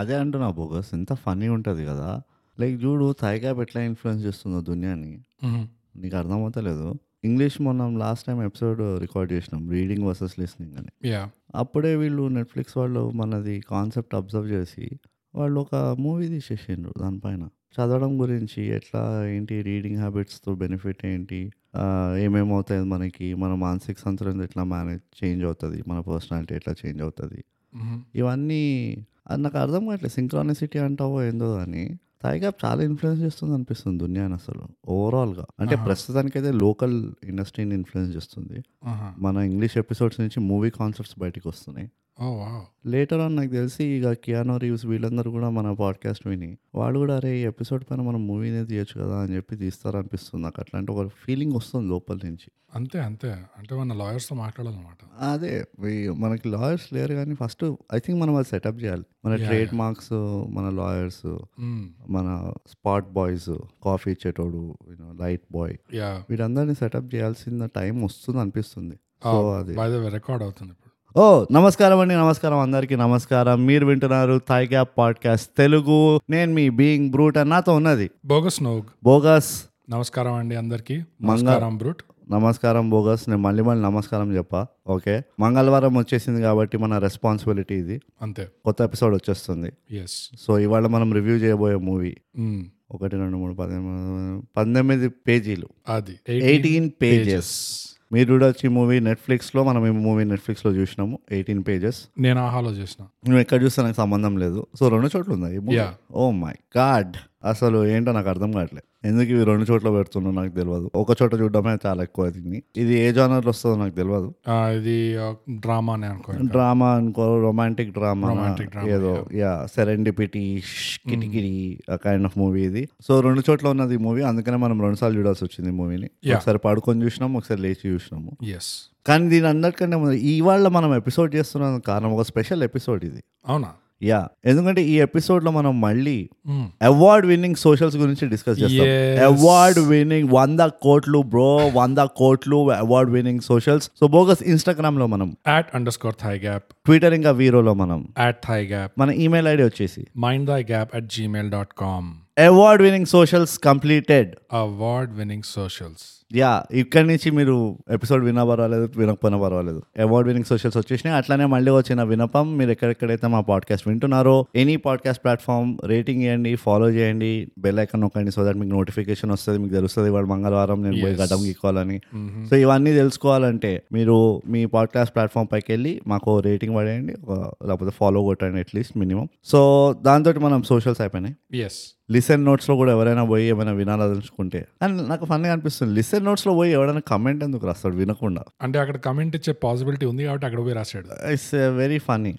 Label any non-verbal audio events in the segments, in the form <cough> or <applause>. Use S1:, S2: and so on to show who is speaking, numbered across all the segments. S1: అదే అంటున్నా బోగస్. ఎంత ఫన్నీ ఉంటది కదా! లైక్ జూడు 'సైగ' ఎట్లా ఇన్‌ఫ్లూయెన్స్ చేస్తుందో దునియాని.
S2: హుహు.
S1: నీకు అర్థమవుతలేదు. ఇంగ్లీష్ మనం లాస్ట్ టైమ్ ఎపిసోడ్ రికార్డ్ చేసినాం. రీడింగ్ వర్సెస్ లిసనింగ్ అని.
S2: యాహ్!
S1: అప్పుడే వీళ్ళు నెట్‌ఫ్లిక్స్ వాళ్ళు మనది కాన్సెప్ట్ అబ్జర్వ్ చేసి వాళ్ళు ఒక మూవీ తీసేసిండ్రు దానిపైన. చదవడం గురించి ఎట్లా ఏంటి రీడింగ్ హ్యాబిట్స్‌తో బెనిఫిట్ ఏంటి? ఆహ్, ఏమేమి అవుతాయి మనకి? మన మానసిక సంతులనం ఎట్లా మేనేజ్ చేంజ్ అవుతది? మన పర్సనాలిటీ ఎట్లా చేంజ్ అవుతది?
S2: హుహు.
S1: ఇవన్నీ అది నాకు అర్థం కావట్లేదు. సింక్రానిసిటీ అంటావో ఏందో అని. 'సైగ' చాలా ఇన్‌ఫ్లూయెన్స్ చేస్తుంది అనిపిస్తుంది దునియాని అసలు ఓవరాల్‌గా. అంటే
S2: ఆహా!
S1: ప్రస్తుతానికైతే లోకల్ ఇండస్ట్రీని ఇన్‌ఫ్లూయెన్స్ చేస్తుంది.
S2: ఆహా!
S1: మన ఇంగ్లీష్ ఎపిసోడ్స్ నుంచి మూవీ కాన్సెప్ట్స్ బయటికి వస్తున్నాయి.
S2: ఓహ్! వావ్!
S1: లేటర్ ఆన్ నాకు తెలిసి ఇక కియానో రీవ్స్ వీళ్ళందరూ కూడా మన పాడ్‌కాస్ట్ విని వాళ్ళు కూడా అరే! ఈ ఎపిసోడ్ పైన మనం మూవీనే తీయొచ్చు కదా! అని చెప్పి తీస్తారనిపిస్తుంది నాకు. అట్లాంటి ఒక ఫీలింగ్ వస్తుంది లోపల నుంచి.
S2: అంతే. అంతే. అంటే మన లాయర్స్‌తో మాట్లాడాలన్నమాట.
S1: అదే. వి మనకి లాయర్స్ లేరు కానీ ఫస్ట్ ఐ థింక్ మనం అది సెటప్ చేయాలి. మన
S2: యాహ్!
S1: Trade
S2: yeah!
S1: మార్క్స్, మన లాయర్స్,
S2: హ్మ్.
S1: మన స్పాట్ బాయ్స్, కాఫీ ఇచ్చేటోడు, you know light boy
S2: yeah!
S1: వీళ్ళందరిని సెటప్ చేయాల్సిన టైం వస్తుంది అనిపిస్తుంది.
S2: ఆ!
S1: సో అది
S2: బై ద వే రికార్డ్ అవుతుంది ఇప్పుడు.
S1: ఓ! నమస్కారం అండి. నమస్కారం అందరికీ నమస్కారం. మీరు వింటున్నారు 'సైగ' పాడ్‌కాస్ట్ తెలుగు. నేను మీ బీయింగ్ బ్రూట్ అని నాతో ఉన్నది
S2: బోగస్ నోగ్.
S1: బోగస్.
S2: నమస్కారం అండి అందరికీ.
S1: మంగ
S2: నమస్కారం బ్రూట్.
S1: నమస్కారం బోగస్. నేను మళ్ళీ మళ్ళీ నమస్కారం చెప్పా. ఓకే. మంగళవారం వచ్చేసింది కాబట్టి మన రెస్పాన్సిబిలిటీ ఇది.
S2: అంతే.
S1: కొత్త ఎపిసోడ్ వచ్చేస్తుంది.
S2: యెస్.
S1: సో ఇవాళ మనం రివ్యూ చేయబోయే మూవీ
S2: హ్మ్.
S1: 1, 2, 3, 14, 18 పేజీలు.
S2: అది.
S1: 18 పేజెస్.
S2: పేజెస్.
S1: మీరు చూడొచ్చు ఈ మూవీ నెట్‌ఫ్లిక్స్‌లో. మనం ఈ మూవీ నెట్‌ఫ్లిక్స్‌లో చూసినాము. 18 పేజెస్.
S2: నేను ఆహాలో చేసిన.
S1: నువ్వు ఎక్కడ చూస్తే నాకు సంబంధం లేదు. సో 2 చోట్ల ఉందా ఈ movie?
S2: Yeah!
S1: Oh my God! అసలు ఏంటో నాకు అర్థం కావట్లేదు. ఎందుకు ఇవి 2 చోట్ల పెడుతున్నావు నాకు తెలవదు. ఒక చోట చూడడమే చాలా ఎక్కువ దీన్ని. ఇది ఏ జోనర్‌లో వస్తుందో నాకు తెలవదు.
S2: ఆ! ఇది ఆహ్, డ్రామానే అనుకో ఇంకా.
S1: డ్రామా అనుకో రొమాంటిక్ డ్రామా
S2: రొమాంటిక్ డ్రామా,
S1: ఏదో
S2: యాహ్.
S1: యా సెరెండిపిటీ కిటికిరి కైండ్ ఆఫ్ మూవీ ఇది. సో 2 చోట్ల ఉన్నది ఈ మూవీ. అందుకనే మనం 2 సార్లు చూడాల్సి వచ్చింది ఈ మూవీని.
S2: యాహ్.
S1: ఒకసారి పడుకొని చూసినాం, ఒకసారి లేచి చూసినాము.
S2: యెస్.
S1: కానీ దీని అందరికంటే ముందు ఇవాళ మనం ఎపిసోడ్ చేస్తున్నాం కారణం ఒక స్పెషల్ ఎపిసోడ్ ఇది.
S2: అవునా?
S1: యా ఎందుకంటే ఈ ఎపిసోడ్‌లో మనం మళ్ళీ
S2: హ్మ్.
S1: అవార్డ్ విన్నింగ్ సోషల్స్ గురించి డిస్కస్ చేస్తాం.
S2: Yes.
S1: అవార్డ్ విన్నింగ్ 100 కోట్లు బ్రో 100 కోట్లు award winning socials. So bogus ఇన్‌స్టాగ్రామ్‌లో మనం,
S2: at underscore thigh gap.
S1: Twitter ఇంకా వీరోలో మనం,
S2: యాట్ థై గ్యాప్.
S1: మన ఈమెయిల్ ఐడి వచ్చేసి
S2: mind thigh gap at Gmail dot com.
S1: Award winning socials completed.
S2: Award winning socials.
S1: Yeah ఇక్కడి నుంచి మీరు ఎపిసోడ్ వినా పర్వాలేదు వినకపోయినా పర్వాలేదు అవార్డ్ వినింగ్ సోషల్స్ వచ్చేసినాయి అట్లానే మళ్ళీ వచ్చిన వినపం మీరు ఎక్కడెక్కడైతే మా పాడ్కాస్ట్ వింటున్నారో ఎనీ పాడ్కాస్ట్ ప్లాట్ఫామ్ రేటింగ్ చేయండి ఫాలో చేయండి బెల్ ఐకాన్ నొక్కండి సో దట్ మీకు నోటిఫికేషన్ వస్తుంది మీకు తెలుస్తుంది వాడు మంగళవారం నేను పోయి
S2: Yes.
S1: గడ్డం గీక్కోవాలని సో ఇవన్నీ తెలుసుకోవాలంటే మీరు మీ పాడ్కాస్ట్ ప్లాట్ఫామ్ పైకి వెళ్ళి మాకు రేటింగ్ పడేయండి ఒక- లేకపోతే ఫాలో కొట్టండి అట్లీస్ట్ మినిమం సో దాంతో మనం సోషల్స్ అయిపోయినాయి
S2: యెస్.
S1: లిసన్ నోట్స్లో కూడా ఎవరైనా పోయి ఏమైనా వినాలనుకుంటే అండ్ నాకు ఫన్నీగా అనిపిస్తుంది లిసన్ నోట్స్లో పోయి ఎవరైనా కమెంట్ ఎందుకు రాస్తాడు వినకుండా
S2: అంటే అక్కడ కమెంట్ ఇచ్చే పాసిబిలిటీ ఉంది కాబట్టి అక్కడ పోయి రాశాడు.
S1: ఇట్స్ వెరీ ఫనీ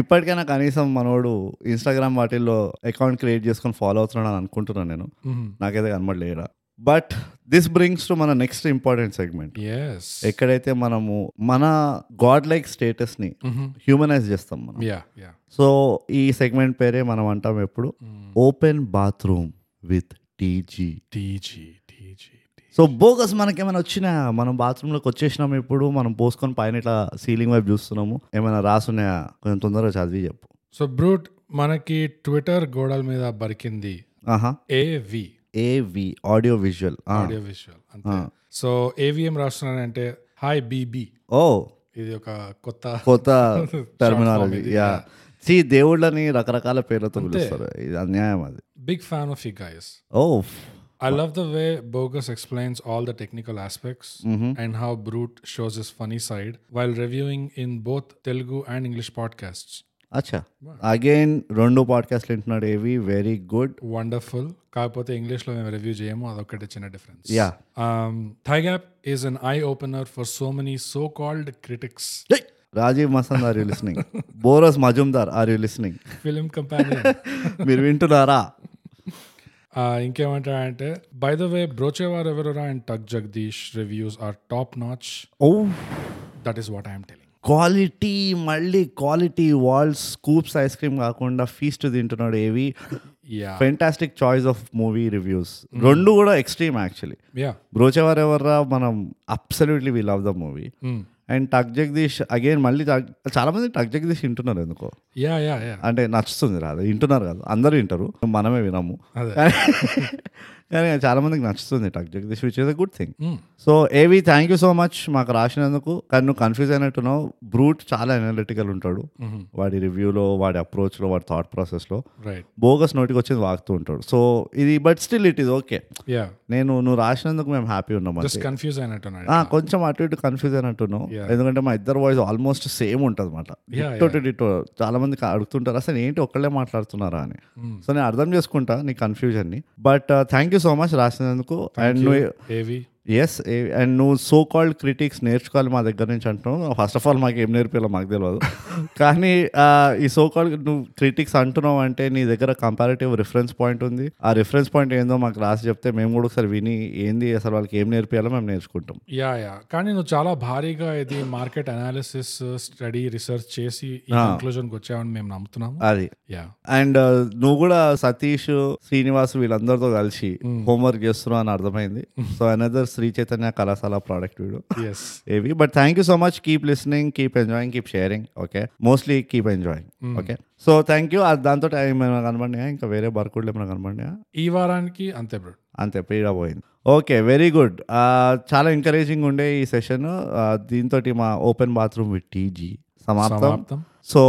S1: ఇప్పటికైనా కనీసం మనోడు ఇన్స్టాగ్రామ్ వాటిల్లో అకౌంట్ క్రియేట్ చేసుకొని ఫాలో అవుతున్నాడు అని అనుకుంటున్నాను నేను
S2: హ్మ్.
S1: నాకైతే కనబడలేడా బట్ దిస్ బ్రింగ్స్ టు మన నెక్స్ట్ ఇంపార్టెంట్ సెగ్మెంట్
S2: యెస్.
S1: ఎక్కడైతే మనము మన గాడ్ లైక్ స్టేటస్ని
S2: మ్హూ.
S1: హ్యూమనైజ్ చేస్తాం మనం
S2: యా. యా.
S1: సో ఈ సెగ్మెంట్ పేరే మనం అంటాం ఎప్పుడు
S2: హ్మ్.
S1: Open bathroom with TG
S2: TG. TG. TG.
S1: So bogus మనకేమైనా వచ్చినా మనం బాత్రూంలోకి వచ్చేసినాం ఇప్పుడు మనం పోసుకొని పైన ఇట్లా సీలింగ్ వైపు చూస్తున్నాము ఏమైనా రాసున్నాయా కొంచెం తొందరగా చదివి చెప్పు
S2: సో బ్రూట్ మనకి ట్విట్టర్ గోడల మీద బరికింది
S1: ఆహా
S2: AV
S1: Ah. AV audio visual
S2: audio visual అంతే సో ఏవి ఏం రాస్తున్నానంటే హాయ్ బీబీ
S1: ఓ
S2: ఇది ఒక కొత్త
S1: కొత్త
S2: <laughs> Short
S1: టర్మినాలజీ
S2: form ఇది,
S1: యా
S2: yeah.
S1: సి దేవుళ్ళని రకరకాల పేర్లతో పిలుస్తారు ఇది అన్యాయం అది
S2: big fan of you guys
S1: oh
S2: I love the way Bogus explains all the technical aspects and how Brute shows his funny side while reviewing in both Telugu and English podcasts.
S1: అచ్చా again రెండు పాడ్కాస్ట్లు వింటున్నాడు AV very good
S2: Wonderful. కాకపోతే ఇంగ్లీష్లో మేము review చేయము అదొక్కటి చిన్న Um, difference
S1: yeah
S2: thigh gap is an eye opener for so many so called critics
S1: Rajeev Masand are you
S2: <laughs>
S1: listening Boria Majumdar are you listening
S2: film companion
S1: మీరు వింటున్నారా
S2: Uh, ఇంకేమంటాడంటే by the way Brochevarevarura and Tuck Jagadish reviews are top notch
S1: ఓ
S2: that is what I'm telling
S1: quality మళ్ళీ quality Wall's scoops ice cream కాకుండా Feast తింటున్నాడు AV
S2: yeah
S1: fantastic choice of movie reviews రెండు కూడా extreme actually
S2: yeah
S1: Brochevarevarura మనం absolutely we love the movie and Tuck Jagadish again మళ్ళీ టక్- చాలా మంది టక్ జగదీష్ వింటున్నారు ఎందుకో
S2: యా యా యా
S1: అంటే నచ్చుతుంది రాదు వింటున్నారు కాదు అందరూ వింటారు మనమే వినము
S2: అదే
S1: కానీ చాలా మందికి నచ్చుతుంది టక్ Jagadish which is a good thing
S2: hmm.
S1: So ఏవి థ్యాంక్ యూ సో మచ్ మాకు రాసినందుకు కానీ నువ్వు కన్ఫ్యూజ్ అయినట్టున్నావు బ్రూట్ చాలా అనలిటికల్ ఉంటాడు
S2: మ్మ్.
S1: వాడి రివ్యూలో వాడి అప్రోచ్లో వాడి థాట్ ప్రాసెస్లో
S2: రైట్
S1: బోగస్ నోటికి వచ్చేది వాగుతూ ఉంటాడు సో ఇది but still it is okay
S2: yeah
S1: నేను నువ్వు రాసినందుకు మేము హ్యాపీ ఉన్నాం అంతే.
S2: జస్ట్ కన్ఫ్యూజ్ అయినట్టున్నాడు
S1: ఆ, కొంచెం అటు ఇటు కన్ఫ్యూజ్ అయినట్టున్నావు
S2: Yeah.
S1: ఎందుకంటే మా ఇద్దరు వాయిస్ ఆల్మోస్ట్ సేమ్ ఉంటుంది అనమాట
S2: Yeah,
S1: ఇటో ఇటో చాలా మందికి అడుగుతుంటారు అసలు ఏంటి ఒక్కళ్ళే మాట్లాడుతున్నారా అని
S2: Hmm.
S1: సో నేను అర్థం చేసుకుంటా నీ uh, కన్ఫ్యూజన్ని but thank you so much రాసినందుకు అండ్ నువ్వు
S2: ఏవి
S1: ఎస్ అండ్ నువ్వు సో కాల్డ్ క్రిటిక్స్ నేర్చుకోవాలి మా దగ్గర నుంచి అంటున్నావు ఫస్ట్ ఆఫ్ ఆల్ మాకు ఏం నేర్పాలో మాకు తెలియదు కానీ ఆ, ఈ సో కాల్డ్ నువ్వు క్రిటిక్స్ అంటున్నావు అంటే నీ దగ్గర కంపారిటివ్ రిఫరెన్స్ పాయింట్ ఉంది ఆ రిఫరెన్స్ పాయింట్ ఏందో మాకు రాసి చెప్తే మేము కూడా ఒకసారి విని ఏంది అసలు వాళ్ళకి ఏం నేర్పియాలో మేము నేర్చుకుంటాం
S2: యా యా కానీ నువ్వు చాలా భారీగా ఇది మార్కెట్ అనాలిసిస్ స్టడీ రీసెర్చ్ చేసి ఈ కంక్లూజన్కి వచ్చావని మేము నమ్ముతున్నాము
S1: అది
S2: యా
S1: అండ్ నువ్వు కూడా సతీష్ శ్రీనివాస్ వీళ్ళందరితో కలిసి హోంవర్క్ చేస్తున్నావు అని అర్థమైంది so another Sri Chaitanya Kalasala product వీడు
S2: yes
S1: AV but thank you so much keep listening keep enjoying keep sharing okay mostly keep enjoying okay so thank you దాంతో ఏమైనా కనబడినాయా ఇంకా వేరే బర్కుడ్లు ఏమైనా కనబడినాయా
S2: ఈ వారానికి అంతే బ్రో
S1: అంతే పీడ పోయింది ఓకే వెరీ గుడ్ చాలా ఎంకరేజింగ్ ఉండే ఈ సెషన్ దీంతో మా ఓపెన్ బాత్రూమ్ విత్ టీజీ సమాప్తం
S2: సమాప్తం
S1: సో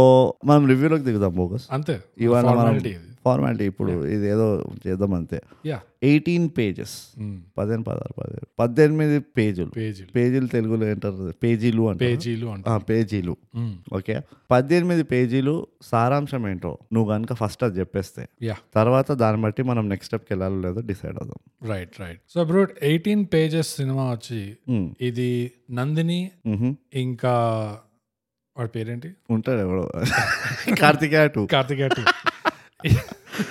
S1: మనం రివ్యూలోకి దిగుదాం బోగస్
S2: అంతే
S1: ఇవాళ మనం
S2: ఫార్మాలిటీ ఇది
S1: ఫార్మాలిటీ ఇప్పుడు ఇది ఏదో చేద్దాం అంతే
S2: యా
S1: ఎయిటీన్ పేజెస్ పదిహేను పదహారు పదిహేను పద్దెనిమిది పేజీలు
S2: పేజీలు
S1: పేజీలు తెలుగులో ఏంటారు పేజీలు అంటే
S2: పేజీలు అంట
S1: పేజీలు
S2: మ్మ్.
S1: ఓకే పద్దెనిమిది పేజీలు సారాంశం ఏంటో నువ్వు కనుక ఫస్ట్ అది చెప్పేస్తే
S2: యా
S1: తర్వాత దాన్ని బట్టి మనం నెక్స్ట్ స్టెప్కి వెళ్ళాలో లేదో డిసైడ్ అవుదాం
S2: right right so brute eighteen pages సినిమా వచ్చి
S1: మ్మ్.
S2: ఇది నందిని
S1: మ్హూ.
S2: ఇంకా వాడి పేరేంటి
S1: ఉంటాడు
S2: <laughs>
S1: ఎవడో కార్తికేయ టూ
S2: కార్తికేయ two. <laughs>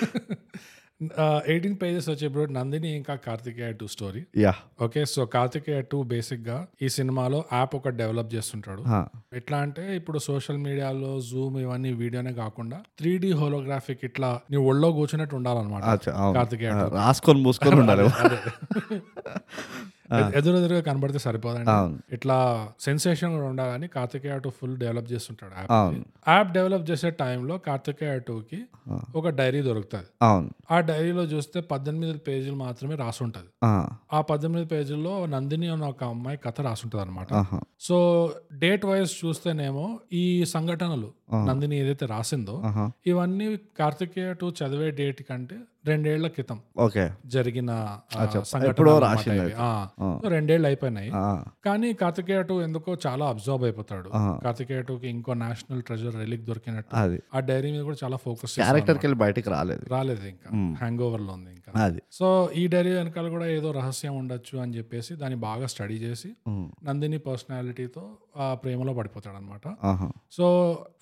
S2: ఆ, 18 పేజెస్ వచ్చే బ్రో నందిని ఇంకా Karthikeya two story
S1: yeah
S2: okay so Karthikeya two basic గా ఈ సినిమాలో యాప్ ఒకటి డెవలప్ చేస్తుంటాడు
S1: హా.
S2: ఎట్లా అంటే ఇప్పుడు సోషల్ మీడియాలో జూమ్ ఇవన్నీ వీడియోనే కాకుండా త్రీ డి హోలోగ్రాఫిక్ ఇట్లా నీ ఒళ్ళో కూర్చున్నట్టు ఉండాలన్నమాట
S1: అచ్చా, అవును.
S2: కార్తికేయ two.
S1: రాసుకొని మూసుకొని ఉండాలి
S2: <laughs> అదే. ఎదు- ఎదురెదురుగా కనబడితే సరిపోదండి
S1: అవును.
S2: ఇట్లా సెన్సేషన్ కూడా ఉండాలని కార్తికేయ టూ ఫుల్ డెవలప్ చేస్తుంటాడు యాప్
S1: అవును
S2: యాప్ డెవలప్ చేసే టైంలో కార్తికేయ టూకి ఒక డైరీ దొరుకుతుంది
S1: అవును
S2: ఆ డైరీలో చూస్తే పద్దెనిమిది పేజీలు మాత్రమే రాసి ఉంటుంది
S1: ఆ,
S2: ఆ పద్దెనిమిది పేజీల్లో నందిని అనే ఒక అమ్మాయి కథ రాసుంటది అనమాట
S1: ఆహా.
S2: సో డేట్ వైజ్ చూస్తేనేమో ఈ సంఘటనలు నందిని ఏదైతే రాసిందో
S1: ఆహా.
S2: ఇవన్నీ కార్తికేయ టూ చదివే డేట్ కంటే రెండేళ్ల క్రితం
S1: ఓకే
S2: జరిగిన ఆ,
S1: ఎప్పుడో
S2: సంఘటనలు అన్నమాట
S1: రాసింది
S2: ఇవి. ఆ, సో రెండేళ్ళు అయిపోయినాయి
S1: ఆ,
S2: కానీ కార్తికేయ టూ ఎందుకో చాలా అబ్జర్వ్ అయిపోతాడు
S1: ఆ.
S2: కార్తికేయ టూకి ఇంకో నేషనల్ ట్రెజర్ రిలీక్ దొరికినట్టు
S1: అది
S2: ఆ డైరీ మీద కూడా చాలా ఫోకస్
S1: క్యారెక్టర్కి వెళ్ళి బయటికి రాలేదు
S2: రాలేదు ఇంకా హ్యాంగ్ ఓవర్ లో ఉంది ఇంకా
S1: అది
S2: సో ఈ డైరీ వెనకాల కూడా ఏదో రహస్యం ఉండొచ్చు అని చెప్పేసి దాన్ని బాగా స్టడీ చేసి
S1: ఉమ్.
S2: నందిని పర్సనాలిటీతో ఆ ప్రేమలో పడిపోతాడు అనమాట
S1: ఆహా.
S2: సో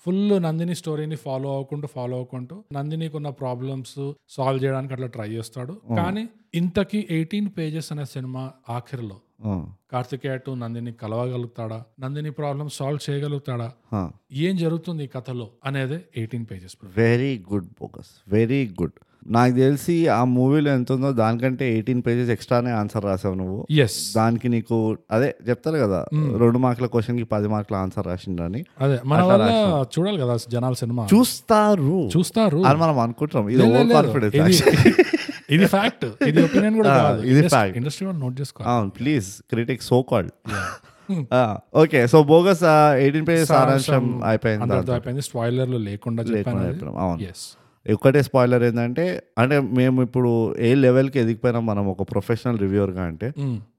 S2: ఫుల్ నందిని స్టోరీని ఫాలో అవ్వకుంటూ ఫాలో అవ్వకుంటూ నందినికి ఉన్న ప్రాబ్లమ్స్ సాల్వ్ చేయడానికి అట్లా ట్రై చేస్తాడు కానీ ఇంతకీ ఎయిటీన్ పేజెస్ అనే సినిమా ఆఖరిలో
S1: ఆ,
S2: కార్తికేయ టు నందిని కలవగలుగుతాడా నందిని ప్రాబ్లం సాల్వ్ చేయగలుగుతాడా
S1: ఆ.
S2: ఏం జరుగుతుంది ఈ కథలో అనేది eighteen pages
S1: very good bogus very good నాకు తెలిసి ఆ మూవీలో ఎంత ఉందో దానికంటే ఎయిటీన్ పేజెస్ ఎక్స్ట్రానే ఆన్సర్ రాసావు నువ్వు
S2: ఎస్
S1: దానికి నీకు అదే చెప్తారు కదా
S2: Hmm.
S1: రెండు మార్కుల క్వశ్చన్ కి పది మార్కుల ఆన్సర్ రాసిండని
S2: అదే మన వల్ల చూడాలి కదా జనాల సినిమా
S1: చూస్తారు
S2: చూస్తారు
S1: అని మనం అనుకుంటాం ఇది
S2: లేదు,
S1: ఓవర్
S2: లేదు.
S1: కాన్ఫిడెన్స్
S2: <laughs> ఇది- ఇది ఫ్యాక్ట్ ఇది ఒపీనియన్ కూడా కాదు
S1: Ah, ఇది
S2: Industry-
S1: fact. Ah,
S2: ఇండస్ట్రీ వాళ్ళు నోట్ చేసుకోవాలి
S1: <laughs> అవును please critic so called <laughs> okay so bogus eighteen pages ah, సారాంశం అయిపోయింది
S2: అందరితో అయిపోయింది స్పాయిలర్ లో లేకుండా చెప్పాను
S1: దాంట్లో. అవును
S2: ఎస్
S1: ఒకటే స్పాయిలర్ ఏంటంటే అంటే మేము ఇప్పుడు ఏ లెవెల్కి ఎదిగిపోయినాం మనం ఒక ప్రొఫెషనల్ రివ్యూవర్గా అంటే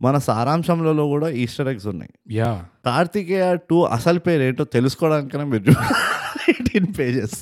S1: మన సారాంశంలో కూడా ఈస్టర్ ఎగ్స్ ఉన్నాయి
S2: యా
S1: కార్తికేయ టూ అసలు పేరు ఏంటో తెలుసుకోవడానికైనా మీరు ఎయిటీన్ పేజెస్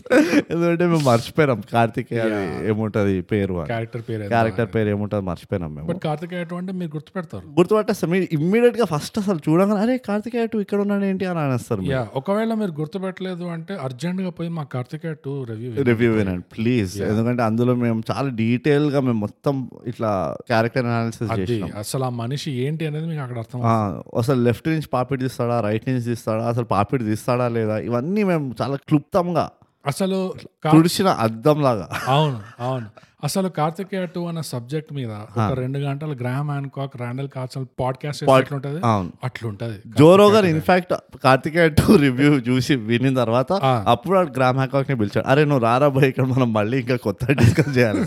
S1: ఎందుకంటే మేము మర్చిపోయినాం కార్తికేయ ఏముంటుంది పేరు అని
S2: క్యారెక్టర్ పేరు
S1: క్యారెక్టర్ పేరు ఏముంటుంది మర్చిపోయినాం మేము
S2: బట్ కార్తికేయ టూ అంటే మీరు గుర్తుపెడతారు
S1: గుర్తుపట్టేస్తాం మీరు ఇమ్మీడియట్ గా ఫస్ట్ అసలు చూడగానే అరే కార్తికేయ టూ ఇక్కడ ఉన్నాడు ఏంటి అని అనేస్తారు
S2: యా ఒకవేళ మీరు గుర్తుపెట్టలేదు అంటే అర్జెంట్ గా పోయి మా కార్తికేయ టూ రివ్యూ
S1: రివ్యూ వినండి ప్లీజ్ ఎందుకంటే అందులో మేము చాలా డీటెయిల్ గా మేము మొత్తం ఇట్లా క్యారెక్టర్ అనాలిసిస్ చేసి
S2: అసలు ఆ మనిషి ఏంటి అనేది మీకు అక్కడ అర్థం
S1: ఆ, అసలు లెఫ్ట్ నుంచి పాపిడి తీస్తాడా రైట్ నుంచి తీస్తాడా అసలు పాపిడి తీస్తాడా లేదా ఇవన్నీ మేము చాలా క్లుప్తంగా
S2: అసలు కా-
S1: తుడిచిన అద్దం లాగా
S2: అవును అవును అసలు కార్తికేయ టూ అన్న సబ్జెక్ట్ మీద ఒక రెండు గంటలు Graham Hancock Randall Carlson podcast
S1: Pod-
S2: ఎట్లుంటది
S1: అవును
S2: అట్లుంటది
S1: జోరో గారు ఇన్ఫాక్ట్ కార్తికేయ టూ రివ్యూ చూసి వినిన తర్వాత
S2: ఆ.
S1: అప్పుడు ఆ గ్రామ్ హ్యాకాక్ ని పిలిచాడు అరే నువ్వు రారా భయ్ ఇక్కడ మనం మళ్ళీ ఇంకా కొత్త డిస్కస్
S2: <laughs>
S1: చేయాలి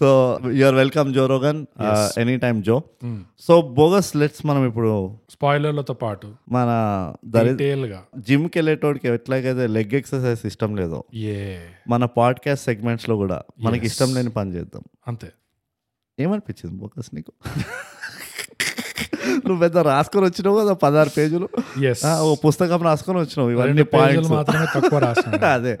S1: so you're welcome Joe Rogan any time Uh, Joe
S2: Hmm.
S1: So Bogus let's మనం ఇప్పుడు
S2: స్పాయిలర్లతో పాటు
S1: మన దరి
S2: డీటెయిల్ గా
S1: జిమ్కి వెళ్ళేటోడికి ఎట్లాగైతే లెగ్ ఎక్సర్సైజ్ ఇష్టం లేదో
S2: ఏ
S1: మన పాడ్కాస్ట్ సెగ్మెంట్స్ లో కూడా మనకి ఇష్టం లేని పని చేద్దాం
S2: అంతే
S1: ఏమనిపించింది బోకస్ నీకు నువ్వు పెద్ద రాసుకొని వచ్చినావు కదా పదహారు పేజీలు
S2: ఎస్
S1: ఆ, ఓ పుస్తకం రాసుకొని వచ్చినావు ఇవన్నీ
S2: రెండు పేజీలు
S1: పాయింట్స్
S2: మాత్రమే తక్కువ రాసాను
S1: <laughs> అదే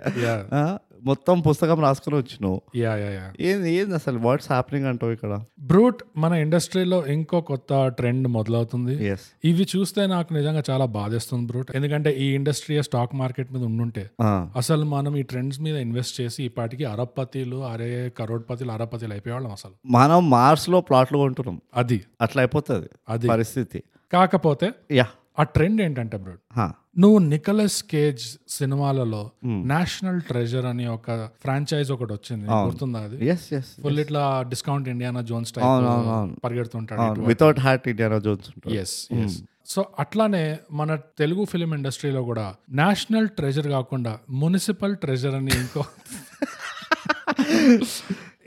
S1: ఆ, మొత్తం పుస్తకం రాసుకొని వచ్చినావు
S2: యా యా యా
S1: ఏంది ఏంది అసలు వాట్స్ హ్యాపెనింగ్ అంటావు ఇక్కడ
S2: బ్రూట్ మన ఇండస్ట్రీలో ఇంకో కొత్త ట్రెండ్ మొదలవుతుంది
S1: ఎస్
S2: ఇవి చూస్తే నాకు నిజంగా చాలా బాధేస్తుంది బ్రూట్ ఎందుకంటే ఈ ఇండస్ట్రీ స్టాక్ మార్కెట్ మీద ఉండుంటే అసలు మనం ఈ ట్రెండ్స్ మీద ఇన్వెస్ట్ చేసి ఈ పాటికి అరబ్బపతిలు అరే కరోడ్పతిలు అరబ్బపతిలు అయిపోయేవాళ్ళం అసలు
S1: మనం మార్స్ లో ప్లాట్లు కొంటున్నాం
S2: అది
S1: అట్లా అయిపోతుంది
S2: అది
S1: పరిస్థితి
S2: కాకపోతే
S1: యా
S2: ఆ ట్రెండ్ ఏంటంటే బ్రూట్
S1: హా.
S2: నువ్వు నికలస్ కేజ్ సినిమాలలో నేషనల్ ట్రెజర్ అని ఒక ఫ్రాంచైజ్ ఒకటి వచ్చింది నీకు గుర్తుందా అది
S1: ఎస్ ఎస్
S2: ఫుల్ ఇట్లా డిస్కౌంట్ ఇండియానా జోన్స్
S1: అవును, అవును, అవును. Hmm.
S2: టైప్ పరిగెడుతుంటాడు
S1: వితౌట్ హ్యాట్ ఇండియానా జోన్స్ ఉంటుంది
S2: ఎస్ ఎస్ సో అట్లానే మన తెలుగు ఫిలిం ఇండస్ట్రీలో కూడా నేషనల్ ట్రెజర్ కాకుండా మున్సిపల్ ట్రెజర్ అని
S1: <laughs>
S2: ఇంకో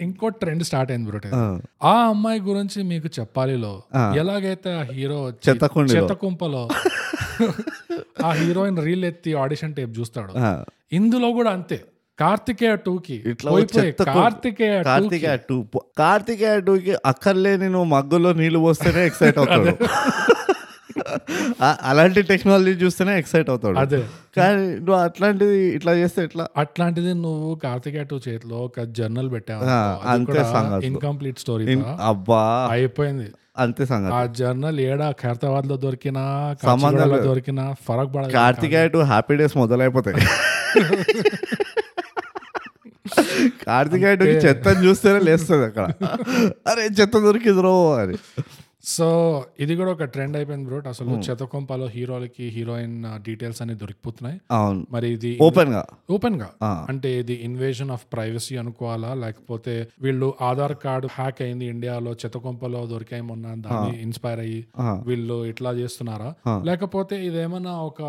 S2: ఇంకో ట్రెండ్ స్టార్ట్ అయింది బ్రోట్
S1: ఆ.
S2: ఆ అమ్మాయి గురించి మీకు చెప్పాలిలో ఎలాగైతే ఆ హీరో
S1: చెత్తకుండిలో.
S2: చెత్తకుంపలో ఆ హీరోయిన్ రీల్ ఎత్తి ఆడిషన్ టేప్ చూస్తాడు
S1: ఆ,
S2: ఇందులో కూడా అంతే కార్తికేయ టూ కి
S1: ఇట్లా
S2: పోయి
S1: ఒక
S2: పోయి
S1: చెత్తకు-
S2: కార్తికేయ టూ కి
S1: కార్తికేయ టూ పో- కార్తికేయ టూకి అక్కర్లేని నువ్వు మగ్గులో నీళ్లు పోస్తేనే ఎక్సైట్ అవుతాడు ఆ- అలాంటి టెక్నాలజీ చూస్తేనే ఎక్సైట్ అవుతాడు
S2: అదే
S1: కానీ నువ్వు అట్లాంటిది ఇట్లా చేస్తే ఎట్లా
S2: అట్లాంటిది నువ్వు కార్తికేయ టూ చేతిలో ఒక జర్నల్
S1: ఆ, అంతే
S2: పెట్టావు
S1: సంగతి.
S2: ఇన్కంప్లీట్ స్టోరీ
S1: ఇన్- అబ్బా
S2: అయిపోయింది
S1: అంతే సంగతి
S2: ఆ జర్నల్ ఏడా ఖైరతాబాద్ లో దొరికినా
S1: సంబంధం
S2: కాచిగూడలో
S1: లేదు.
S2: దొరికినా ఫరక్ పడదు
S1: కార్తికేయ టు హ్యాపీ డేస్ మొదలైపోతాయి కార్తికేయ టు చెత్త చూస్తేనే లేస్తుంది అక్కడ అరే చెత్త దొరికిందిరో అని
S2: సో ఇది కూడా ఒక ట్రెండ్ అయిపోయింది బ్రోట్ అసలు చెతకొంపలో హీరోలకి హీరోయిన్ డీటెయిల్స్ అన్ని దొరికిపోతున్నాయి
S1: అవును
S2: మరి ఇది
S1: ఓపెన్ గా
S2: ఓపెన్ గా
S1: ఆ.
S2: అంటే ఇది ఇన్వేషన్ ఆఫ్ ప్రైవసీ అనుకోవాలా లేకపోతే వీళ్ళు ఆధార్ కార్డు హ్యాక్ అయింది ఇండియాలో చెత్తకొంపలో దొరికాయి మొన్న దాన్ని ఇన్స్పైర్ అయ్యి
S1: ఆ.
S2: వీళ్ళు ఇట్లా చేస్తున్నారా
S1: ఆ.
S2: లేకపోతే ఇదేమన్నా ఒక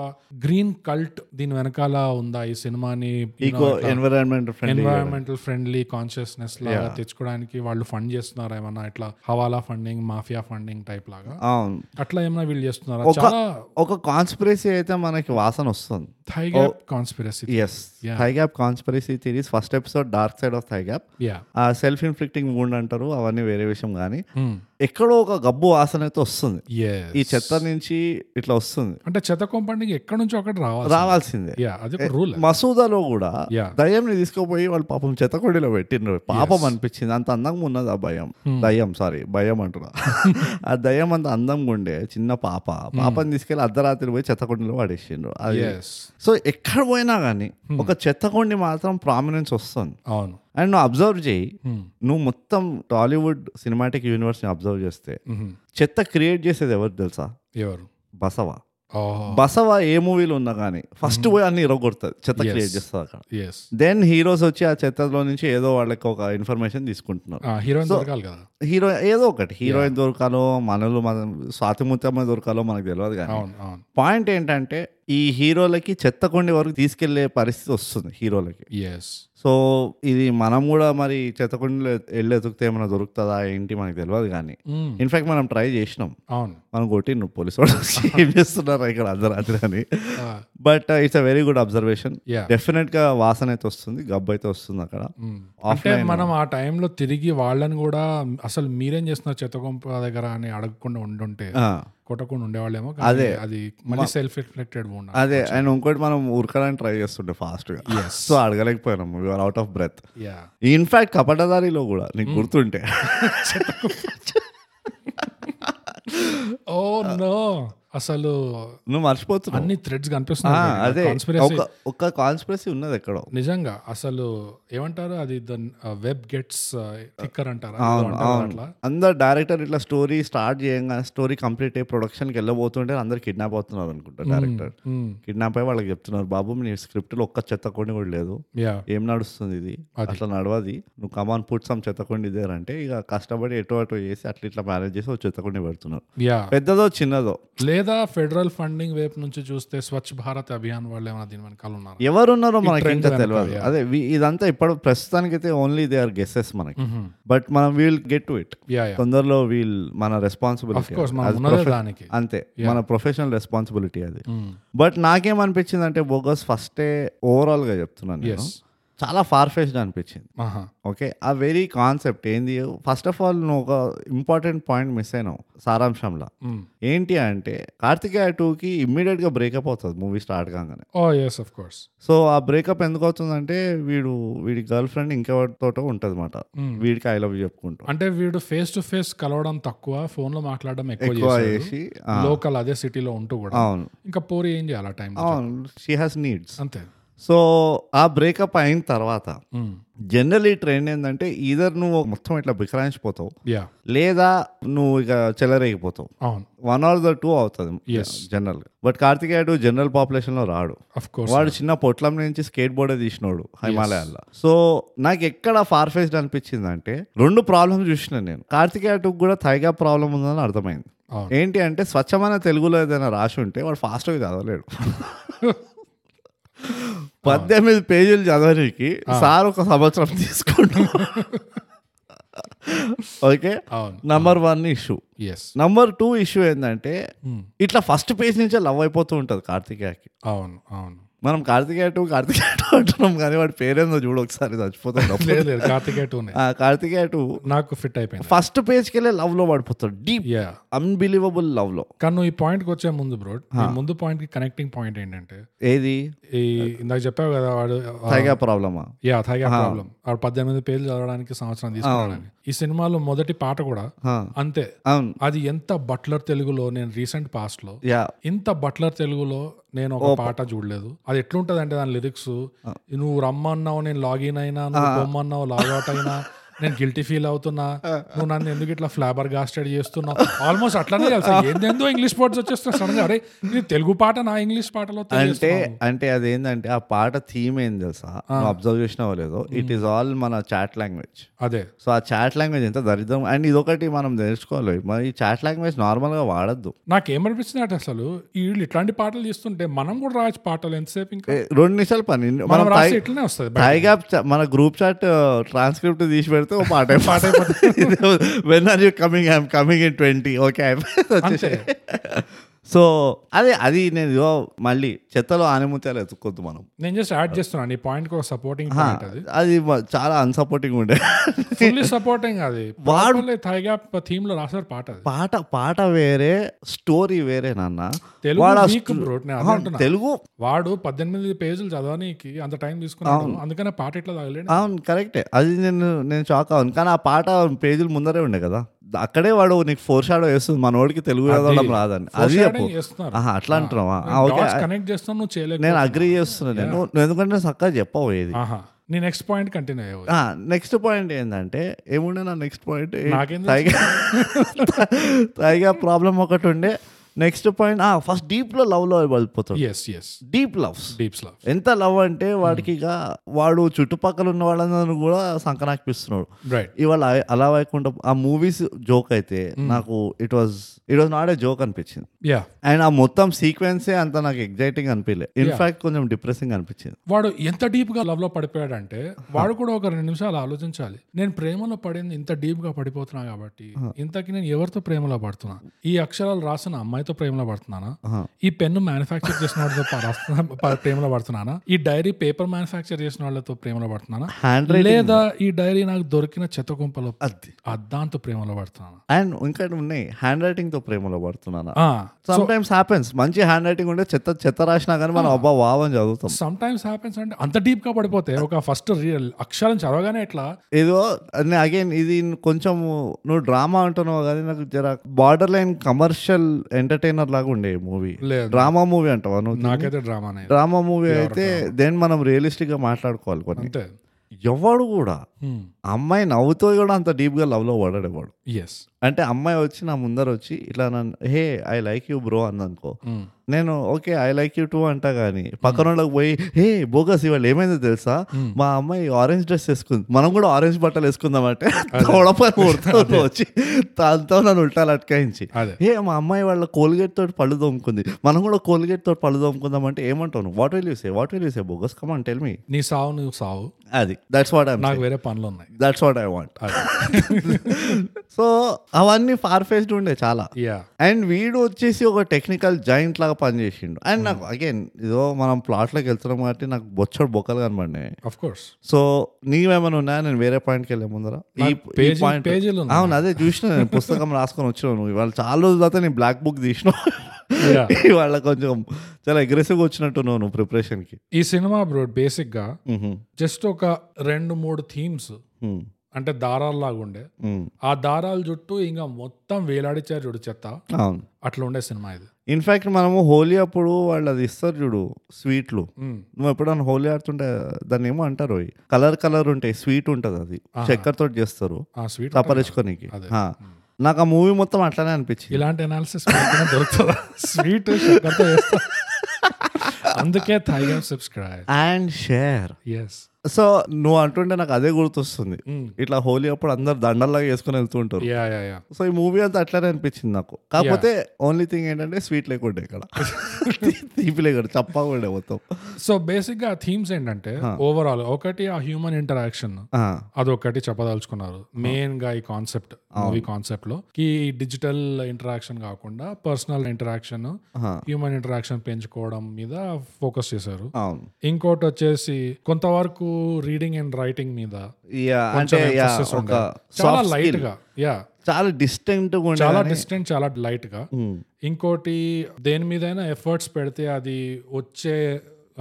S2: గ్రీన్ కల్ట్ దీని వెనకాల ఉందా ఈ సినిమాని
S1: eco environment friendly
S2: environmental friendly consciousness లాగా తెచ్చుకోవడానికి వాళ్ళు ఫండ్ చేస్తున్నారా ఏమన్నా ఇట్లా హవాలా ఫండింగ్ మాఫియా ఫండింగ్ టైప్ లాగా
S1: అవును
S2: అట్లా ఏమైనా వీళ్ళు చేస్తున్నారా
S1: ఒక-
S2: చాలా
S1: ఒక కాన్స్పిరసీ అయితే మనకి వాసన వస్తుంది
S2: thigh gap conspiracy
S1: yes thigh gap conspiracy theories first episode dark side of thigh gap
S2: yeah
S1: ఆ సెల్ఫ్ ఇన్ఫ్లిక్టింగ్ మూడ్ అంటారు అవన్నీ వేరే విషయం కానీ
S2: Hmm.
S1: ఎక్కడో ఒక గబ్బు వాసన అయితే వస్తుంది
S2: ఎస్
S1: ఈ చెత్త నుంచి ఇట్లా వస్తుంది
S2: అంటే చెత్త కొంపండికి ఎక్కడి నుంచో ఒకటి రావాలి
S1: రావాల్సిందే
S2: యా అది ఒక రూల్
S1: మసూదాలో కూడా
S2: Yeah.
S1: దయ్యంని తీసుకుపోయి వాళ్ళు పాపం చెత్తకొడిలో పెట్టిండ్రు పాపం అనిపించింది అంత అందంగా ఉన్నది ఆ భయం
S2: Hmm.
S1: దయ్యం సారీ భయం
S2: <laughs>
S1: అంటున్నా ఆ దయ్యం అంత అందంగా ఉండే చిన్న పాప
S2: Hmm.
S1: పాపని తీసుకెళ్లి అర్ధరాత్రి పోయి చెత్తకొండలో పడేసిండ్రు అది
S2: ఎస్
S1: సో ఎక్కడ పోయినా కానీ ఒక చెత్తకొండి మాత్రం ప్రామినెన్స్ వస్తుంది
S2: అవును
S1: అండ్ నువ్వు అబ్జర్వ్ చేయి
S2: Hmm.
S1: నువ్వు మొత్తం టాలీవుడ్ సినిమాటిక్ యూనివర్స్ని అబ్జర్వ్ చేస్తే
S2: Mhm.
S1: చెత్త క్రియేట్ చేసేది ఎవరు తెలుసా
S2: ఎవరు
S1: బసవా
S2: ఓ
S1: బసవ ఏ మూవీలో ఉన్నా కానీ ఫస్ట్ పోయి అన్ని ఇరగొడుతుంది చెత్త క్రియేట్ చేస్తుంది అక్కడ
S2: ఎస్
S1: దెన్ హీరోస్ వచ్చి ఆ చెత్తలో నుంచి ఏదో వాళ్ళకి ఒక ఇన్ఫర్మేషన్ తీసుకుంటున్నారు
S2: హీరోయిన్ దొరకాలి కదా
S1: హీరో ఏదో ఒకటి హీరోయిన్ దొరకాలో మనలో మన స్వాతిమూర్తమ్మ దొరకాలో మనకు తెలియదు కానీ
S2: అవును అవును
S1: పాయింట్ ఏంటంటే ఈ హీరోలకి చెత్త కొండి వరకు తీసుకెళ్లే పరిస్థితి వస్తుంది హీరోలకి
S2: ఎస్
S1: సో ఇది మనం కూడా మరి చెత్తకొండలో వెళ్ళి ఎతుకుతే ఏమైనా దొరుకుతుందా ఏంటి మనకు తెలియదు కానీ ఇన్ఫాక్ట్ మనం ట్రై చేసినాం
S2: Hmm. అవును
S1: మనం కొట్టిండ్రు పోలీసు వాళ్ళు <laughs> వచ్చి ఏం చేస్తున్నారు ఇక్కడ అర్ధరాత్రి అని
S2: Ah,
S1: but uh, it's a very good observation
S2: yeah
S1: definite గా వాసన అయితే వస్తుంది గబ్బు అయితే వస్తుంది అక్కడ
S2: Hmm. అంటే మనం ఆ టైంలో తిరిగి వాళ్ళని కూడా అసలు మీరేం చేస్తున్నారు చెత్తగొంప దగ్గర అని అడగకుండా ఉండుంటే
S1: ఆ,
S2: కొట్టకుండా ఉండేవాళ్ళేమో అదే అది మళ్ళీ సెల్ఫ్ రిఫ్లెక్టెడ్ ఉండాలి
S1: అదే అండ్ ఇంకోటి మనం ఉరకడానికి ట్రై చేస్తుండే ఫాస్ట్ గా
S2: Yes.
S1: <laughs> సో అడగలేకపోయినాం you're out of breath
S2: yeah
S1: in fact కపటదారిలో కూడా నీకు గుర్తుంటే <laughs>
S2: ఓ నో Oh, అసలు
S1: నువ్వు మర్చిపోతున్నావు
S2: అన్ని థ్రెడ్స్
S1: ఆ,
S2: కనిపిస్తున్నాయి
S1: అదే
S2: కాన్స్పిరసీ
S1: ఒక ఒక కాన్స్పిరసీ ఉన్నది ఎక్కడో
S2: నిజంగా అసలు ఏమంటారు అది ద వెబ్ గెట్స్ థిక్కర్ అంటారు
S1: అవును అవును
S2: అట్లా
S1: అందరు డైరెక్టర్ ఇట్లా స్టోరీ స్టార్ట్ చేయగానే స్టోరీ కంప్లీట్ అయ్యి ప్రొడక్షన్కి వెళ్ళబోతుంటే అందరు కిడ్నాప్ అవుతున్నారు అనుకుంటా డైరెక్టర్
S2: మ్మ్.
S1: కిడ్నాప్ అయ్యి వాళ్ళకి చెప్తున్నారు బాబు మీ స్క్రిప్ట్లో ఒక్క చెత్త కొన్ని కూడా లేదు
S2: యా
S1: ఏం నడుస్తుంది ఇది
S2: అది.
S1: అట్లా నడవది నువ్వు కమాన్ పుట్ సమ్ చెత్తకొండి ఇదేరా అంటే ఇక కష్టపడి ఎటో అటో చేసి అట్లా ఇట్లా మేనేజ్ చేసి ఒక చెత్తకొండి పెడుతున్నారు
S2: యా
S1: పెద్దదో చిన్నదో
S2: లేదా ఫెడరల్ ఫండింగ్ వైపు నుంచి చూస్తే స్వచ్ఛ భారత్ అభియాన్ వాళ్ళు ఏమైనా దీని వెనకాల ఉన్నారు
S1: ఎవరున్నారో మనకి ఇంకా
S2: trend
S1: తెలియదు
S2: వెనకాల,
S1: అదే వి- ఇదంతా ఇప్పుడు ప్రస్తుతానికైతే ఓన్లీ దే ఆర్ గెస్సెస్ మనకి బట్ మనం we'll get to it
S2: yeah yeah
S1: తొందరలో వీల్ మన
S2: ఆఫ్
S1: రెస్పాన్సిబిలిటీ
S2: కోర్స్ మనం ఉన్నదే దానికి
S1: అంతే మన ప్రొఫెషనల్ రెస్పాన్సిబిలిటీ అది బట్ నాకేమనిపించింది అంటే బోగస్ ఫస్టే ఓవరాల్ గా చెప్తున్నాను నేను
S2: ఎస్
S1: చాలా ఫార్ ఫెచ్డ్ అనిపించింది ఓకే ఆ వెరీ కాన్సెప్ట్ ఏంది ఫస్ట్ ఆఫ్ ఆల్ నువ్వు ఒక ఇంపార్టెంట్ పాయింట్ మిస్ అయినావు సారాంశంలో ఏంటి అంటే కార్తికేయ టూకి ఇమ్మీడియట్గా బ్రేకప్ అవుతుంది మూవీ స్టార్ట్ కాగానే
S2: oh yes of course
S1: so ఆ బ్రేకప్ ఎందుకు అవుతుందంటే వీడు వీడి గర్ల్ ఫ్రెండ్ ఇంకెవరితోటో ఉంటుంది మాట వీడికి ఐ లవ్ చెప్పుకుంటాం
S2: అంటే వీడు ఫేస్ టు ఫేస్ కలవడం తక్కువ ఫోన్ లో మాట్లాడడం ఎక్కువ
S1: ఎక్కువ
S2: చేశాడు
S1: చేసి ఆ,
S2: లోకల్ అదే సిటీలో ఉంటూ కూడా
S1: అవును
S2: ఇంకా పోరి ఏం చేయాలి ఆ టైం
S1: అవును షీ హాస్ నీడ్స్
S2: అంతే
S1: సో ఆ బ్రేకప్ అయిన తర్వాత
S2: మ్మ్.
S1: జనరలీ ట్రెండ్ ఏంటంటే ఈధర్ నువ్వు మొత్తం ఇట్లా బికరాయించిపోతావు
S2: యా
S1: లేదా నువ్వు ఇక చెలరేగిపోతావు
S2: అవును
S1: వన్ ఆర్ ద టూ అవుతుంది
S2: Yes.
S1: జనరల్ బట్ కార్తికేయుడు జనరల్ పాపులేషన్ లో రాడు
S2: అఫ్ కోర్స్
S1: వాడు చిన్న పొట్లం నుంచి స్కేట్ బోర్డే తీసినోడు హిమాలయాల్లో సో నాకు ఎక్కడ ఫార్ఫేస్డ్ అనిపించింది అంటే రెండు ప్రాబ్లమ్స్ చూసిన నేను కార్తికేయుడికి కూడా థైగా ప్రాబ్లం ఉందని అర్థమైంది
S2: అవును.
S1: ఏంటి అంటే స్వచ్ఛమైన తెలుగులో ఏదైనా రాసి ఉంటే వాడు ఫాస్ట్గా
S2: <laughs>
S1: చదవలేడు పద్దెనిమిది పేజీలు చదవడానికి సార్ ఒక సంవత్సరం తీసుకుంటాం ఓకే
S2: అవును
S1: number one issue
S2: yes
S1: number two issue ఏంటంటే ఇట్లా ఫస్ట్ పేజ్ నుంచే లవ్ అయిపోతూ ఉంటుంది కార్తికేయకి
S2: అవును అవును
S1: మనం కార్తికేయ టూ కార్తికేయ టూ అంటున్నాం కానీ వాడి పేరేందో చూడు ఒకసారి చచ్చిపోతాడు
S2: లేదు లేదు కార్తికేయ టూనే
S1: ఆ కార్తికేయ టూ
S2: నాకు ఫిట్ అయిపోయింది
S1: ఫస్ట్ పేజ్కి వెళ్ళే లవ్ లో పడిపోతాడు డీప్
S2: యా
S1: అన్బిలీవబుల్ లవ్ లో
S2: కానీ నువ్వు ఈ పాయింట్కి వచ్చే ముందు బ్రో ఈ ముందు పాయింట్కి కనెక్టింగ్ పాయింట్ ఏంటంటే
S1: ఏది
S2: ఈ ఇందాక చెప్పావు కదా వాడు ఆ,
S1: తైగా ప్రాబ్లమా
S2: యా థైగా ప్రాబ్లం వాడు పద్దెనిమిది పేర్లు చదవడానికి సంవత్సరం తీసుకున్నాడని ఈ సినిమాలో మొదటి పాట కూడా అంతే
S1: అవును
S2: అది ఎంత బట్లర్ తెలుగులో నేను రీసెంట్ పాస్ట్ లో
S1: యా
S2: ఇంత బట్లర్ తెలుగులో నేను ఒక పాట చూడలేదు అది ఎట్లుంటది అంటే దాని లిరిక్స్ నువ్వు రమ్మన్నావు నేను లాగిన్ అయినా నువ్వు పొమ్మన్నావు లాగౌట్ అయినా నేను గిల్టీ ఫీల్ అవుతున్నా నువ్వు నన్ను ఎందుకు ఇట్లా ఫ్లాబర్ గాస్టెడ్ చేస్తున్నావు ఆల్మోస్ట్ అట్లానే తెలుసా ఏందేందో ఇంగ్లీష్ వర్డ్స్ వచ్చేస్తున్నా సడన్ గా అరే ఇది తెలుగు పాట నా ఇంగ్లీష్ పాటలో
S1: అంటే అంటే అదేంటంటే ఆ పాట థీమ్ ఏం తెలుసా నువ్వు అబ్జర్వ్ చేసినావో లేదో ఇట్ ఈస్ ఆల్ మన చాట్ లాంగ్వేజ్
S2: అదే
S1: సో ఆ చాట్ లాంగ్వేజ్ ఎంత దరిద్రం అండ్ ఇదొకటి మనం నేర్చుకోవాలి మరి ఈ చాట్ లాంగ్వేజ్ నార్మల్గా వాడద్దు
S2: నాకేమనిపిస్తుంది అంటే అసలు వీళ్ళు ఇట్లాంటి పాటలు తీస్తుంటే మనం కూడా రాజు పాటలు ఎంతసేపు ఇంకా
S1: రెండు నిమిషాలు పని
S2: మనం
S1: మనం
S2: రాస్తే
S1: టై-
S2: ఇట్లనే వస్తుంది
S1: టైగా చ- మన గ్రూప్ చాట్ ట్రాన్స్క్రిప్ట్ తీసి పెడితే ఓ పాట పాట <laughs> when are you coming I'm coming in twenty okay
S2: అంతే
S1: సో అదే అది నేను ఇదిగో మళ్ళీ చెత్తలో ఆనిముత్యాలు ఎత్తుకోద్దు మనం
S2: నేను జస్ట్ యాడ్ చేస్తున్నాను ఈ పాయింట్ ఒక సపోర్టింగ్ పాయింట్ అది
S1: అది మ- చాలా అన్సపోర్టింగ్ ఉండే
S2: ఫుల్లీ సపోర్టింగ్ అది
S1: వాడు-
S2: వాడు థైగా థీమ్ లో రాసారు పాట అది
S1: పాట పాట వేరే స్టోరీ వేరే నాన్న
S2: తెలుగు
S1: వాడు ఆ
S2: weak
S1: stu-
S2: bro, నేను అదే
S1: అవును,
S2: అంటున్నా.
S1: తెలుగు
S2: వాడు పద్దెనిమిది పేజీలు చదవడానికి అంత టైం తీసుకున్నాడు అందుకనే పాట ఇట్లా తగలేడు
S1: అవును కరెక్టే అది నేను నేను షాక్ అవును కానీ ఆ పాట పేజీలు ముందరే ఉండే కదా అక్కడే వాడు నీకు ఫోర్ షాడో వేస్తుంది మనోడికి తెలుగు చదవడం రాదని అది చెప్పు
S2: చేస్తున్నారు
S1: ఆహా, అట్లా అంటున్నావా ఆ, ఓకే
S2: కనెక్ట్ చేస్తాను నువ్వు చేయలేక
S1: నేను అగ్రి చేస్తున్నాను నేను నువ్వు ఎందుకంటే చక్కగా చెప్పవు ఏది
S2: ఆహా నీ నెక్స్ట్ పాయింట్ కంటిన్యూ అయ్యవు
S1: నెక్స్ట్ పాయింట్ ఏంటంటే ఏముండే నా నెక్స్ట్ పాయింట్
S2: నాకేం తెలుసు?
S1: తైగా <laughs> తైగా ప్రాబ్లం ఒకటి ఉండే నెక్స్ట్ పాయింట్ ఫస్ట్ డీప్ లో లవ్ లో పడిపోతాడు
S2: yes yes
S1: deep loves
S2: deeps love
S1: ఎంత లవ్ అంటే వాడికి ఇక వాడు చుట్టుపక్కల ఉన్న వాళ్ళందరూ కూడా సంకనాకిపిస్తున్నాడు
S2: రైట్
S1: ఇవాళ అ- అలా వైకుంఠ ఆ మూవీస్ జోక్ అయితే నాకు it was it was not a joke అనిపించింది
S2: యా
S1: అండ్ ఆ మొత్తం సీక్వెన్సే అంత నాకు ఎగ్జైటింగ్ అనిపించలే ఇన్ఫాక్ట్ కొంచెం డిప్రెసింగ్ అనిపించింది
S2: వాడు ఎంత డీప్ గా లవ్ లో పడిపోయాడంటే వాడు కూడా ఒక రెండు నిమిషాలు ఆలోచించాలి నేను ప్రేమలో పడింది ఇంత డీప్ గా పడిపోతున్నా కాబట్టి ఇంతకి నేను ఎవరితో ప్రేమలో పడుతున్నా ఈ అక్షరాలు రాసిన అమ్మాయితో ప్రేమలో పడుతున్నానా ఈ పెన్ను మ్యానుఫ్యాక్చర్ చేసిన వాళ్ళతో ప- రాస్తున్నా- <laughs> ప- ప్రేమలో పడుతున్నానా ఈ డైరీ పేపర్ మ్యానుఫ్యాక్చర్ చేసిన వాళ్ళతో ప్రేమలో పడుతున్నానా
S1: హ్యాండ్
S2: లేదా ఈ డైరీ నాకు దొరికిన చెత్త గుంపలో
S1: అది
S2: అద్దాంతో ప్రేమలో పడుతున్నానా
S1: అండ్ ఇంకా ఉన్నాయి హ్యాండ్ రైటింగ్ తో ప్రేమలో పడుతున్నాను
S2: ఆ,
S1: సమ్ టైమ్స్ హ్యాపెన్స్ మంచి హ్యాండ్ రైటింగ్ ఉంటే చెత్త చెత్త రాసినా కానీ మనం అబ్బా వావ్ అని చదువుతాం
S2: సమ్ టైమ్స్ హ్యాపెన్స్ అంటే అంత డీప్ గా పడిపోతే ఒక ఫస్ట్ రియల్ అక్షరం చదవగానే ఇట్లా
S1: ఏదో అగైన్ ఇది కొంచెం నువ్వు డ్రామా అంటున్నావు కానీ నాకు జర బార్డర్ లైన్ కమర్షియల్ ఎంటర్టైనర్ లాగా ఉండే మూవీ
S2: లేదు
S1: డ్రామా మూవీ అంటావా నువ్వు
S2: నాకైతే డ్రామానే
S1: డ్రామా మూవీ అయితే దెన్ మనం రియలిస్టిక్ గా మాట్లాడుకోవాలి కొన్ని
S2: అంతే
S1: ఎవడు కూడా అమ్మాయి నవ్వుతో కూడా అంత డీప్ గా లవ్ లో పడడేవాడు
S2: ఎస్
S1: అంటే అమ్మాయి వచ్చి నా ముందర వచ్చి ఇట్లా నన్ను hey I like you bro అందనుకో
S2: Hmm.
S1: నేను okay I like you too అంటా కానీ పక్కన వాళ్ళకి పోయి హే బోగస్ ఇవాళ ఏమైందో తెలుసా మా అమ్మాయి ఆరెంజ్ డ్రెస్ వేసుకుంది మనం కూడా ఆరెంజ్ బట్టలు వేసుకుందాం అంటే తోడపని కొడుతూ వచ్చి తనతో నన్ను ఉల్టాలు అటకాయించి
S2: అదే
S1: ఏ మా అమ్మాయి వాళ్ళ కోల్గేట్ తోటి పళ్ళు తోముకుంది మనం కూడా కోల్గేట్ తోటి పళ్ళు తోముకుందాం అంటే ఏమంటాను what will you say what will you say bogus come on tell me
S2: నీ సావు నువ్వు సావు
S1: అది దట్స్ వాట్ ఐ
S2: నాకు వేరే పనులు ఉన్నాయి
S1: దట్స్ వాట్ ఐ వాంట్
S2: అదే
S1: సో అవన్నీ ఫార్ ఫేస్డ్ ఉండే చాలా
S2: యా
S1: అండ్ వీడు వచ్చేసి ఒక టెక్నికల్ జాయింట్ లాగా పనిచేసిండు అండ్ నాకు అగైన్ ఇదో మనం ప్లాట్లోకి వెళ్తున్నాం కాబట్టి నాకు బొచ్చడు బొక్కలు కనబడినాయి
S2: అఫ్ కోర్స్
S1: సో నీవేమైనా ఉన్నాయా నేను వేరే పాయింట్కి వెళ్ళే ముందర ఈ ఈ
S2: పేజీ
S1: పాయింట్
S2: పేజీలు ఉన్నాయి.
S1: అవును అదే చూసిన నేను పుస్తకం రాసుకొని వచ్చినావు నువ్వు ఇవాళ చాలా రోజుల తర్వాత నేను బ్లాక్ బుక్ తీసిన
S2: Yeah.
S1: ఇవాళ కొంచెం చాలా అగ్రెసివ్గా వచ్చినట్టున్నావు నువ్వు ప్రిపరేషన్కి
S2: ఈ సినిమా బ్రో బేసిక్ గా జస్ట్ ఒక రెండు మూడు థీమ్స్ అంటే దారాలు లాగా ఉండే ఆ దారాలు చుట్టూ ఇంకా మొత్తం వేలాడిచారు చూడు చెత్త
S1: అవును
S2: అట్లా ఉండే సినిమా ఇది
S1: ఇన్ఫాక్ట్ మనము హోలీ అప్పుడు వాళ్ళు అది ఇస్తారు చూడు స్వీట్లు
S2: మ్మ్.
S1: నువ్వు ఎప్పుడైనా హోలీ ఆడుతుంటే దాన్ని ఏమో అంటారు కలర్ కలర్ ఉంటాయి స్వీట్ ఉంటుంది అది చక్కెరతో చేస్తారు
S2: ఆ స్వీట్
S1: తపరించుకోనికి నాకు ఆ మూవీ మొత్తం అట్లానే అనిపించింది
S2: ఇలాంటి అనాలిసిస్ దొరుకుతుందా స్వీట్ అందుకే థైగా subscribe
S1: and share
S2: yes
S1: so నువ్వు అంటుంటే నాకు అదే గుర్తొస్తుంది ఇట్లా హోలీ అప్పుడు అందరు దండల్లాగా వేసుకొని వెళ్తూ ఉంటారు
S2: యా యా యా
S1: సో ఈ మూవీ అంతా అట్లానే అనిపించింది నాకు కాకపోతే ఓన్లీ థింగ్ ఏంటంటే స్వీట్ లేకుండా ఇక్కడ తీపి లేకుండా చప్పగా ఉండే మొత్తం
S2: సో బేసిక్ గా థీమ్స్ ఏంటంటే ఓవరాల్ ఒకటి ఆ హ్యూమన్ ఇంటరాక్షన్
S1: ఆ,
S2: అదొకటి చెప్పదలుచుకున్నారు మెయిన్ గా ఈ కాన్సెప్ట్ మూవీ కాన్సెప్ట్ లో ఈ డిజిటల్ ఇంటరాక్షన్ కాకుండా పర్సనల్ ఇంటరాక్షన్
S1: ఆ,
S2: హ్యూమన్ ఇంటరాక్షన్ పెంచుకోవడం మీద ఫోకస్ చేశారు
S1: అవును
S2: ఇంకోటి వచ్చేసి కొంతవరకు రీడింగ్ అండ్ రైటింగ్ మీద
S1: Yeah, అంటే yeah,
S2: emphasis
S1: ఒక
S2: ఉండాలి. చాలా
S1: soft
S2: లైట్
S1: skill.
S2: గా యా
S1: చాలా డిస్టింక్ట్ ఉండే
S2: చాలా డిస్టెంట్ చాలా లైట్ గా ఇంకోటి దేని మీదైనా ఎఫర్ట్స్ పెడితే అది వచ్చే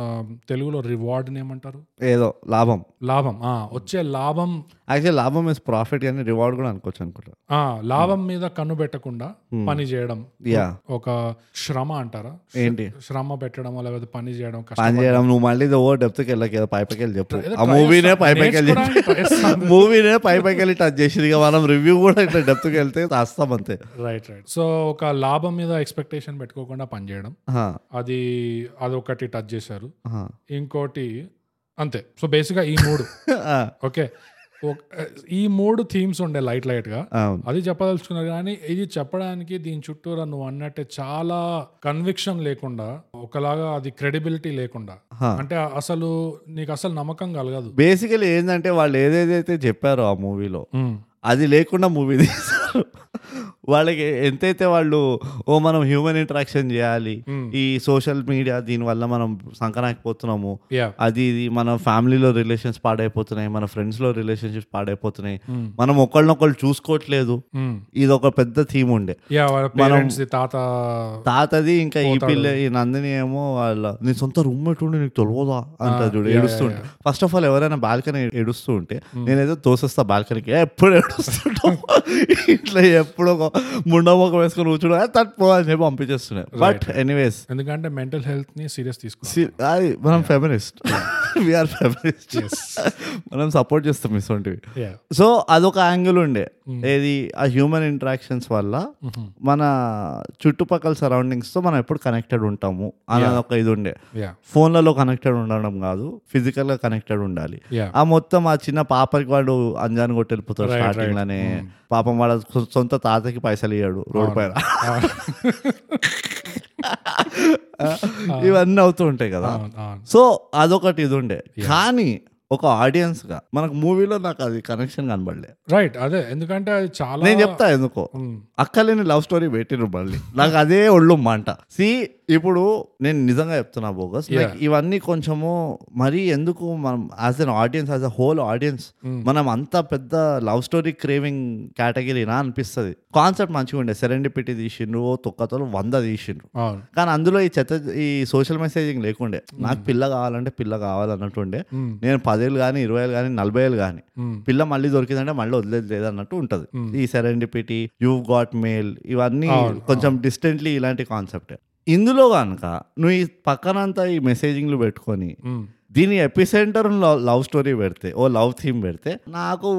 S2: ఆ, తెలుగులో రివార్డ్ ఏమంటారు
S1: ఏదో లాభం
S2: లాభం ఆ వచ్చే లాభం
S1: యాక్చువల్ లాభం ఇస్ ప్రాఫిట్ కానీ రివార్డ్ కూడా అనుకోవచ్చు అనుకుంటా
S2: ఆ లాభం
S1: Hmm.
S2: మీద కన్ను పెట్టకుండా పని చేయడం
S1: యా
S2: ఒక శ్రమ అంటారా
S1: ఏంటి
S2: శ్రమ పెట్టడం లేకపోతే పని చేయడం కష్టం
S1: పని చేయడం నువ్వు మళ్ళీ ఓ డెప్త్కి వెళ్ళకి ఏదో పైపకి వెళ్ళి చెప్పు
S2: ఏదో
S1: ఆ
S2: try
S1: మూవీనే
S2: చేస్తా-
S1: పైపకి వెళ్ళి
S2: నేర్చుకోవడానికి
S1: <laughs>
S2: try చేస్తాను.
S1: మూవీనే పైపకి వెళ్ళి టచ్ చేసింది ఇక మనం రివ్యూ కూడా ఇట్లా డెప్త్కి వెళ్తే రాస్తాం అంతే
S2: రైట్ రైట్ సో ఒక లాభం మీద ఎక్స్పెక్టేషన్ పెట్టుకోకుండా పని చేయడం
S1: హా,
S2: అది అదొకటి టచ్ చేశారు
S1: హా.
S2: ఇంకోటి అంతే సో బేసిక్గా ఈ మూడు
S1: ఆ,
S2: ఓకే ఒక- ఈ మూడు థీమ్స్ ఉండే లైట్ లైట్ గా
S1: అవును
S2: అది చెప్పదలుచుకున్నారు కానీ ఇది చెప్పడానికి దీని చుట్టూరా నువ్వు అన్నట్టే చాలా కన్విక్షన్ లేకుండా ఒకలాగా అది క్రెడిబిలిటీ లేకుండా
S1: హా.
S2: అంటే అసలు నీకు అసలు నమ్మకం కలగదు
S1: బేసికలీ ఏంటంటే వాళ్ళు ఏదేదైతే చెప్పారో ఆ మూవీలో
S2: మ్,
S1: అది లేకుండా మూవీ తీశారు వాళ్ళకి ఎంతైతే వాళ్ళు ఓ మనం హ్యూమన్ ఇంటరాక్షన్ చేయాలి
S2: Hmm.
S1: ఈ సోషల్ మీడియా దీనివల్ల మనం సంకనాకపోతున్నాము
S2: యా
S1: అది ఇది మన ఫ్యామిలీలో రిలేషన్స్ పాడైపోతున్నాయి మన ఫ్రెండ్స్లో రిలేషన్షిప్స్ పాడైపోతున్నాయి మనం ఒకళ్ళనొకళ్ళు చూసుకోవట్లేదు
S2: మ్,
S1: ఇది ఒక పెద్ద థీమ్ ఉండే
S2: యా వాళ్ళ పేరెంట్స్ తాత
S1: తాతది ఇంకా ఈ పిల్ల ఈ నందిని ఏమో వాళ్ళ నీ సొంత రూమ్మేట్ ఉండి నీకు తెలియదా అంట చూడు ఏడుస్తుంటే ఫస్ట్ ఆఫ్ ఆల్ ఎవరైనా బాల్కనీ ఏడుస్తూ ఉంటే నేనేదో తోసేస్తా బాల్కనీకి ఎప్పుడు ఏడుస్తుంటాం <laughs> ఇట్లా ఎప్పుడు ఒక ముండమొక వేసుకొని కూర్చోడు తట్టుకో అని చెప్పి పంపించేస్తున్నాయి బట్ ఎనీవేస్
S2: ఎందుకంటే మెంటల్ హెల్త్ ని సీరియస్ తీసుకో
S1: అది మనం ఫెమినిస్ట్ <laughs> వీఆర్ ఫెమినిస్ట్ <laughs> మనం సపోర్ట్ చేస్తాం ఇటువంటివి
S2: యా
S1: సో అదొక యాంగిల్ ఉండే ఏది ఆ హ్యూమన్ ఇంటరాక్షన్స్ వల్ల మన చుట్టుపక్కల సరౌండింగ్స్తో మనం ఎప్పుడు కనెక్టెడ్ ఉంటాము అన్నది ఒక ఇది ఉండే
S2: యా
S1: ఫోన్లలో కనెక్టెడ్ ఉండడం కాదు ఫిజికల్గా కనెక్టెడ్ ఉండాలి
S2: యా
S1: ఆ మొత్తం ఆ చిన్న పాపకి వాడు అంజాన్ కొట్టెళ్ళిపోతాడు స్టార్టింగ్ లోనే పాపం వాడు సొ- సొంత తాతకి పైసలు ఇయ్యాడు రోడ్ పైన <laughs> ఇవన్నీ అవుతూ ఉంటాయి కదా
S2: అవును అవును
S1: సో అదొకటి ఇది ఉండే కానీ ఒక ఆడియన్స్ గా మనకు మూవీలో నాకు అది కనెక్షన్ కనబడలే
S2: రైట్ అదే ఎందుకంటే అది చాలా
S1: నేను చెప్తా ఎందుకో
S2: మ్,
S1: అక్కలేని లవ్ స్టోరీ పెట్టిన మళ్ళీ నాకు అదే ఒళ్ళు మంట సి ఇప్పుడు నేను నిజంగా చెప్తున్నా బోగస్ లైక్ ఇవన్నీ కొంచెము మరీ ఎందుకు మనం as an audience as a whole audience మనం అంత పెద్ద లవ్ స్టోరీ క్రేవింగ్ కేటగిరీనా అనిపిస్తుంది కాన్సెప్ట్ మంచిగా ఉండే సెరెండిపిటీ తీసిండ్రు ఓ తొక్కతలు వంద తీసిండ్రు
S2: అవును
S1: కానీ అందులో ఈ చెత్త ఈ సోషల్ మెసేజింగ్ లేకుండే నాకు పిల్ల కావాలంటే పిల్ల కావాలన్నట్టుండే
S2: మ్.
S1: నేను పదే పదేళ్ళు కానీ ఇరవై ఏళ్ళు కానీ నలభై ఏళ్ళు కానీ
S2: మ్మ్.
S1: పిల్ల మళ్ళీ దొరికిందంటే మళ్ళీ వదిలేదు లేదన్నట్టు ఉంటుంది
S2: మ్మ్.
S1: ఈ సెరెండిపిటీ యూ గాట్ మేల్ ఇవన్నీ
S2: అవును,
S1: కొంచెం డిస్టెంట్లీ ఇలాంటి కాన్సెప్ట్ ఇందులో కనుక నువ్వు ఈ పక్కనంతా ఈ మెసేజింగ్లు పెట్టుకొని
S2: మ్మ్.
S1: దీని ఎపిసెంటర్ లవ్ స్టోరీ పెడితే ఓ లవ్ థీమ్ పెడితే నాకు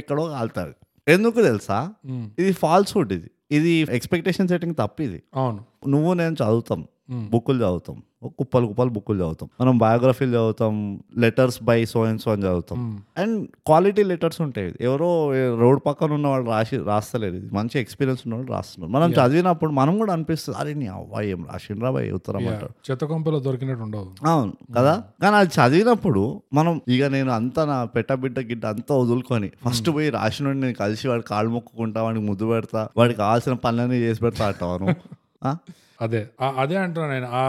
S1: ఎక్కడో కాలుతుంది ఎందుకు తెలుసా
S2: మ్మ్.
S1: ఇది ఫాల్స్హుడ్ ఇది ఇది ఎక్స్పెక్టేషన్ సెట్టింగ్ తప్పు ఇది
S2: అవును
S1: నువ్వు నేను చదువుతాం
S2: మ్మ్.
S1: బుక్కులు చదువుతాం ఓ కుప్పలు కుప్పలు బుక్కులు చదువుతాం మనం బయోగ్రఫీలు చదువుతాం letters by so and so అని చదువుతాం
S2: మ్మ్.
S1: అండ్ క్వాలిటీ లెటర్స్ ఉంటాయి ఎవరో రోడ్ పక్కన ఉన్న వాళ్ళు రాసి రాస్తలేరు ఇది మంచి ఎక్స్పీరియన్స్ ఉన్న వాళ్ళు రాస్తున్నారు మనం చదివినప్పుడు మనం కూడా అనిపిస్తుంది అరే నీ అవ్వ ఏం రాసిండ్రా బై ఉత్తరం
S2: Yeah.
S1: అంటారు
S2: చెత్త కొంపలో దొరికినట్టు ఉండవు
S1: అవును కదా కానీ అది చదివినప్పుడు మనం ఇక నేను అంతా నా పెట్టబిడ్డ గిడ్డ అంతా వదులుకొని ఫస్ట్ పోయి రాసిన వాడిని నేను కలిసి వాడికి కాళ్ళు మొక్కుకుంటా వాడికి ముద్దు పెడతా వాడికి కావాల్సిన పనులన్నీ చేసి పెడతా అంటాను
S2: అదే ఆ- అదే అంటున్నా నేను ఆ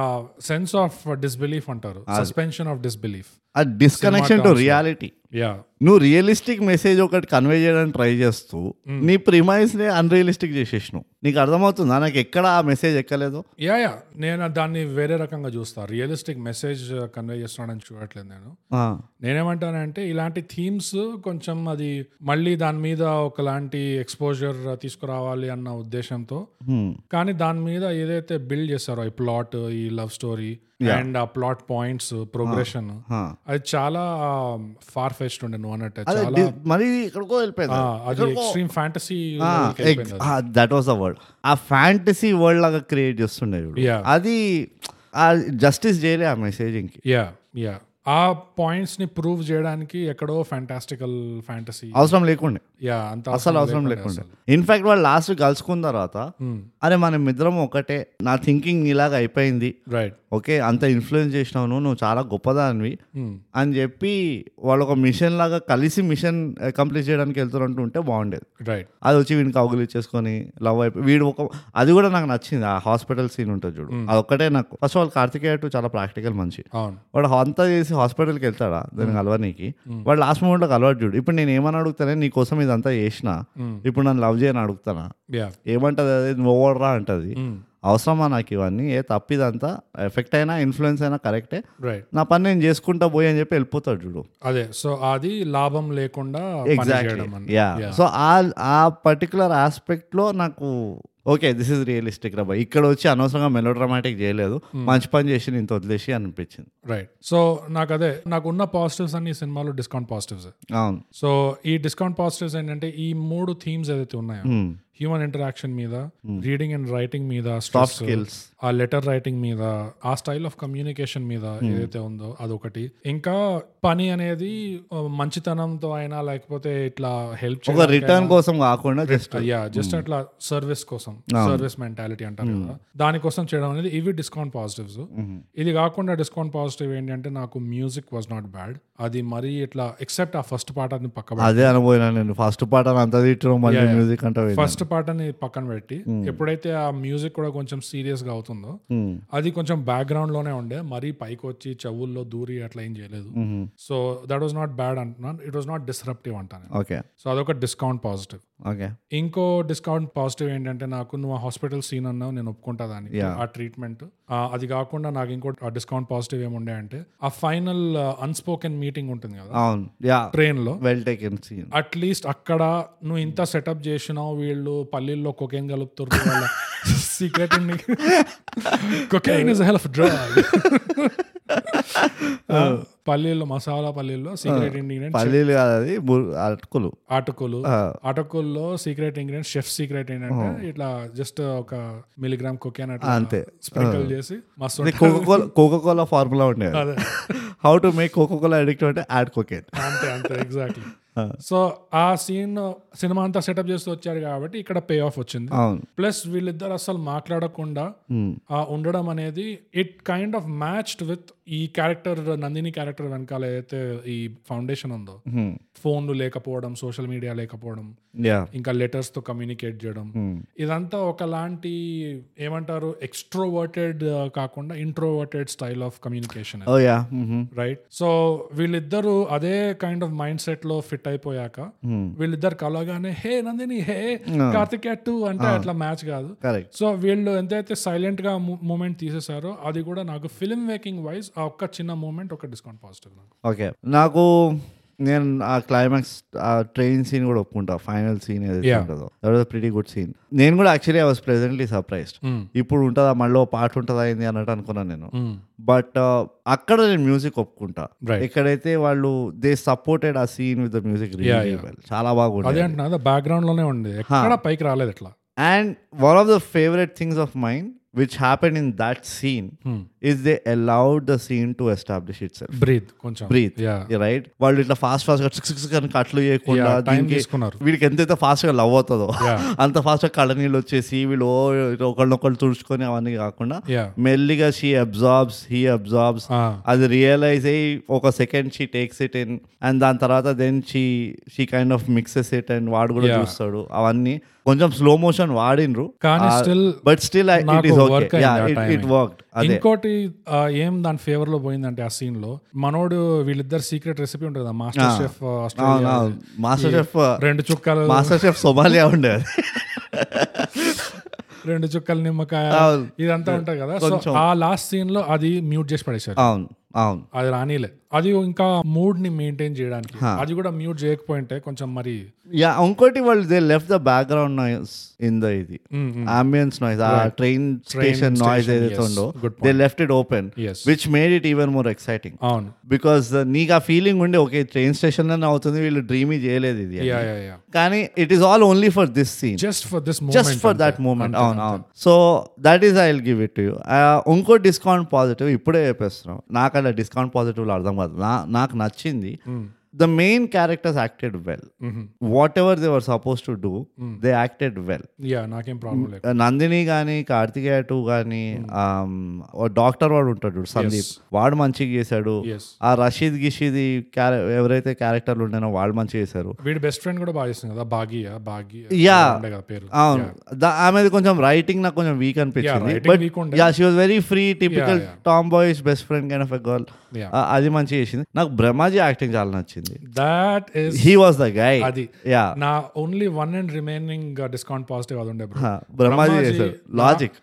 S2: సెన్స్ ఆఫ్ డిస్బిలీఫ్ అంటారు సస్పెన్షన్ ఆఫ్ డిస్బిలీఫ్
S1: ఆ డిస్కనెక్షన్ టు రియాలిటీ
S2: యా
S1: నువ్వు రియలిస్టిక్ మెసేజ్ ఒకటి కన్వే చేయడానికి ట్రై చేస్తూ నీ ప్రిమైజ్ని అన్రియలిస్టిక్ చేసేసినావు నీకు అర్థమవుతుందా నాకు ఎక్కడ ఆ మెసేజ్ ఎక్కలేదు
S2: యా యా నేను దాన్ని వేరే రకంగా చూస్తా రియలిస్టిక్ మెసేజ్ కన్వే చేస్తున్నాడని చూడట్లేదు నేను
S1: ఆ,
S2: నేనేమంటానంటే ఇలాంటి థీమ్స్ కొంచెం అది మళ్ళీ దాని మీద ఒకలాంటి ఎక్స్పోజర్ తీసుకురావాలి అన్న ఉద్దేశంతో
S1: hmm,
S2: కానీ దాని మీద ఏదైతే బిల్డ్ చేస్తారో ఈ ప్లాట్ ఈ లవ్ స్టోరీ అండ్ ఆ ప్లాట్ పాయింట్స్ ప్రోగ్రెషన్
S1: huh.
S2: అది చాలా ఫార్ ఫెస్ట్ ఉండే నువ్వు అన్నట్టు
S1: అదే
S2: చాలా
S1: డి- మరి ఎక్కడికో వెళ్ళిపోయింది
S2: ఆ, అది extreme fantasy
S1: that was a word ఆ ఫ్యాంటసీ వరల్డ్ లాగా క్రియేట్ చేస్తుండే చూడు.
S2: Yeah.
S1: అది ఆ జస్టిస్ చేయలే ఆ మెసేజింగ్ కి
S2: యా యా ఆ పాయింట్స్ ని ప్రూవ్ చేయడానికి ఎక్కడో ఫ్యాంటాస్టికల్ ఫ్యాంటసీ
S1: అవసరం లేకుండే
S2: యా అంత
S1: అసలు అవసరం లేకుండే ఇన్ఫాక్ట్ వాళ్ళు లాస్ట్ కలుసుకున్న తర్వాత
S2: Hmm,
S1: అరే మనం ఇద్దరం ఒకటే నా థింకింగ్ ఇలాగ అయిపోయింది
S2: రైట్
S1: ఓకే అంత ఇన్ఫ్లుయెన్స్ చేసినావు నువ్వు, నువ్వు చాలా గొప్పదానివి
S2: Hmm,
S1: అని చెప్పి వాళ్ళు ఒక మిషన్ లాగా కలిసి మిషన్ కంప్లీట్ చేయడానికి వెళ్తున్నట్టు ఉంటే బాగుండేది
S2: రైట్
S1: అది వచ్చి వీడిని కౌగులు ఇచ్చేసుకొని లవ్ అయిపోయి వీడు ఒక అది కూడా నాకు నచ్చింది ఆ హాస్పిటల్ సీన్ ఉంటుంది చూడు అది ఒక్కటే నాకు ఫస్ట్ ఆల్ కార్తికేయ టు చాలా ప్రాక్టికల్ మంచి
S2: అవును
S1: వాడు అంతా చేసి హాస్పిటల్కి వెళ్తాడా దాన్ని కలవనీకి వాడు లాస్ట్ మూమెంట్లో కలవాడు చూడు ఇప్పుడు నేను ఏమని అడుగుతానే నీ కోసం ఇదంతా చేసిన
S2: Mm.
S1: ఇప్పుడు నన్ను లవ్ చేయని అడుగుతానా
S2: యా
S1: ఏమంటది అది నువ్వు ఓడరా అంటది అవసరమా నాకు ఇవన్నీ ఏ తప్పిదంతా ఎఫెక్ట్ అయినా ఇన్ఫ్లుయెన్స్ అయినా కరెక్టే
S2: రైట్
S1: నా పని నేను చేసుకుంటా పోయి అని చెప్పి వెళ్ళిపోతాడు చూడు
S2: అదే సో అది లాభం లేకుండా పని చేయడం అని.
S1: యా సో ఆ ఆ పర్టికులర్ ఆస్పెక్ట్ లో నాకు ఓకే దిస్ ఇస్ రియలిస్టిక్ రాబాయ్ ఇక్కడ వచ్చి అనవసరంగా మెలో డ్రామాటిక్ చేయలేదు మంచి పని చేసి ఇంత వదిలేసి అనిపించింది
S2: రైట్ సో నాకు అదే నాకు ఉన్న పాజిటివ్స్ అన్ని ఈ సినిమాలో డిస్కౌంట్ పాజిటివ్స్
S1: అవును
S2: సో ఈ డిస్కౌంట్ పాజిటివ్స్ ఏంటంటే ఈ మూడు థీమ్స్ ఏదైతే ఉన్నాయో హ్యూమన్ ఇంటరాక్షన్ మీద రీడింగ్ అండ్ రైటింగ్ మీద
S1: టాప్
S2: స్టాఫ్
S1: స్కిల్స్
S2: ఆ లెటర్ రైటింగ్ మీద ఆ స్టైల్ ఆఫ్ కమ్యూనికేషన్ మీద ఏదైతే ఉందో అదొకటి ఇంకా పని అనేది ఆ, మంచితనంతో అయినా లేకపోతే ఇట్లా హెల్ప్
S1: ఒక రిటర్న్ కోసం కాకుండా జస్ట్
S2: యా జస్ట్ అట్లా సర్వీస్ కోసం సర్వీస్ మెంటాలిటీ అంటారు కదా దానికోసం చేయడం అనేది ఇవి డిస్కౌంట్ పాజిటివ్స్ ఇది కాకుండా డిస్కౌంట్ పాజిటివ్ ఏంటంటే నాకు మ్యూజిక్ వాజ్ నాట్ బ్యాడ్ అది మరీ ఇట్లా ఎక్సెప్ట్ ఆ ఫస్ట్ పార్ట్ అది పక్క
S1: అదే అనుభవం నేను ఫస్ట్ పాట అంత తిట్టడం మళ్ళీ మ్యూజిక్ అంటే
S2: ఫస్ట్ పార్ట్ అని పక్కన పెట్టి ఎప్పుడైతే ఆ మ్యూజిక్ కూడా కొంచెం సీరియస్ గా అవుతుందో అది కొంచెం బ్యాక్గ్రౌండ్ లోనే ఉండే మరీ పైకి వచ్చి చెవుల్లో దూరి అట్లా ఏం చేయలేదు so that was not bad అంటున్నాను ఇట్ వాజ్ నాట్ డిస్రప్టివ్ అంటాను
S1: ఓకే
S2: సో అదొక డిస్కౌంట్ పాజిటివ్
S1: ఓకే
S2: ఇంకో డిస్కౌంట్ పాజిటివ్ ఏంటంటే నాకు నువ్వు హాస్పిటల్ సీన్ అన్నావు నేను ఒప్పుకుంటా దానికి ఆ ట్రీట్మెంట్ అది కాకుండా నాకు ఇంకో డిస్కౌంట్ పాజిటివ్ ఏముండే అంటే ఆ ఫైనల్ అన్స్పోకెన్ మీటింగ్ ఉంటుంది కదా
S1: అవును యా
S2: ట్రైన్ లో
S1: వెల్ టేకెన్ సీన్
S2: అట్లీస్ట్ అక్కడ నువ్వు ఇంత సెటప్ చేసినావు వీళ్ళు పల్లీల్లో కొకేన్ కలుపుతున్నారు వాళ్ళ secret cocaine is half drug పల్లీల్లో మసాలా పల్లీల్లో సీక్రెట్ ఇంగ్రీడియంట్
S1: పల్లీలు కాదు అది బుర్- అటుకులు
S2: ఆటకులు ఆటకుల్లో సీక్రెట్ ఇంగ్రీడియంట్ షెఫ్ సీక్రెట్ ఏంటంటే ఇట్లా జస్ట్ ఒక మిలిగ్రామ్ కొకేన్ అట్లా
S1: అంతే.
S2: స్ప్రింకిల్ చేసి మస్తు ఉంటుంది.
S1: కోకోకోలా
S2: <laughs>
S1: కోకోకోలా ఫార్ములా ఉండేది <laughs>
S2: అదే.
S1: How to make Coca Cola addict అంటే యాడ్ కోకేట్
S2: అంతే అంతే ఎగ్జాక్ట్లీ సో ఆ సీన్ సినిమా అంతా సెటప్ చేస్తూ వచ్చారు కాబట్టి ఇక్కడ పే ఆఫ్ వచ్చింది
S1: అవును
S2: ప్లస్ వీళ్ళిద్దరు అసలు మాట్లాడకుండా
S1: Hmm.
S2: ఆ ఉండడం అనేది it kind of matched with ఈ క్యారెక్టర్ నందిని క్యారెక్టర్ వెనకాల ఏదైతే ఈ ఫౌండేషన్ ఉందో
S1: Hmm.
S2: ఫోన్లు లేకపోవడం సోషల్ మీడియా లేకపోవడం
S1: యా
S2: ఇంకా లెటర్స్ తో కమ్యూనికేట్ చేయడం
S1: Hmm.
S2: ఇదంతా ఒకలాంటి ఏమంటారు ఎక్స్ట్రోవర్టెడ్ కాకుండా introverted style
S1: Oh.
S2: Of communication
S1: oh yeah
S2: right so వీళ్ళిద్దరూ అదే కైండ్ ఆఫ్ మైండ్ సెట్ లో ఫిట్ సెట్ అయిపోయాక
S1: Hmm.
S2: వీళ్ళిద్దరు కలవగానే hey Nandini hey
S1: Ah.
S2: Karthikeya too అంటే అట్లా మ్యాచ్ కాదు
S1: కరెక్ట్
S2: సో వీళ్ళు ఎంతైతే సైలెంట్ గా మూమెంట్ తీసేసారో అది కూడా నాకు ఫిల్మ్ మేకింగ్ వైజ్ ఆ ఒక్క చిన్న మూమెంట్ ఒక డిస్కౌంట్ పాజిటివ్ నాకు
S1: ఓకే నాకు నేను ఆ క్లైమాక్స్ ఆ ట్రైన్ సీన్ కూడా ఒప్పుకుంటా ఫైనల్ సీన్ ఏదైతే
S2: Yeah.
S1: ఉంటుందో that was pretty good scene నేను కూడా actually I was presently surprised
S2: Mm.
S1: ఇప్పుడు ఉంటుందా మళ్ళీ ఓ పాట ఉంటుందా ఏంది అన్నట్టు అనుకున్నాను నేను బట్ అక్కడ నేను మ్యూజిక్ ఒప్పుకుంటా
S2: Hmm. Right.
S1: ఎక్కడైతే వాళ్ళు దే సపోర్టెడ్ ఆ scene with the music
S2: Yeah, yeah.
S1: చాలా
S2: అదే
S1: బాగుంది
S2: అంటున్నా అదే బ్యాక్గ్రౌండ్ లోనే ఉంది ఎక్కడ పైకి రాలేదు ఇట్లా
S1: and one of the favourite things of mind which happen in that scene
S2: Hmm.
S1: Is they allowed the scene to establish itself
S2: breathe కొంచెం
S1: బ్రీత్
S2: Yeah.
S1: రైట్ వాళ్ళు ఇట్లా ఫాస్ట్ ఫాస్ట్ గా సిక్స్ సిక్స్ కానీ కట్లు చేయకుండా
S2: Yeah, time
S1: దీనికి
S2: తీసుకున్నారు.
S1: వీడికి ఎంతైతే ఫాస్ట్ గా లవ్ అవుతుందో
S2: Yeah.
S1: అంత ఫాస్ట్ గా కళ్ళ నీళ్ళు వచ్చేసి వీళ్ళు ఓ ఒకళ్ళనొకళ్ళు తుడుచుకొని అవన్నీ కాకుండా
S2: Yeah.
S1: మెల్లిగా షీ అబ్జార్బ్స్ హీ అబ్జార్బ్స్
S2: ఆ,
S1: అది రియలైజ్ అయ్యి ఒక second she takes it in and దాని తర్వాత then she she kind of mixes it and వాడు కూడా
S2: Yeah.
S1: చూస్తాడు అవన్నీ కొంచెం స్లో మోషన్ వాడినరు
S2: కానీ స్టిల్
S1: బట్ స్టిల్ ఇట్
S2: నాకు
S1: ఈస్
S2: work
S1: ఓకే
S2: అయింది ఆ
S1: ఇట్
S2: timing.
S1: వర్క్ అదే
S2: ఇంకోటి ఆ, ఏం దాని ఫేవర్ లో పోయిందంటే ఆ సీన్ లో మనోడు వీళ్ళిద్దరు సీక్రెట్ రెసిపీ ఉంటుంది master
S1: Ah.
S2: Chef Australia
S1: master chef
S2: uh, రెండు చుక్కలు
S1: మాస్టర్ షెఫ్ సొమాలియా ఉండే
S2: రెండు చుక్కలు నిమ్మకాయ
S1: అవును.
S2: ఇదంతా ఉంటాయి కదా సో ఆ లాస్ట్ సీన్ లో అది మ్యూట్ చేసి పడేశారు
S1: అవును అవును
S2: అది రానిలే అది ఇంకా మూడ్ ని మెయింటైన్ చేయడానికి అది కూడా మ్యూట్ చేయకపోయింటే కొంచెం మరి
S1: యా ఇంకోటి వాళ్ళు they left the background noise in the ఇది
S2: Mm,
S1: అంబియన్స్ నాయిస్ ఆ ట్రైన్ స్టేషన్ నాయిస్
S2: station,
S1: ఏదైతే
S2: yes.
S1: ఉందో
S2: Good
S1: they left it open
S2: Yes.
S1: Which made it even more exciting
S2: అవును
S1: బికాస్ నీకు ఆ ఫీలింగ్ ఉండే ఓకే ట్రైన్ స్టేషన్ లోనే అవుతుంది వీళ్ళు డ్రీమీ చేయలేదు ఇది అని.
S2: యా యా యా
S1: కానీ it is all only for this scene
S2: just for this
S1: just for that moment అవును అవును so that is I will give it you Uh, ఇంకో డిస్కౌంట్ పాజిటివ్ ఇప్పుడే చెప్పేస్తున్నాం నాకు అలా డిస్కౌంట్ పాజిటివ్ అర్థం కాదు నా నాకు నచ్చింది the main characters acted well whatever they were suppose to do they acted well
S2: yeah నాకేం ప్రాబ్లం లేదు
S1: Uh, నందిని కానీ కార్తికేయ టూ కానీ
S2: Hmm.
S1: డాక్టర్ వాడు ఉంటాడు చూడు, సందీప్ వాడు మంచిగా చేశాడు
S2: ఎస్
S1: ఆ రషీద్ గిషీది క్యారె ఎవరైతే క్యారెక్టర్లు ఉండేనో వాళ్ళు మంచిగా చేశారు
S2: వీడి బెస్ట్ ఫ్రెండ్ కూడా బాగా చేస్తుంది కదా బాగియా బాగి
S1: Yeah.
S2: ఉండే కదా పేరు
S1: అవును దా- ఆమెది కొంచెం రైటింగ్ నాకు కొంచెం వీక్ అనిపించింది
S2: writing
S1: బట్
S2: weak ఉండే.
S1: Yeah she was very free typical
S2: yeah.
S1: Tomboys best friend kind of a girl
S2: Yeah.
S1: Uh, అది మంచిగా చేసింది నాకు బ్రహ్మాజీ యాక్టింగ్ చాలా నచ్చింది
S2: that is
S1: he was the guy
S2: అది
S1: యా
S2: నా only one and remaining discount positive uh, అది
S1: <laughs>
S2: ఉండే bro.
S1: <laughs> బ్రహ్మాజీ
S2: బ్రహ్మాజీ
S1: చేశారు లాజిక్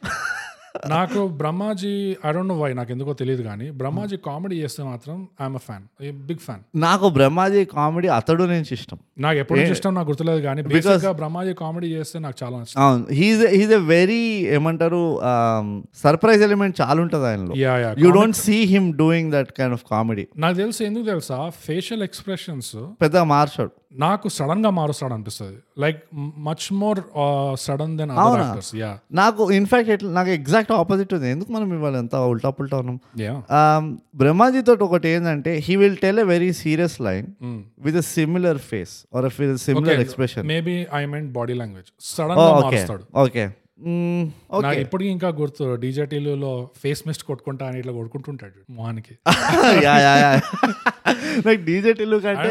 S2: నాకు Brahmaji I don't know why నాకు ఎందుకో తెలియదు కానీ బ్రహ్మాజీ కామెడీ చేస్తే మాత్రం I'm a fan big fan
S1: నాకు బ్రహ్మాజీ కామెడీ అతడు నుంచి ఇష్టం
S2: నాకు ఎప్పుడు నుంచి ఇష్టం నాకు గుర్తులేదు కానీ బేసిక్ గా బ్రహ్మాజీ కామెడీ చేస్తే నాకు చాలా నచ్చింది
S1: అవును హీజ్ హీజ్ ఎ వెరీ ఏమంటారు సర్ప్రైజ్ ఎలిమెంట్ చాలా ఉంటుంది ఆయనలో
S2: yeah yeah
S1: you don't see him doing that kind of comedy
S2: నాకు తెలుసు ఎందుకు తెలుసా ఫేషియల్ ఎక్స్ప్రెషన్స్
S1: పెద్దగా మార్చాడు
S2: నాకు సడన్ గా మారుస్తాడు అనిపిస్తుంది like much more sudden then other actors yeah
S1: నాకు ఇన్ఫాక్ట్ ఎట్లా నాకు ఎగ్జాక్ట్ ఆపోజిట్ ఉంది ఎందుకు మనం ఇవాళ ఎంత ఉల్టా పుల్టా ఉన్నాం
S2: యా
S1: బ్రహ్మాజీ తోటి ఒకటి ఏంటంటే he will tell a very serious line with a similar face or with similar expression
S2: maybe I mean body language sudden గా
S1: ఓకే
S2: మారుస్తాడు
S1: ఓకే Hmm,
S2: నాకు
S1: <laughs>
S2: ఇప్పటికీ ఇంకా గుర్తు డీజే టీలో ఫేస్ మిస్ట్ కొట్టుకుంటా అని ఇట్లా కొట్టుకుంటుంటాడు మొహానికి
S1: <laughs> నాకు డీజే టిల్లు కంటే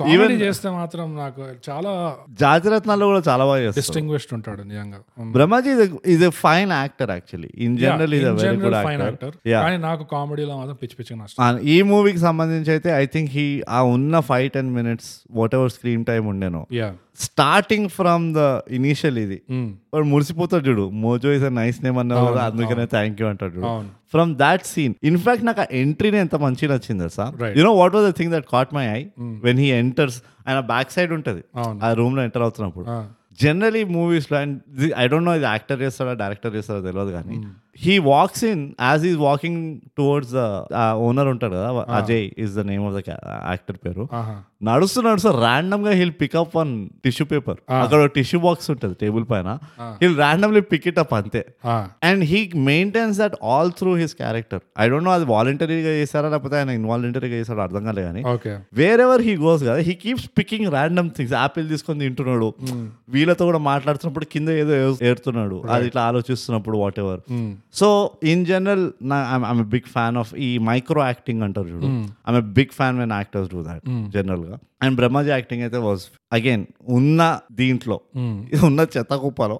S2: కామెడీ చేస్తే మాత్రం నాకు చాలా
S1: జాతిరత్నాలు కూడా చాలా బాగా చేస్తాడు
S2: డిస్టింగ్విష్డ్ ఉంటాడు నిజంగా Mm.
S1: Brahmaji is a fine actor actually in general is
S2: In
S1: a very
S2: general,
S1: good
S2: fine
S1: actor
S2: actor.
S1: Yeah.
S2: కానీ నాకు కామెడీలో మాత్రం పిచ్చి పిచ్చి నష్టం
S1: ఆ- ఈ మూవీకి సంబంధించి అయితే ఐ థింక్ హీ ఆ ఉన్న five ten minutes whatever screen time ఉండేనో
S2: yeah
S1: starting from the initial ఇది
S2: Hmm.
S1: వాడు మురిసిపోతాడు చూడు Mojo is a nice name అన్నావు కదా అందుకనే థ్యాంక్ యూ అంటాడు చూడు
S2: అవును
S1: ఫ్రమ్ దాట్ సీన్ ఇన్ఫాక్ట్ నాకు ఆ ఎంట్రీనే ఎంత మంచిగా నచ్చింది తెలుసా
S2: Right. Hmm.
S1: You know what was the thing that caught my I when he enters ఆయన బ్యాక్ సైడ్ ఉంటుంది
S2: అవును.
S1: ఆ రూమ్ లో ఎంటర్ అవుతున్నప్పుడు
S2: Ah.
S1: జనరలీ మూవీస్ లో అండ్ ఐ డోంట్ నో ఇది యాక్టర్ చేస్తాడా డైరెక్టర్ చేస్తాడా తెలియదు కానీ
S2: Hmm.
S1: He walks in as is walking towards the owner ఉంటాడు కదా Ajay is the name of the actor పేరు
S2: ఆహా
S1: నడుస్తూ నడుస్తూ ర్యాండమ్ గా he'll pick up one tissue paper అక్కడ టిష్యూ బాక్స్ ఉంటుంది టేబుల్ పైన he'll randomly pick it up అంతే
S2: ఆ.
S1: And he maintains that all through his character I don't know అది వాలంటరీగా చేశారా లేకపోతే ఆయన ఇన్వాలంటరీగా చేశారో అర్థం కాలేదు కానీ
S2: okay
S1: wherever he goes కదా he keeps picking random things apple తీసుకొని తింటున్నాడు
S2: Hmm.
S1: వీళ్ళతో కూడా మాట్లాడుతున్నప్పుడు కింద ఏదో ఏ- ఏరుతున్నాడు అది ఇట్లా ఆలోచిస్తున్నప్పుడు whatever
S2: Hmm.
S1: So in general నా ఐమ్ బిగ్ ఫ్యాన్ ఆఫ్ ఈ మైక్రో యాక్టింగ్ అంటారు చూడు
S2: Hmm.
S1: I'm big fan when actors do that general గా అండ్ <laughs>
S2: Hmm.
S1: బ్రహ్మాజీ యాక్టింగ్ అయితే వాజ్ అగైన్ ఉన్న దీంట్లో ఉన్న చెత్త కుప్పలో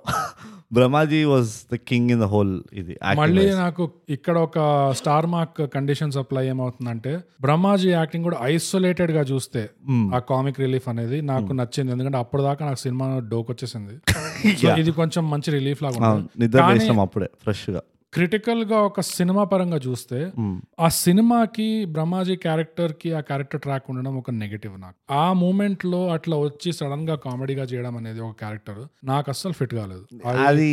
S1: Brahmaji was the king in the whole ఇది acting
S2: మళ్ళీ
S1: wise.
S2: నాకు ఇక్కడ ఒక స్టార్ మార్క్ కండిషన్స్ అప్లై ఏమవుతుందంటే బ్రహ్మాజీ యాక్టింగ్ కూడా ఐసోలేటెడ్ గా చూస్తే
S1: Hmm.
S2: ఆ కామిక్ రిలీఫ్ అనేది నాకు నచ్చింది ఎందుకంటే అప్పుడు దాకా నాకు సినిమా డోక్ వచ్చేసింది
S1: <laughs>
S2: సో ఇది కొంచెం మంచి రిలీఫ్ లాగా
S1: అవును,
S2: ఉంటుంది
S1: నిద్ర
S2: కానీ-
S1: లేచినాం అప్పుడే ఫ్రెష్ గా
S2: క్రిటికల్ గా ఒక సినిమా పరంగా చూస్తే
S1: Hmm.
S2: ఆ సినిమాకి బ్రహ్మాజీ క్యారెక్టర్ కి ఆ క్యారెక్టర్ ట్రాక్ ఉండడం ఒక నెగటివ్ నాకు ఆ మూమెంట్ లో అట్లా వచ్చి సడన్ గా కామెడీగా చేయడం అనేది ఒక క్యారెక్టర్ నాకు అస్సలు ఫిట్ కాలేదు అది
S1: అది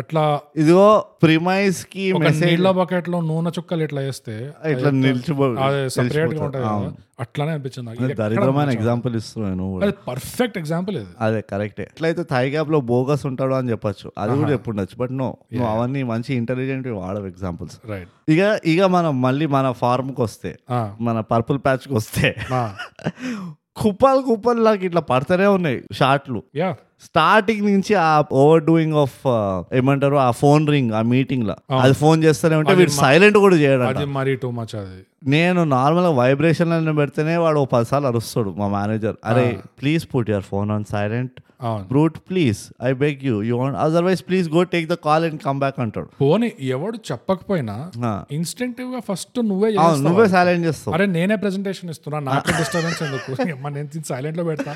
S2: అట్లా
S1: ఇదిగో ప్రిమైజ్ కి
S2: ఒక
S1: మెసేజ్
S2: నీళ్ళ బకెట్ లో నూనె చుక్కలు ఇట్లా వేస్తే
S1: ఇట్లా నిలిచిపో
S2: అది సపరేట్ గా
S1: నిలిచిపోతుంది.
S2: ఉంటుంది
S1: అవును.
S2: కదా, అట్లానే అనిపించింది నాకు. ఇది ఎక్కడ
S1: దరిద్రమైన
S2: అనిపించదు.
S1: ఎగ్జాంపుల్ ఇస్తున్నాను నువ్వు కూడా.
S2: అది పర్ఫెక్ట్ ఎగ్జాంపుల్ ఇది
S1: అదే కరెక్టే ఎట్లయితే థై గ్యాప్ లో బోగస్ ఉంటాడు అని చెప్పొచ్చు అది కూడా చెప్పుండొచ్చు బట్ నో నువ్వు అవన్నీ మంచి ఇంటెలిజెంట్ వాడవు ఎగ్జాంపుల్స్
S2: రైట్
S1: ఇక ఇక మనం మళ్ళీ మన ఫార్మ్ కి వస్తే మన పర్పుల్ ప్యాచ్ కి వస్తే <laughs> కుప్పలు కుప్పలు నాకు ఇట్లా పడతానే ఉన్నాయి షార్ట్లు
S2: యా
S1: స్టార్టింగ్ నుంచి ఆ ఓవర్ డూయింగ్ ఆఫ్ ఏమంటారు ఆ ఫోన్ రింగ్ ఆ మీటింగ్ లో అది ఫోన్ చేస్తూనే ఉంటే వీడు సైలెంట్ కూడా చేయడం
S2: అది మరీ టూ మచ్ అది
S1: నేను నార్మల్ గా వైబ్రేషన్ పెడితేనే వాడు ఓ పదిసార్లు అరుస్తాడు మా మేనేజర్ అరే please put your phone on silent
S2: అవును
S1: brute please I beg you you want otherwise please go take the call and come back అంటాడు
S2: పోనీ ఎవడు చెప్పకపోయినా
S1: ఆ.
S2: ఇన్స్టెంటివ్ గా ఫస్ట్ నువ్వే
S1: అవును
S2: చేస్తావు.
S1: నువ్వే సైలెంట్ చేస్తావు
S2: అరే నేనే ప్రెజెంటేషన్ ఇస్తున్నా నాకు డిస్టర్బెన్స్ ఎందుకు <laughs> అమ్మ, నేను సైలెంట్ లో పెడతా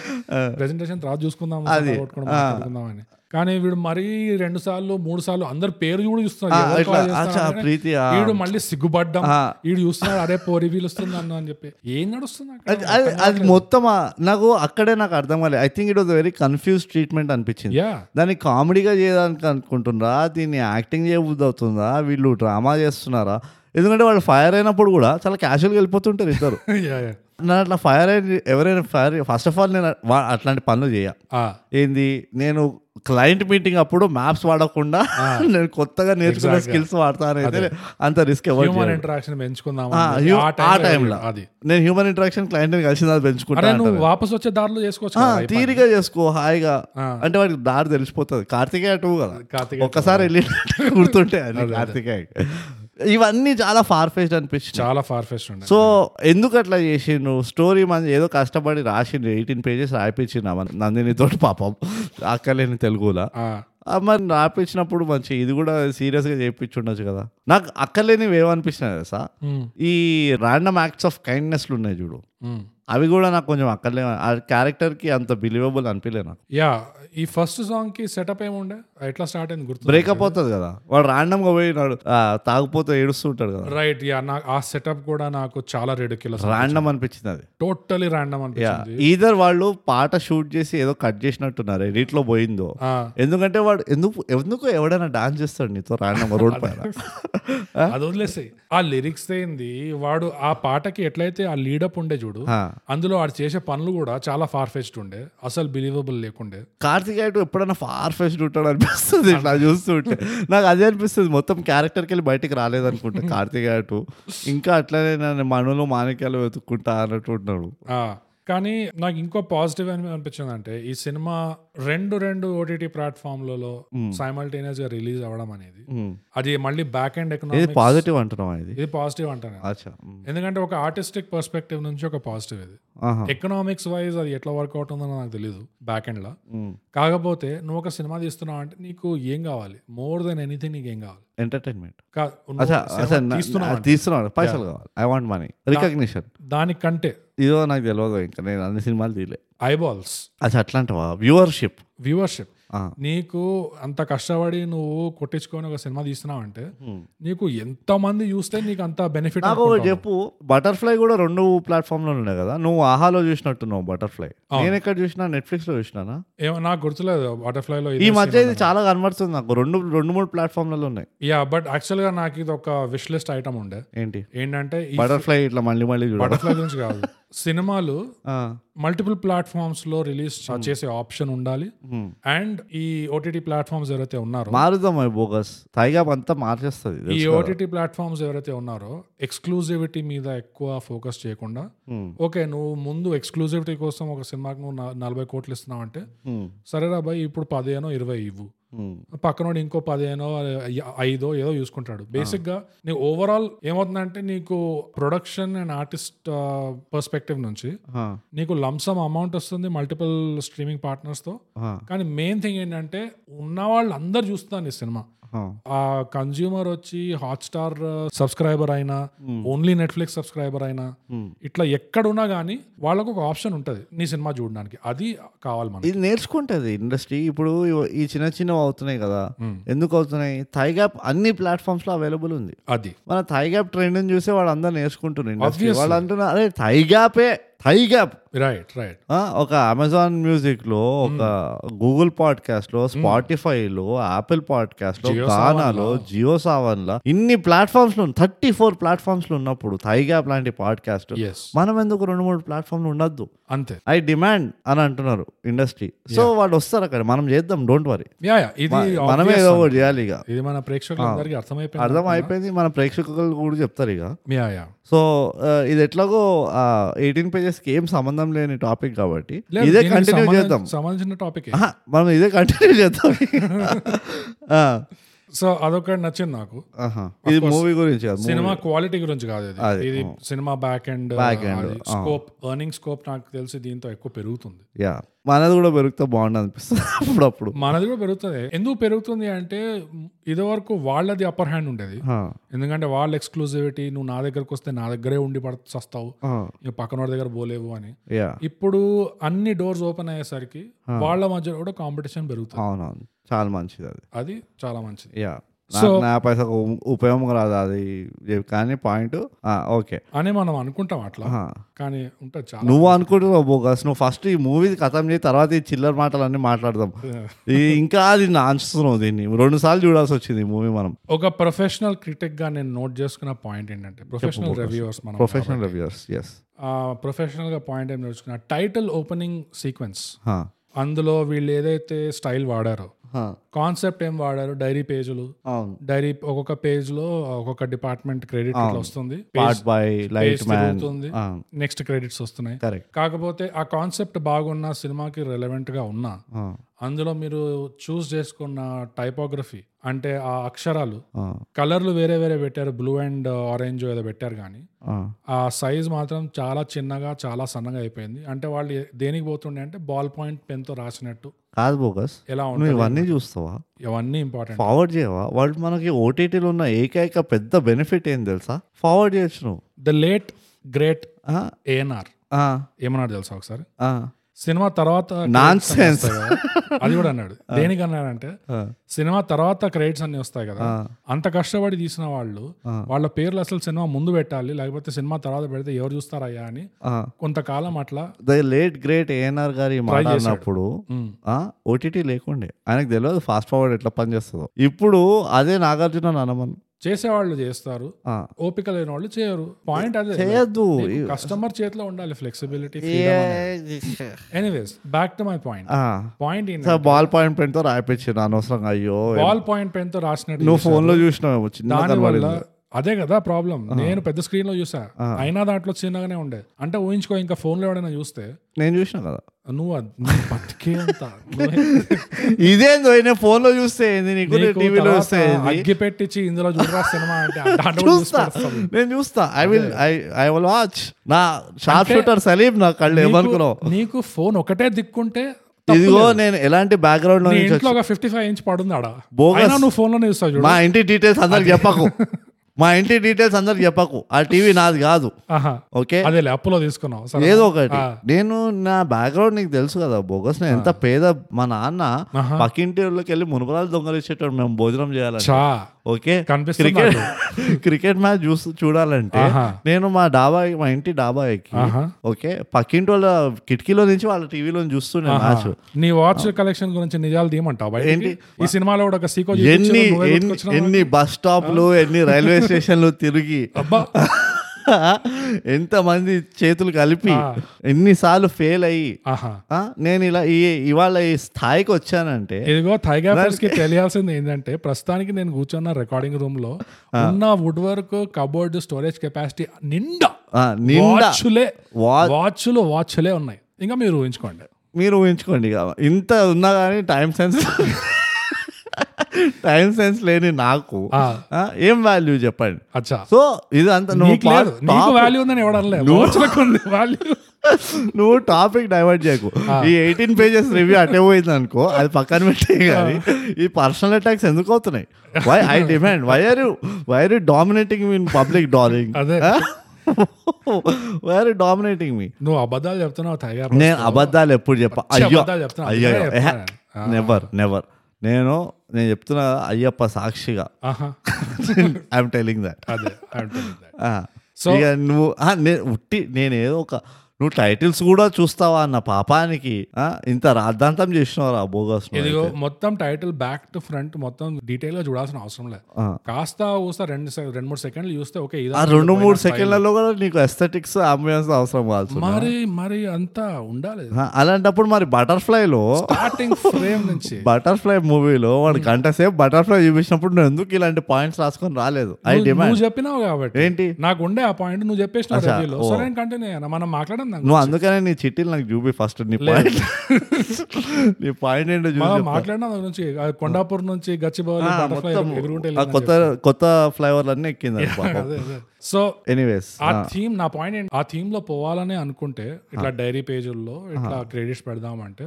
S2: ప్రెజెంటేషన్ తర్వాత చూసుకుందాం సరదా కొట్టుకుందాం, మాట్లాడుకుందాం అని కానీ వీడు మరీ రెండు సార్లు మూడు సార్లు అందరు పేరు కూడా చూస్తున్నారు ఎవరు
S1: ఇట్లా,
S2: call చేస్తారని.
S1: అచ్చా, ప్రీతి, ఆ.
S2: వీడు మళ్ళీ సిగ్గుపడ్డం
S1: ఆ.
S2: వీడు చూస్తున్నాడు అరే పోరి వీళ్ళు వస్తుంది అన్న అని చెప్పి ఏం నడుస్తుంది అక్కడ
S1: అది అది మొత్తం ఆ- నాకు అక్కడే నాకు అర్థం కాలేదు I think it was very confuse treatment అనిపించింది
S2: యా <laughs>
S1: దాన్ని కామెడీగా చేయడానికి అనుకుంటున్నారా దీన్ని యాక్టింగ్ చేయబుద్ధి అవుతుందా వీళ్ళు డ్రామా చేస్తున్నారా ఎందుకంటే వాళ్ళు ఫైర్ అయినప్పుడు కూడా చాలా క్యాషువల్గా వెళ్ళిపోతుంటారు ఇద్దరు
S2: యా యా
S1: నేను అట్లా ఫైర్ అయిన ఎవరైనా ఫైర్ ఫస్ట్ ఆఫ్ ఆల్ నేను వా- అట్లాంటి పనులు చేయ
S2: ఆ,
S1: ఏంది నేను క్లయింట్ మీటింగ్ అప్పుడు మ్యాప్స్ వాడకుండా <laughs> నేను కొత్తగా నేర్చుకున్న స్కిల్స్ వాడతాను అయితే అంత రిస్క్ ఎవరు
S2: హ్యూమన్ ఇంటరాక్షన్ పెంచుకుందాం
S1: ఆ, యు-
S2: అన్నది.
S1: ఆ
S2: ఆ
S1: time
S2: టైంలో
S1: లో.
S2: అది
S1: నేను హ్యూమన్ ఇంటరాక్షన్ క్లయింట్ కలిసి అది
S2: అరే
S1: పెంచుకుంటా
S2: నువ్వు వాపస్ వచ్చే దారిలో చేసుకోవచ్చు కదా ఈ పని.
S1: తీరిగా చేసుకో హాయిగా
S2: ఆ.
S1: అంటే వాడికి దారి తెలిసిపోతుంది కార్తికేయ టూ కదా
S2: కార్తికేయ
S1: ఒక్కసారి వెళ్ళి <laughs> గుర్తుంటే అది కార్తికేయ ఇవన్నీ చాలా ఫార్ ఫేస్ట్ అనిపించింది
S2: చాలా ఫార్ ఫెస్ట్ ఉండే
S1: సో ఎందుకు అట్లా చేసిండు స్టోరీ మనం ఏదో కష్టపడి రాసిండు ఎయిటీన్ పేజెస్ రాయిపించిండు మన నందినితో పాపం అక్కలేని తెలుగులా
S2: ఆ,
S1: ఆ మరి రాపించినప్పుడు మంచి ఇది కూడా సీరియస్గా చేయించుండొచ్చు కదా నాకు అక్కర్లేనివి ఏమనిపించినాయి తెలుసా
S2: ఉమ్,
S1: ఈ ర్యాండమ్ యాక్ట్స్ ఆఫ్ కైండ్నెస్లు ఉన్నాయి చూడు
S2: ఉమ్.
S1: అవి కూడా నాకు కొంచెం అక్కర్లే ఆ క్యారెక్టర్కి అంత బిలీవబుల్ అనిపించలే నాకు
S2: యా ఈ ఫస్ట్ సాంగ్ కి సెటప్ ఏముండే ఎట్లా స్టార్ట్ అయింది గుర్తు
S1: బ్రేకప్ అవుతుంది కదా వాడు ర్యాండమ్గా పోయినాడు ఆ, తాగిపోతే ఏడుస్తుంటాడు కదా
S2: రైట్ యా నాకు ఆ సెటప్ కూడా నాకు చాలా రెడ్యుక్యులస్
S1: ర్యాండమ్ అనిపించింది అది
S2: టోటలీ ర్యాండమ్ అనిపించింది
S1: ఈధర్ వాళ్ళు పాట షూట్ చేసి ఏదో కట్ చేసినట్టున్నారు edit లో పోయిందో
S2: ఆ,
S1: ఎందుకంటే వాడు ఎందుకు ఎందుకు ఎవడైనా డాన్స్ చేస్తాడు నీతో ర్యాండమ్ రోడ్ పైన
S2: అది వదిలేసి ఆ లిరిక్స్ ఏంది వాడు ఆ పాటకి ఎట్లయితే ఆ లీడప్ ఉండే చూడు
S1: ఆ.
S2: అందులో వాడు చేసే పనులు కూడా చాలా ఫార్ ఫెస్ట్ ఉండే అసలు బిలీవబుల్ లేకుండే
S1: కార్తిక్ గారు ఎప్పుడైనా ఫార్ ఫెస్ట్ ఉంటాడు అనిపిస్తుంది ఇట్లా చూస్తుంటే నాకు అదే అనిపిస్తుంది మొత్తం క్యారెక్టర్కి వెళ్ళి బయటికి రాలేదనుకుంటా కార్తిక్ గారు ఇంకా అట్లనే నన్ను మనులు మాణిక్యాలు వెతుక్కుంటా అన్నట్టు ఉన్నాడు
S2: ఆ, కానీ నాకు ఇంకో పాజిటివ్ అని అనిపించింది అంటే ఈ సినిమా రెండు రెండు ఓటీటీ ప్లాట్ఫామ్లలో సైమల్టేనియస్ గా రిలీజ్ అవ్వడం అనేది అది మళ్ళీ బ్యాక్ అండ్
S1: ఇది
S2: ఎకనామిక్
S1: పాజిటివ్ అంటున్నావా ఇది
S2: ఇది పాజిటివ్ అంటాను నేను.
S1: అచ్చా ఉమ్.
S2: ఎందుకంటే ఒక ఆర్టిస్టిక్ పర్స్పెక్టివ్ నుంచి ఒక పాజిటివ్ ఇది
S1: ఆహా.
S2: ఎకనామిక్స్ వైజ్ అది ఎట్లా వర్కౌట్ ఉందో నాకు తెలియదు బ్యాక్ ఎండ్ లో
S1: ఉమ్.
S2: కాకపోతే నువ్వు ఒక సినిమా తీస్తున్నావు అంటే నీకు ఏం కావాలి మోర్ దెన్ ఎనీథింగ్ నీకు ఏం కావాలి
S1: ఎంటర్టైన్మెంట్
S2: కా- నువ్వు
S1: అచ్చా
S2: సినిమా
S1: అచ్చా నా-
S2: తీస్తున్నావు
S1: నా- తీస్తున్నాడు పైసలు కావాలి ఐ వాంట్ మనీ రికగ్నిషన్
S2: అంటే దానికంటే
S1: ఇదో నాకు తెలియదు ఇంకా నేను అన్ని సినిమాలు తీలే
S2: ఐబాల్స్
S1: అచ్చా అట్లాంటివా వ్యూవర్షిప్
S2: వ్యూవర్షిప్
S1: ఆ.
S2: నీకు అంత కష్టపడి నువ్వు కొట్టించుకొని ఒక సినిమా తీస్తున్నావు అంటే నీకు ఎంత మంది చూస్తే నీకు అంత బెనిఫిట్
S1: నాకు ఒకటి చెప్పు బటర్ఫ్లై కూడా రెండు ప్లాట్ఫామ్లో ఉన్నాయి కదా నువ్వు ఆహాలో చూసినట్టు నువ్వు బటర్ఫ్లై నేను ఎక్కడ చూసినా నెట్ఫ్లిక్స్ లో చూసినానా
S2: ఏమో నాకు గుర్తులేదు బటర్ఫ్లై లో
S1: ఈ మధ్య ఇది చాలా కనబడుతుంది నాకు రెండు రెండు మూడు ప్లాట్ఫామ్లలో ఉన్నాయి
S2: యా బట్ యాక్చువల్ గా నాకు ఇది ఒక విష్ లిస్ట్ ఐటమ్ ఉండే
S1: ఏంటి
S2: ఏంటంటే ఈ
S1: బటర్ఫ్లై ఇట్లా మళ్ళీ మళ్ళీ చూడాలి
S2: బటర్ఫ్లై గురించి కాదు సినిమాలు
S1: ఆ,
S2: మల్టిపుల్ ప్లాట్ఫామ్స్ లో రిలీజ్ చేసే ఆప్షన్ ఉండాలి
S1: Hmm.
S2: అండ్ ఈ ఓటీటీ ప్లాట్ఫామ్స్ ఎవరైతే ఉన్నారో
S1: మారుదాం అవి బోగస్ తాయిగా అంతా మార్చేస్తుంది
S2: ఈ ఓటీటీ ప్లాట్ఫామ్స్ ఎవరైతే ఉన్నారో ఎక్స్క్లూజివిటీ మీద ఎక్కువ ఫోకస్ చేయకుండా ఓకే నువ్వు ముందు ఎక్స్క్లూజివిటీ కోసం ఒక సినిమాకి నువ్వు నా- నలభై కోట్లు ఇస్తున్నావు అంటే సరేరా బాయ్ ఇప్పుడు పదిహేనో ఇరవై ఇవ్వు
S1: ఉమ్,
S2: పక్కనోడు ఇంకో పదిహేనో ఐ- ఐదో ఏదో చూసుకుంటాడు బేసిక్ గా నీ ఓవరాల్ ఏమవుతుందంటే నీకు ప్రొడక్షన్ అండ్ ఆర్టిస్ట్ పర్స్పెక్టివ్ నుంచి
S1: హా,
S2: నీకు లంసమ్ అమౌంట్ వస్తుంది మల్టిపుల్ స్ట్రీమింగ్ పార్ట్నర్స్ తో
S1: హా,
S2: కానీ మెయిన్ థింగ్ ఏంటంటే ఉన్న వాళ్ళు అందరు చూస్తున్నారు ఈ సినిమా
S1: హా.
S2: ఆ కన్జ్యూమర్ వచ్చి హాట్స్టార్ సబ్స్క్రైబర్ అయినా ఓన్లీ నెట్ఫ్లిక్స్ సబ్స్క్రైబర్ అయినా
S1: Hmm.
S2: ఇట్లా ఎక్కడున్నా కానీ వాళ్ళకు ఒక ఆప్షన్ ఉంటుంది నీ సినిమా చూడడానికి అది కావాలి మనకి
S1: ఇది నేర్చుకుంటుంది ఇండస్ట్రీ ఇప్పుడు ఇవ- ఈ చిన్న చిన్నవి అవుతున్నాయి కదా
S2: ఉమ్.
S1: ఎందుకు అవుతున్నాయి థై గ్యాప్ అన్ని ప్లాట్ఫామ్స్ లో అవైలబుల్ ఉంది
S2: అది
S1: మన థై గ్యాప్ ట్రెండ్ చూసి వాళ్ళు అందరు నేర్చుకుంటున్నారు ఇండస్ట్రీ
S2: Obviously.
S1: వాళ్ళు అంటున్నారు అరే థై గ్యాపే థై గ్యాప్
S2: రైట్ రైట్
S1: ఆ, ఒక అమెజాన్ మ్యూజిక్ లో ఒక గూగుల్ పాడ్కాస్ట్ లో స్పాటిఫై లో ఆపిల్ పాడ్కాస్ట్ లో
S2: Jio
S1: గానాలో జియో సావన్ లో ఇన్ని ప్లాట్ఫామ్స్ లో థర్టీ ఫోర్ ప్లాట్ఫామ్స్ లో ఉన్నప్పుడు థైగ్యాప్ లాంటి పాడ్కాస్ట్
S2: ఎస్
S1: మనం ఎందుకు రెండు మూడు ప్లాట్ఫామ్లు ఉండొద్దు
S2: అంతే
S1: ఐ డిమాండ్ అని అంటున్నారు ఇండస్ట్రీ సో వాళ్ళు వస్తారు అక్కడ మనం చేద్దాం డోంట్ వరీ
S2: యా యా ఇది
S1: మనమే
S2: obvious.
S1: ఏదో ఒకటి చేయాలి ఇక
S2: ఇది మన ప్రేక్షకులందరికీ అర్థమైపోయింది
S1: అర్థం అయిపోయింది మన ప్రేక్షకులు కూడా చెప్తారు ఇక
S2: యా యా
S1: సో ఆ, ఇది ఎట్లాగో ఎయిటీన్ పేజెస్ కి ఏం సంబంధం లేని టాపిక్ కాబట్టి
S2: లేదు,
S1: ఇదే
S2: దీనికి
S1: కంటిన్యూ
S2: సంబంధం-
S1: చేద్దాం
S2: సంబంధించిన టాపిక్
S1: ఆహా, మనం ఇదే కంటిన్యూ చేద్దాం
S2: <laughs>
S1: ఆ,
S2: సో అదొకటి నచ్చింది నాకు
S1: ఆహా. ఇది మూవీ గురించి కాదు
S2: సినిమా క్వాలిటీ గురించి కాదు ఇది
S1: అది,
S2: ఇది cinema back and
S1: Back end, ఆ.
S2: స్కోప్ ఎర్నింగ్ స్కోప్ నాకు తెలిసి దీంతో ఎక్కువ పెరుగుతుంది
S1: యా మనది కూడా పెరిగితే బాగుండు అనిపిస్తుంది అప్పుడప్పుడు
S2: మనది కూడా పెరుగుతుంది ఎందుకు పెరుగుతుంది అంటే ఇది వరకు వాళ్ళది అప్పర్ హ్యాండ్ ఉండేది
S1: ఆ,
S2: ఎందుకంటే వాళ్ళ ఎక్స్క్లూజివిటీ నువ్వు నా దగ్గరకు వస్తే నా దగ్గరే ఉండి పడ వస్తావు
S1: ఆ,
S2: ఇక పక్కన వాడి దగ్గర పోలేవు అని
S1: యా
S2: ఇప్పుడు అన్ని డోర్స్ ఓపెన్ అయ్యేసరికి వాళ్ళ మధ్య కూడా కాంపిటీషన్ పెరుగుతుంది
S1: అవునవును చాలా మంచిది అది
S2: అది చాలా మంచిది
S1: యా
S2: So-
S1: నాకు నా పైసకు ఉ- ఉపయోగం రాదు అది ఇది కానీ పాయింట్ ఓకే
S2: అని మనం అనుకుంటాం అట్లా
S1: ఆ.
S2: కానీ ఉంటుంది చాలా
S1: నువ్వు అనుకుంటున్నావు బోగస్ నువ్వు ఫస్ట్ ఈ మూవీ కథం చేయి తర్వాత ఈ చిల్లర మాటలన్నీ మాట్లాడదాం ఈ ఇంకా అది నాంచుతున్నావు దీన్ని రెండు సార్లు చూడాల్సి వచ్చింది ఈ మూవీ మనం
S2: ఒక ప్రొఫెషనల్ క్రిటిక్ గా నేను నోట్ చేసుకున్న పాయింట్ ఏంటంటే ప్రొఫెషనల్ రివ్యూవర్స్ మనం
S1: ప్రొఫెషనల్ రివ్యూర్స్ ఎస్
S2: ఆ, ప్రొఫెషనల్ గా పాయింట్ ఏం నేర్చుకున్న టైటిల్ ఓపెనింగ్ సీక్వెన్స్ అందులో వీళ్ళు ఏదైతే స్టైల్ వాడారో కాన్సెప్ట్ ఏం వాడారు డైరీ పేజీలు
S1: అవును
S2: డైరీ ఒక్కొక్క పేజ్ లో ఒక్కొక్క డిపార్ట్మెంట్ క్రెడిట్ ఇట్లా వస్తుంది
S1: part by
S2: page
S1: light man
S2: తిరుగుతుంది నెక్స్ట్ క్రెడిట్స్ వస్తున్నాయి
S1: కరెక్ట్
S2: కాకపోతే ఆ కాన్సెప్ట్ బాగున్న సినిమాకి రెలవెంట్ గా ఉన్నా అందులో మీరు చూస్ చేసుకున్న టైపోగ్రఫీ అంటే ఆ అక్షరాలు కలర్లు వేరే వేరే పెట్టారు బ్లూ అండ్ ఆరెంజ్ ఏదో పెట్టారు కానీ ఆ సైజ్ మాత్రం చాలా చిన్నగా చాలా సన్నగా అయిపోయింది అంటే వాళ్ళు ఏ- దేనికి పోతుండే అంటే బాల్ పాయింట్ పెన్ తో రాసినట్టు
S1: కాదు బోగస్
S2: ఎలా
S1: నువ్వు
S2: ఉంటుంది
S1: ఇవన్నీ చూస్తావా
S2: ఇవన్నీ ఇంపార్టెంట్
S1: ఫార్వర్డ్ చేయవా వాళ్ళు మనకి ఓటీటీలో ఉన్న ఏకైక పెద్ద బెనిఫిట్ ఏం తెలుసా ఫార్వర్డ్ చేయొచ్చు నువ్వు
S2: ద లేట్ గ్రేట్
S1: ఆ,
S2: ఏఎన్ఆర్
S1: ఆ,
S2: ఏమన్నాడు తెలుసా ఒకసారి
S1: ఆ,
S2: సినిమా తర్వాత
S1: Nonsense.
S2: credits అన్నీ వస్తాయి కదా. <laughs> అది కూడా అన్నాడు దేనికి అన్నాడంటే సినిమా తర్వాత క్రెడిట్స్ అన్ని వస్తాయి కదా అంత కష్టపడి తీసిన వాళ్ళు వాళ్ళ పేర్లు అసలు సినిమా ముందు పెట్టాలి లేకపోతే సినిమా తర్వాత పెడితే ఎవరు చూస్తారయ్యా అని
S1: ఆ.
S2: కొంతకాలం అట్లా
S1: ద లేట్ గ్రేట్ ఏఎన్ఆర్ గారి మాట అన్నప్పుడు
S2: మ్,
S1: ఓటీటీ లేకుండే ఆయనకు తెలియదు ఫాస్ట్ ఫార్వర్డ్ ఎట్లా పనిచేస్తుందో ఇప్పుడు అదే నాగార్జున అనమను
S2: చేసేవాళ్ళు చేస్తారు
S1: ఆ,
S2: ఓపిక లేని వాళ్ళు చేయరు పాయింట్ అదే
S1: చేయొద్దు
S2: కస్టమర్ చేతిలో ఉండాలి ఫ్లెక్సిబిలిటీ
S1: ఏ-
S2: anyways back to my point
S1: ఆ.
S2: Point
S1: sir ball point pen తో రాయిపించింది అనవసరంగా అయ్యో
S2: బాల్ పాయింట్ పెన్ తో రాసినట్టు
S1: నువ్వు ఫోన్ లో చూసినావేమో చిన్న
S2: దాని వల్ల
S1: కనబడింది
S2: అదే కదా ప్రాబ్లం నేను పెద్ద స్క్రీన్ లో చూసా అయినా దాంట్లో చిన్నగానే ఉండే అంటే ఊహించుకో ఇంకా ఫోన్ లో ఎవడైనా చూస్తే
S1: నేను చూసిన కదా
S2: నువ్వు అద్- నీ బతికే అంత
S1: ఇదేందో నేను ఫోన్ లో చూస్తే ఏంది నీకు
S2: నీకు
S1: టీవీలో
S2: తర్వాత
S1: చూస్తే ఏంది?
S2: అగ్గి పెట్టించి ఇందులో చూడరా సినిమా అంటే దాంట్లో కూడా
S1: చూస్తా <laughs>
S2: చూసిపెడతాం.
S1: నేను చూస్తా I will I I will watch నా షార్ప్ షూటర్ సలీం నా కళ్ళు ఏమనుకున్నావు
S2: నీకు- నీకు ఫోన్ ఒకటే దిక్కుంటే తప్పు
S1: ఇదిగో నేను ఎలాంటి బ్యాక్గ్రౌండ్ లో
S2: నీ
S1: నుంచి
S2: ఇంట్లో ఒక ఫిఫ్టీ ఫైవ్ ఇంచ్ పడుంది ఆడ
S1: Bogus.
S2: అయినా నువ్వు ఫోన్ లోనే చూస్తావు చూడు
S1: మా ఇంటి డీటెయిల్స్ అందరికి చెప్పకు మా ఇంటి డీటెయిల్స్ అందరికి చెప్పకు ఆ టీవీ నాది కాదు
S2: ఆహా
S1: ఓకే
S2: అదేలే అప్పులో తీసుకున్నావు సరే
S1: ఏదో ఒకటి నేను నా బ్యాక్గ్రౌండ్ నీకు తెలుసు కదా బోగస్ నేను ఎంత పేద మా నాన్న
S2: ఆహా.
S1: పక్కింటి ఊళ్ళోకి వెళ్ళి మునుపరాలు దొంగలు ఇచ్చేటప్పుడు మేము భోజనం చేయాలని
S2: చా
S1: ఓకే
S2: కనిపిస్తుంది
S1: క్రికెట్ <laughs> క్రికెట్ మ్యాచ్ చూస్తూ చూడాలంటే
S2: ఆహా.
S1: నేను మా డాబా మా ఇంటి డాబా ఎక్కి
S2: ఆహా.
S1: ఓకే పక్కింటి వాళ్ళ కిటికీలో నుంచి వాళ్ళ టీవీలో చూస్తుండే మ్యాచ్
S2: నీ వాచ్ కలెక్షన్ గురించి నిజాలు తీయమంటావు బయటికి ఈ సినిమాలో కూడా ఒక సీకో
S1: ఎన్ని ఎన్ని- ఎన్ని బస్ స్టాప్లు ఎన్ని రైల్వే స్టేషన్లు
S2: <laughs>
S1: తిరిగి
S2: అబ్బా
S1: ఎంత మంది చేతులు కలిపి ఎన్నిసార్లు ఫెయిల్ అయ్యి
S2: ఆహా
S1: ఆ, నేను ఇలా ఈ ఇవాళ ఈ స్థాయికి వచ్చానంటే
S2: ఇదిగో థైగాపర్స్ కి తెలియాల్సింది ఏంటంటే ప్రస్తుతానికి నేను కూర్చున్న రికార్డింగ్ రూమ్ లో ఉన్న wood work cupboard storage capacity నిండా
S1: ఆ, నిండా
S2: వాచ్లే
S1: వా-
S2: వాచ్లు వాచ్లే ఉన్నాయి ఇంకా మీరు ఊహించుకోండి
S1: మీరు ఊహించుకోండి ఇక ఇంత ఉన్నా కానీ టైం సెన్స్ టైం సెన్స్ లేని నాకు
S2: ఆ,
S1: ఆ, ఏం వాల్యూ చెప్పండి
S2: అచ్చా
S1: సో ఇది అంత నువ్వు
S2: నీకు లేదు.
S1: పా-
S2: నీకు
S1: top-
S2: వాల్యూ ఉందని ఎవడనలే మోచలకు ఉంది వాల్యూ
S1: నువ్వు టాపిక్ డైవర్ట్ చేయకు ఈ ఎయిటీన్ పేజెస్ రివ్యూ అటే పోయింది అనుకో అది పక్కన పెట్టే కానీ ఈ పర్సనల్ అటాక్స్ ఎందుకు అవుతున్నాయి why I demand why are you why are you dominating me public darling
S2: అదే.
S1: Why are you dominating me
S2: నువ్వు అబద్ధాలు చెప్తున్నావు టైగర్
S1: నేను అబద్ధాలు ఎప్పుడు చెప్ప
S2: పచ్చి
S1: అయ్యో
S2: అబద్ధాలు చెప్తున్నా.
S1: అయ్యో
S2: అబద్ధాలే చెప్తున్నా.
S1: నెవర్ నెవర్ నేను నేను చెప్తున్నా అయ్యప్ప సాక్షిగా <laughs>
S2: ఆహా
S1: ఐఎమ్ టెలింగ్ దట్
S2: అదే I am telling
S1: <laughs>
S2: that. So-
S1: ఇక నువ్వు ఆ, నేను ఉట్టి నేను ఏదో ఒక నువ్వు టైటిల్స్ కూడా చూస్తావా అన్న పాపానికి ఆ, ఇంత రాద్ధాంతం చేసినవారా బోగస్
S2: ఇదిగో మొత్తం టైటిల్ బ్యాక్ టు ఫ్రంట్ మొత్తం డీటెయిల్ గా చూడాల్సిన అవసరం లేదు
S1: ఆ.
S2: కాస్త ఊస్తా రెండు సె- రెండు మూడు సెకండ్లు చూస్తే ఓకే
S1: ఆ
S2: ఇది
S1: రెండు మూడు సెకండ్లలో కూడా నీకు ఎస్థెటిక్స్ అంబులెన్స్ అవసరం కావచ్చు
S2: మరి మరి అంతా ఉండాలి
S1: ఆ, అలాంటప్పుడు మరి బటర్ఫ్లైలో
S2: స్టార్టింగ్ ఫ్రేమ్
S1: <laughs>
S2: నుంచి
S1: బటర్ఫ్లై మూవీలో వాడు
S2: Hmm.
S1: గంట సేపు బటర్ఫ్లై చూపించినప్పుడు నువ్వు ఎందుకు ఇలాంటి పాయింట్స్ రాసుకొని రాలేదు ఐ
S2: నువ్వు-
S1: డిమాండ్
S2: నువ్వు చెప్పినావు కాబట్టి
S1: ఏంటి
S2: నాకు ఉండే ఆ పాయింట్ నువ్వు చెప్పేసిన రివ్యూలో సరే నేను కంటిన్యూ అయ్యాను మనం మాట్లాడడం దాని
S1: నువ్వు అందుకనే నీ చిట్టీలు నాకు చూపి ఫస్ట్ నీ పాయింట్ <laughs> నీ పాయింట్ ఏంటో చూపి
S2: మనం మాట్లాడినా దాని నుంచి ఆ కొండాపూర్ నుంచి గచ్చిబౌలి బటర్ఫ్లై
S1: మొత్తం
S2: ఎగురుకుంటే
S1: ఆ కొత్త కొత్త ఫ్లైఓవర్లు అన్నీ ఎక్కింది
S2: <laughs>
S1: పాపం
S2: సో
S1: ఎనీవేస్
S2: ఆ థీమ్ నా పాయింట్ ఏంటి ఆ థీమ్ లో పోవాలని అనుకుంటే ఇట్లా డైరీ పేజీల్లో ఇట్లా క్రెడిట్స్ పెడదామంటే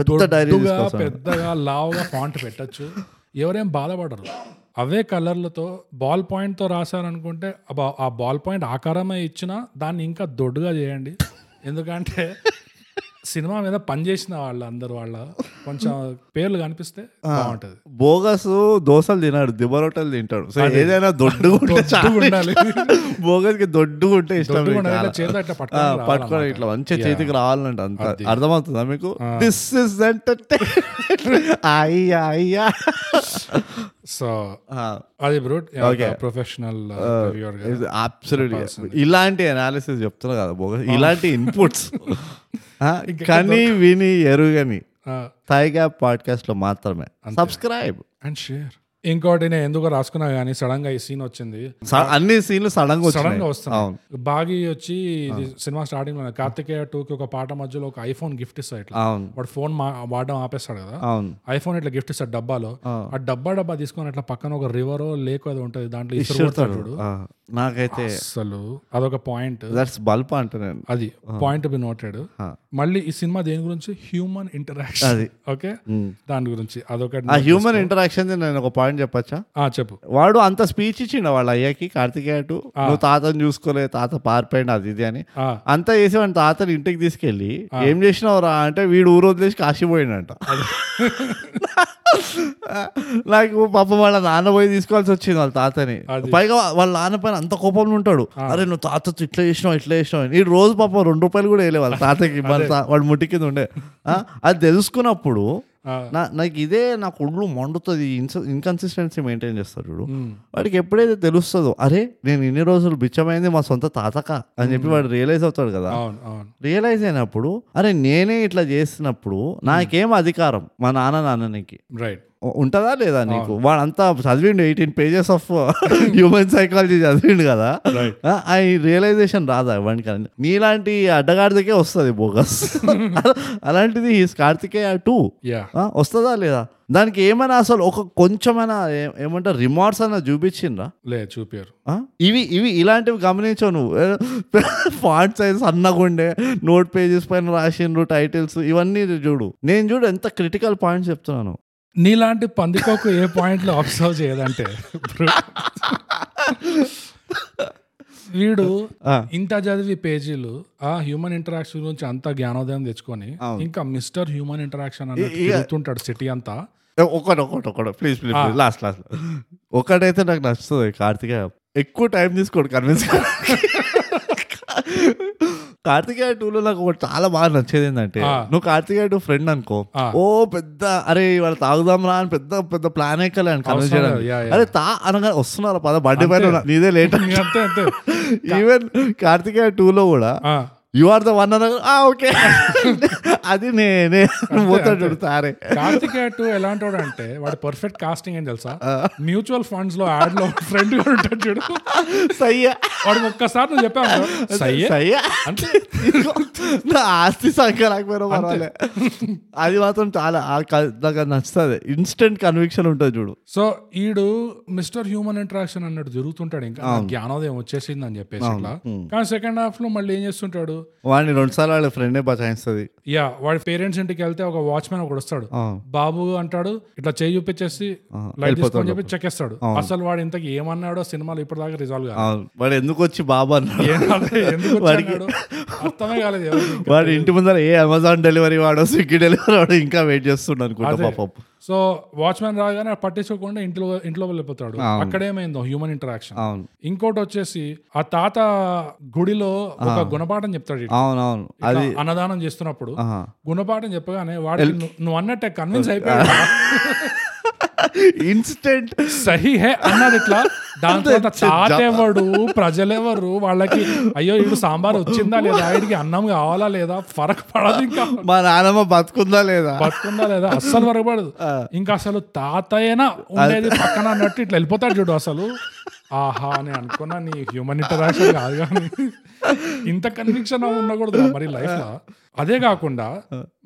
S1: పెద్ద డైరీ
S2: దొడ్డుగా, పెద్దగా లావుగా ఫాంట్ పెట్టొచ్చు ఎవరేం బాధపడరు అవే కలర్లతో బాల్ పాయింట్ తో రాశారనుకుంటే అబ్బా, ఆ బాల్ పాయింట్ ఆకారమే ఇచ్చినా దాన్ని ఇంకా దొడ్డుగా చేయండి
S1: <laughs>
S2: ఎందుకంటే సినిమా మీద పనిచేసిన వాళ్ళు అందరు వాళ్ళ
S1: <laughs>
S2: కొంచెం పేర్లు కనిపిస్తే బాగుంటది
S1: బోగస్ దోశలు తినాడు దిబ్బరొట్టలు తింటాడు సో ఏదైనా దొడ్డుగా ఉంటే
S2: దొడ్డుగా
S1: <laughs>
S2: ఉండాలి
S1: బోగస్ కి దొడ్డుగా ఉంటే ఇష్టం
S2: దొడ్డుగా
S1: నీకు
S2: ఉండాలి.
S1: చాలా.
S2: ఇట్లా చేతిలో ఇట్లా
S1: ఆ,
S2: పట్టుకొని
S1: పట్టుకొని ఇట్లా మంచి చేతికి రావాలంట అంత అర్థమవుతుందా మీకు దిస్ ఇస్ <laughs> అయ్యా అయ్యా
S2: <laughs> సో అది బ్రూట్ ప్రొఫెషనల్ రివ్యూర్ గా
S1: అబ్సల్యూట్లీ ఇలాంటి అనాలిసిస్ చెప్తున్నా కదా బోగస్ ఇలాంటి ఇన్పుట్స్ కానీ విని ఎరుగని తాయిగా పాడ్కాస్ట్ లో మాత్రమే సబ్స్క్రైబ్
S2: అండ్ షేర్ ఇంకోటి నేను ఎందుకో రాసుకున్నా కానీ సడన్ గా ఈ సీన్ వచ్చింది
S1: అన్ని సీన్లు సడన్ గా
S2: సడన్
S1: వచ్చినాయి
S2: గా వస్తుంది బాగి వచ్చి ఇది సినిమా స్టార్టింగ్ లో కార్తికేయ టూ కి ఒక పాట మధ్యలో ఒక ఐఫోన్ గిఫ్ట్ ఇస్తాడు ఇట్లా
S1: అవును
S2: వాడు ఫోన్ వాడడం ఆపేస్తాడు కదా
S1: అవును
S2: ఐఫోన్ ఇట్లా గిఫ్ట్ ఇస్తాడు డబ్బాలో ఆ డబ్బా డబ్బా తీసుకొని అట్లా పక్కన ఒక రివరో లేకో అది ఉంటది దాంట్లో ఇసురు కొడతాడు చూడు. Ah,
S1: ఆ, నాకైతే
S2: అసలు అదొక పాయింట్
S1: దట్స్ బల్ప్ అంటున్నాను
S2: అది పాయింట్ బి నోటెడ్ మళ్ళీ ఈ సినిమా దేని గురించి హ్యూమన్ ఇంటరాక్షన్ ఓకే దాని గురించి అదొకటి
S1: ఆ హ్యూమన్ ఇంటరాక్షన్ నేను ఒక పాయింట్ చెప్పచ్చా
S2: ఆ, చెప్పు
S1: వాడు అంత స్పీచ్ ఇచ్చిండు వాళ్ళ అయ్యాకి కార్తికేయ అటు నువ్వు తాతను చూసుకోలే తాత పారిపోయింది అది ఇది అని
S2: ఆ.
S1: అంతా చేసి వాడిని తాతని ఇంటికి తీసుకెళ్ళి ఏం చేసినావు రా అంటే వీడు ఊరు వదిలేసి కాశీపోయిండంట నాకు పాప వాళ్ళ నాన్న పోయి తీసుకోవాల్సి వచ్చింది వాళ్ళ తాతని పైగా వాళ్ళ నాన్న పైన అంత కోపంలో ఉంటాడు అరే నువ్వు తాతతో ఇట్లా చేసినావు ఇట్లా చేసినావు అని. ఈ రోజు పాప రెండు రూపాయలు కూడా వేయలే వాళ్ళ తాతకి వాళ్ళ తా- వాడి ముట్టి కింద ఉండే ఆ, అది తెలుసుకున్నప్పుడు
S2: ఆ.
S1: నా నాకు ఇదే నాకు ఒళ్ళు మండుతుంది ఇన్కన్సిస్టెన్సీ మెయింటైన్ చేస్తారు చూడు వాడికి ఎప్పుడైతే తెలుస్తుందో అరే నేను ఇన్ని రోజులు బిచ్చమైంది మా సొంత తాతక అని చెప్పి వాడు రియలైజ్ అవుతాడు కదా
S2: అవును అవును
S1: రియలైజ్ అయినప్పుడు అరే నేనే ఇట్లా చేసినప్పుడు నాకేం అధికారం మా నాన్న నాన్ననికి
S2: రైట్
S1: ఉ- ఉంటుందా లేదా నీకు వాడంతా చదివిండు eighteen pages of <laughs> human psychology uh, చదివిండు కదా ఆ, ఆ ఈ రియలైజేషన్ రాదా వాడికి అని. నీలాంటి అడ్డగాడిదకే వస్తుంది
S2: <laughs>
S1: బోగస్ అలాంటిది ఈ కార్తికే టూ
S2: యా
S1: వస్తుందా లేదా దానికి ఏమైనా అసలు ఒక కొంచెమైనా ఏ- ఏమంటారు రిమార్క్స్ అన్న చూపించిండ్రా
S2: లే చూపారు
S1: ఆ? ఇవి ఇవి ఇలాంటివి గమనించావు నువ్వు ఫాంట్ సైజ్ సన్నగుండే నోట్ పేజెస్ పైన రాసిండ్రు టైటిల్స్ ఇవన్నీ చూడు నేను చూడు ఎంత క్రిటికల్ పాయింట్స్ చెప్తున్నాను
S2: నీలాంటి పందికొక్కు ఏ పాయింట్ లో అబ్జర్వ్ చేయదంటే bro, వీడు
S1: ఆ.
S2: ఇంత చదివి పేజీలు ఆ హ్యూమన్ ఇంటరాక్షన్ గురించి అంత జ్ఞానోదయం తెచ్చుకొని ఇంకా మిస్టర్ హ్యూమన్ ఇంటరాక్షన్ అని తిరుగుతుంటాడు సిటీ అంతా
S1: ఒకటి ఒకటి ఒకటి please please please last last ఒకటైతే నాకు నచ్చుతుంది కార్తిక ఎక్కువ టైం తీసుకోడు కన్విన్స్ కార్తికేయ టూలో నాకు ఒకటి చాలా బాగా నచ్చేది ఏంటంటే
S2: ఆ.
S1: నువ్వు కార్తికేయ టూ ఫ్రెండ్ అనుకో
S2: ఆ.
S1: ఓ పెద్ద అరే ఇవాళ తాగుదాం రా అని పెద్ద పెద్ద ప్లాన్ ఎక్కలే అని కన్విన్స్
S2: అవసరం లేదు.
S1: చేయడానికి
S2: Yeah, yeah.
S1: అరే తా అనగా వస్తున్నారు పద బండి పైన ఉన్నా. నీదే లేట్
S2: ఇంకా అంతే అంతే
S1: ఈవెన్ కార్తికేయ టూలో కూడా
S2: ఆ,
S1: యు ఆర్ ద వన్ అనగా "ఆ, ఓకే
S2: <laughs>
S1: అది నేనే పోతాడు చూడు తారే
S2: కార్తికేయ టూ ఎలాంటి వాడు అంటే వాడు పర్ఫెక్ట్ కాస్టింగ్ అని తెలుసా మ్యూచువల్ ఫండ్స్ లో యాడ్ లో ఫ్రెండ్ ఉంటాడు చూడు
S1: సయ్యా
S2: వాడికి ఒక్కసారి నువ్వు చెప్పావు సయ్యే
S1: సయ్యా
S2: అంటే
S1: ఇదిగో, నా ఆస్తి సంఖ్య లేకపోయినా పర్వాలే అది మాత్రం చాలా ఆ క- నాకు అది నచ్చుతుంది ఇన్స్టెంట్ కన్విక్షన్ ఉంటుంది చూడు
S2: సో ఈడు మిస్టర్ హ్యూమన్ ఇంటరాక్షన్ అన్నట్టు జరుగుతుంటాడు ఇంకా నాకు జ్ఞానోదయం వచ్చేసింది అని చెప్పేసి ఇట్లా కానీ సెకండ్ హాఫ్ లో మళ్ళీ ఏం చేస్తుంటాడు
S1: వాడిని రెండుసార్లు వాళ్ళ ఫ్రెండే బచాయిస్తుంది
S2: యా వాడి పేరెంట్స్ ఇంటికి వెళ్తే ఒక వాచ్మెన్ ఒకడు వస్తాడు బాబు అంటాడు ఇట్లా చేయి చూపించేసి లైట్ తీసుకొని చెప్పి చెక్కేస్తాడు అసలు వాడు ఇంతకు ఏమన్నాడో సినిమాలో ఇప్పటిదాకా రిజాల్వ్ కాదు
S1: వాడు ఎందుకు వచ్చి బాబు అన్నాడు
S2: ఏం కాదు, ఎందుకు వచ్చాడు అర్థమే కాలేదు ఎవరికి ఇంకా.
S1: వాడి ఇంటి ముందర ఏ అమెజాన్ డెలివరీ వాడో స్విగ్గీ డెలివరీ వాడో ఇంకా వెయిట్ చేస్తున్నాడు అనుకుంటా పాపం
S2: సో వాచ్మెన్ రాగానే పట్టించుకోకుండా ఇంట్లో ఇంట్లో వెళ్ళిపోతాడు అక్కడ ఏమైందో హ్యూమన్ ఇంటరాక్షన్
S1: అవును
S2: ఇంకోటి వచ్చేసి ఆ తాత గుడిలో ఒక గుణపాఠం చెప్తాడు ఇట్లా.
S1: అవునవును అది
S2: అన్నదానం చేస్తున్నప్పుడు
S1: ఆహా.
S2: గుణపాఠం చెప్పగానే వాడికి ను- నువ్వు అన్నట్టే కన్విన్స్ అయిపోయాడు
S1: ఇన్స్టెంట్
S2: సహీ హే అన్నాడు ఇట్లా దాని తర్వాత తాతెవడు ప్రజలెవరు వాళ్ళకి అయ్యో ఇప్పుడు సాంబార్ వచ్చిందా లేదా వీడికి అన్నం కావాలా లేదా ఫరక్ పడదు ఇంకా
S1: మా నానమ్మ బతుకుందా లేదా
S2: బతుకుందా లేదా అస్సలు వరకపడదు ఇంకా అసలు తాతయ్యనా ఉండేది పక్కన అన్నట్టు ఇట్లా వెళ్ళిపోతాడు చూడు అసలు ఆహా అని అనుకున్నా నీ హ్యూమన్ ఇంటరాక్షన్ కాదు కానీ ఇంత కన్విక్షన్ ఉండకూడదు మరి లైఫ్ లో అదే కాకుండా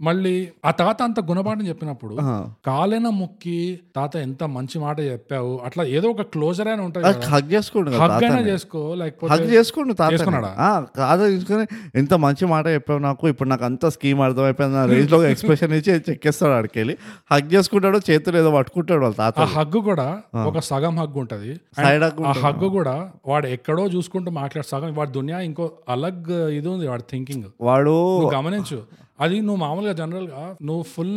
S2: మళ్ళీ ఆ తాత అంత గుణపాఠం చెప్పినప్పుడు
S1: ఆ.
S2: కాలేన ముక్కి తాత ఎంత మంచి మాట చెప్పావు అట్లా ఏదో ఒక క్లోజర్ అయినా ఉంటుంది కదా
S1: హగ్ చేసుకోండి కదా
S2: హగ్ అయినా
S1: తాతని.
S2: చేసుకో
S1: హగ్
S2: లేకపోతే
S1: చేసుకోండి తాత
S2: చేసుకున్నాడా?
S1: కాదు తీసుకుని ఇంత మంచి మాట చెప్పావు నాకు ఇప్పుడు నాకు అంత స్కీమ్ అర్థమైపోయింది నా రేంజ్ లో ఎక్స్ప్రెషన్ ఇచ్చి చెక్కేస్తాడు ఆడికి వెళ్ళి హగ్ చేసుకుంటాడు చేతులు ఏదో పట్టుకుంటాడు వాళ్ళ
S2: ఆ
S1: తాత
S2: హగ్గు కూడా ఒక సగం హగ్గు ఉంటది
S1: సైడ్
S2: ఆ హగ్గు కూడా వాడు ఎక్కడో చూసుకుంటూ మాట్లాడు సగం వాడి దునియా ఇంకో అలగ్ ఇది ఉంది వాడి థింకింగ్
S1: వాడు
S2: నువ్వు గమనించు అది నువ్వు మామూలుగా జనరల్ గా నువ్వు ఫుల్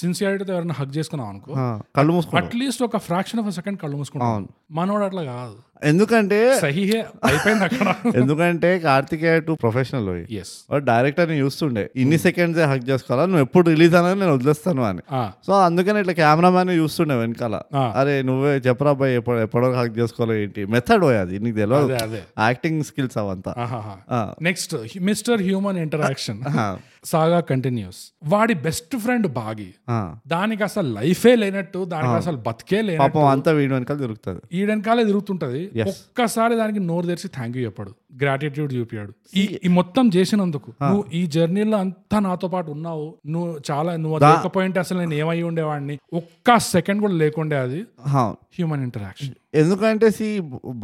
S2: సిన్సియారిటీతో ఎవరైనా హగ్ చేసుకున్నావు అనుకో
S1: ఆ, కళ్ళు మూసుకుంటాడు
S2: అట్లీస్ట్ ఒక ఫ్రాక్షన్ ఆఫ్ సెకండ్ కళ్ళు మూసుకుంటావు
S1: అవును.
S2: మనోడు అట్లా కాదు
S1: ఎందుకంటే
S2: సహీహే అయిపోయింది అక్కడ
S1: ఎందుకంటే కార్తికేయ టూ ప్రొఫెషనల్
S2: ఎస్
S1: వాడు డైరెక్టర్ ని చూస్తుండే ఇన్ని సెకండ్స్ హగ్ చేసుకోవాలా నువ్వు ఎప్పుడు రిలీజ్ అనేది నేను వదిలేస్తాను అని సో అందుకని ఇట్లా కెమెరామ్యాన్ చూస్తుండే వెనకాల
S2: ఆ.
S1: అరే నువ్వే చెప్పరా బాయ్ ఎప్పుడు ఎప్పుడో హక్ చేసుకోవాలి ఏంటి మెథడ్ పోయి అది నీకు తెలియదు
S2: అదే అదే
S1: యాక్టింగ్ స్కిల్స్ అవంతా ఆ.
S2: నెక్స్ట్ మిస్టర్ హ్యూమన్ ఇంటరాక్షన్
S1: ఆ.
S2: సాగా కంటిన్యూస్ వాడి బెస్ట్ ఫ్రెండ్ బాగి
S1: ఆ.
S2: దానికి అసలు లైఫే లేనట్టు దానికి అసలు బతికే లేనట్టు
S1: పాపం అంతా వీడి వెనకాల దొరుకుతుంది
S2: ఈ వెనకాలే తిరుగుతుంటది ఒక్కసారి దానికి నోరు తెరిచి థ్యాంక్ యూ చెప్పాడు గ్రాటిట్యూడ్ చూపించాడు ఈ ఈ మొత్తం చేసినందుకు
S1: Ah.
S2: నువ్వు ఈ జర్నీలో అంతా నాతో పాటు ఉన్నావు నువ్వు చాలా నువ్వు లేకపోయింటే అసలు నేను ఏమై ఉండేవాడిని ఒక్క సెకండ్ కూడా లేకుండే అది హ్యూమన్ ఇంటరాక్షన్
S1: ఎందుకంటే see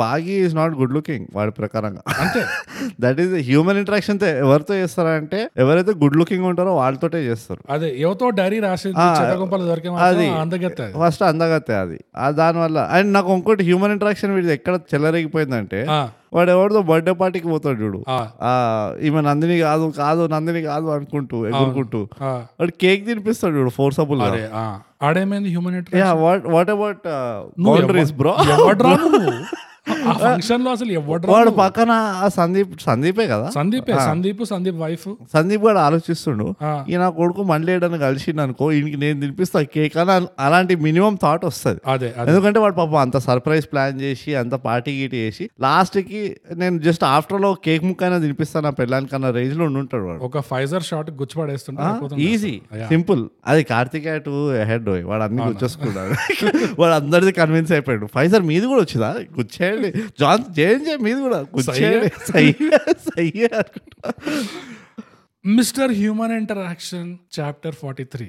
S1: Bagi is not good looking వాడి ప్రకారంగా <laughs>
S2: అంతే
S1: దట్ ఈస్ హ్యూమన్ ఇంటరాక్షన్ ఎవరితో చేస్తారంటే ఎవరైతే గుడ్ లుకింగ్ ఉంటారో వాళ్ళతోటే చేస్తారు
S2: అదే ఎవతో డైరీ రాసి చెడగొంపలు దొరికే
S1: Ah, అది.
S2: అందగత్తే అది
S1: ఫస్ట్ అందగతే అది ఆ దానివల్ల అండ్ నాకు ఇంకోటి హ్యూమన్ ఇంటరాక్షన్ వీడిది ఎక్కడ చెల్లరేగిపోయిందంటే
S2: ఆ,
S1: వాడు ఎవరితో బర్త్డే పార్టీకి పోతాడు చూడు
S2: ఆ,
S1: ఆ, ఈమె నందిని కాదు కాదు నందిని కాదు అనుకుంటూ ఎగురుకుంటూ
S2: ఆ,
S1: వాడు కేక్ తినిపిస్తాడు చూడు ఫోర్సబుల్ గా
S2: ah, అరే ఆ. ఆడేమైంది human interaction
S1: yeah what what about boundaries bro <laughs>
S2: ఎవడ్రా నువ్వు ఆ ఫంక్షన్ లో అసలు ఎవడ్రా
S1: వాడు Ah. పక్కన ఆ సందీప్ సందీపే కదా
S2: సందీప్ సందీప్ సందీప్ వైఫ్
S1: సందీప్ గారు ఆలోచిస్తుండు
S2: ఆ.
S1: ఈ నా కొడుకు మళ్ళీ ఏడని కలిసిండు అనుకో ఈయనకి నేను తినిపిస్తా కేక్ అని అల- అలాంటి మినిమం థాట్ వస్తుంది
S2: అదే అదే
S1: ఎందుకంటే వాడు పాపం అంత సర్ప్రైజ్ ప్లాన్ చేసి అంత పార్టీ గీటి చేసి లాస్ట్ కి నేను జస్ట్ ఆఫ్టర్ లో కేక్ ముక్కైనా తినిపిస్తాను నా పెళ్ళానికి అన్న రేంజ్ లో ఉండుంటాడు వాడు
S2: ఒక ఫైజర్ షాట్ గుచ్చిపడేస్తుంటే అయిపోతుంది.
S1: ఈజీ సింపుల్ అది కార్తిక్ టు హెడ్ వాడు అన్ని గుర్చేసుకున్నాడు <laughs> వాడు అందరిది కన్విన్స్ అయిపోయాడు ఫైజర్ మీది కూడా వచ్చిందా గుచ్చేయండి జాన్ జేఎన్జే మీది కూడా గుచ్చేయండి సయ్యా సయ్యా అనుకుంటా.
S2: Mister human interaction chapter forty three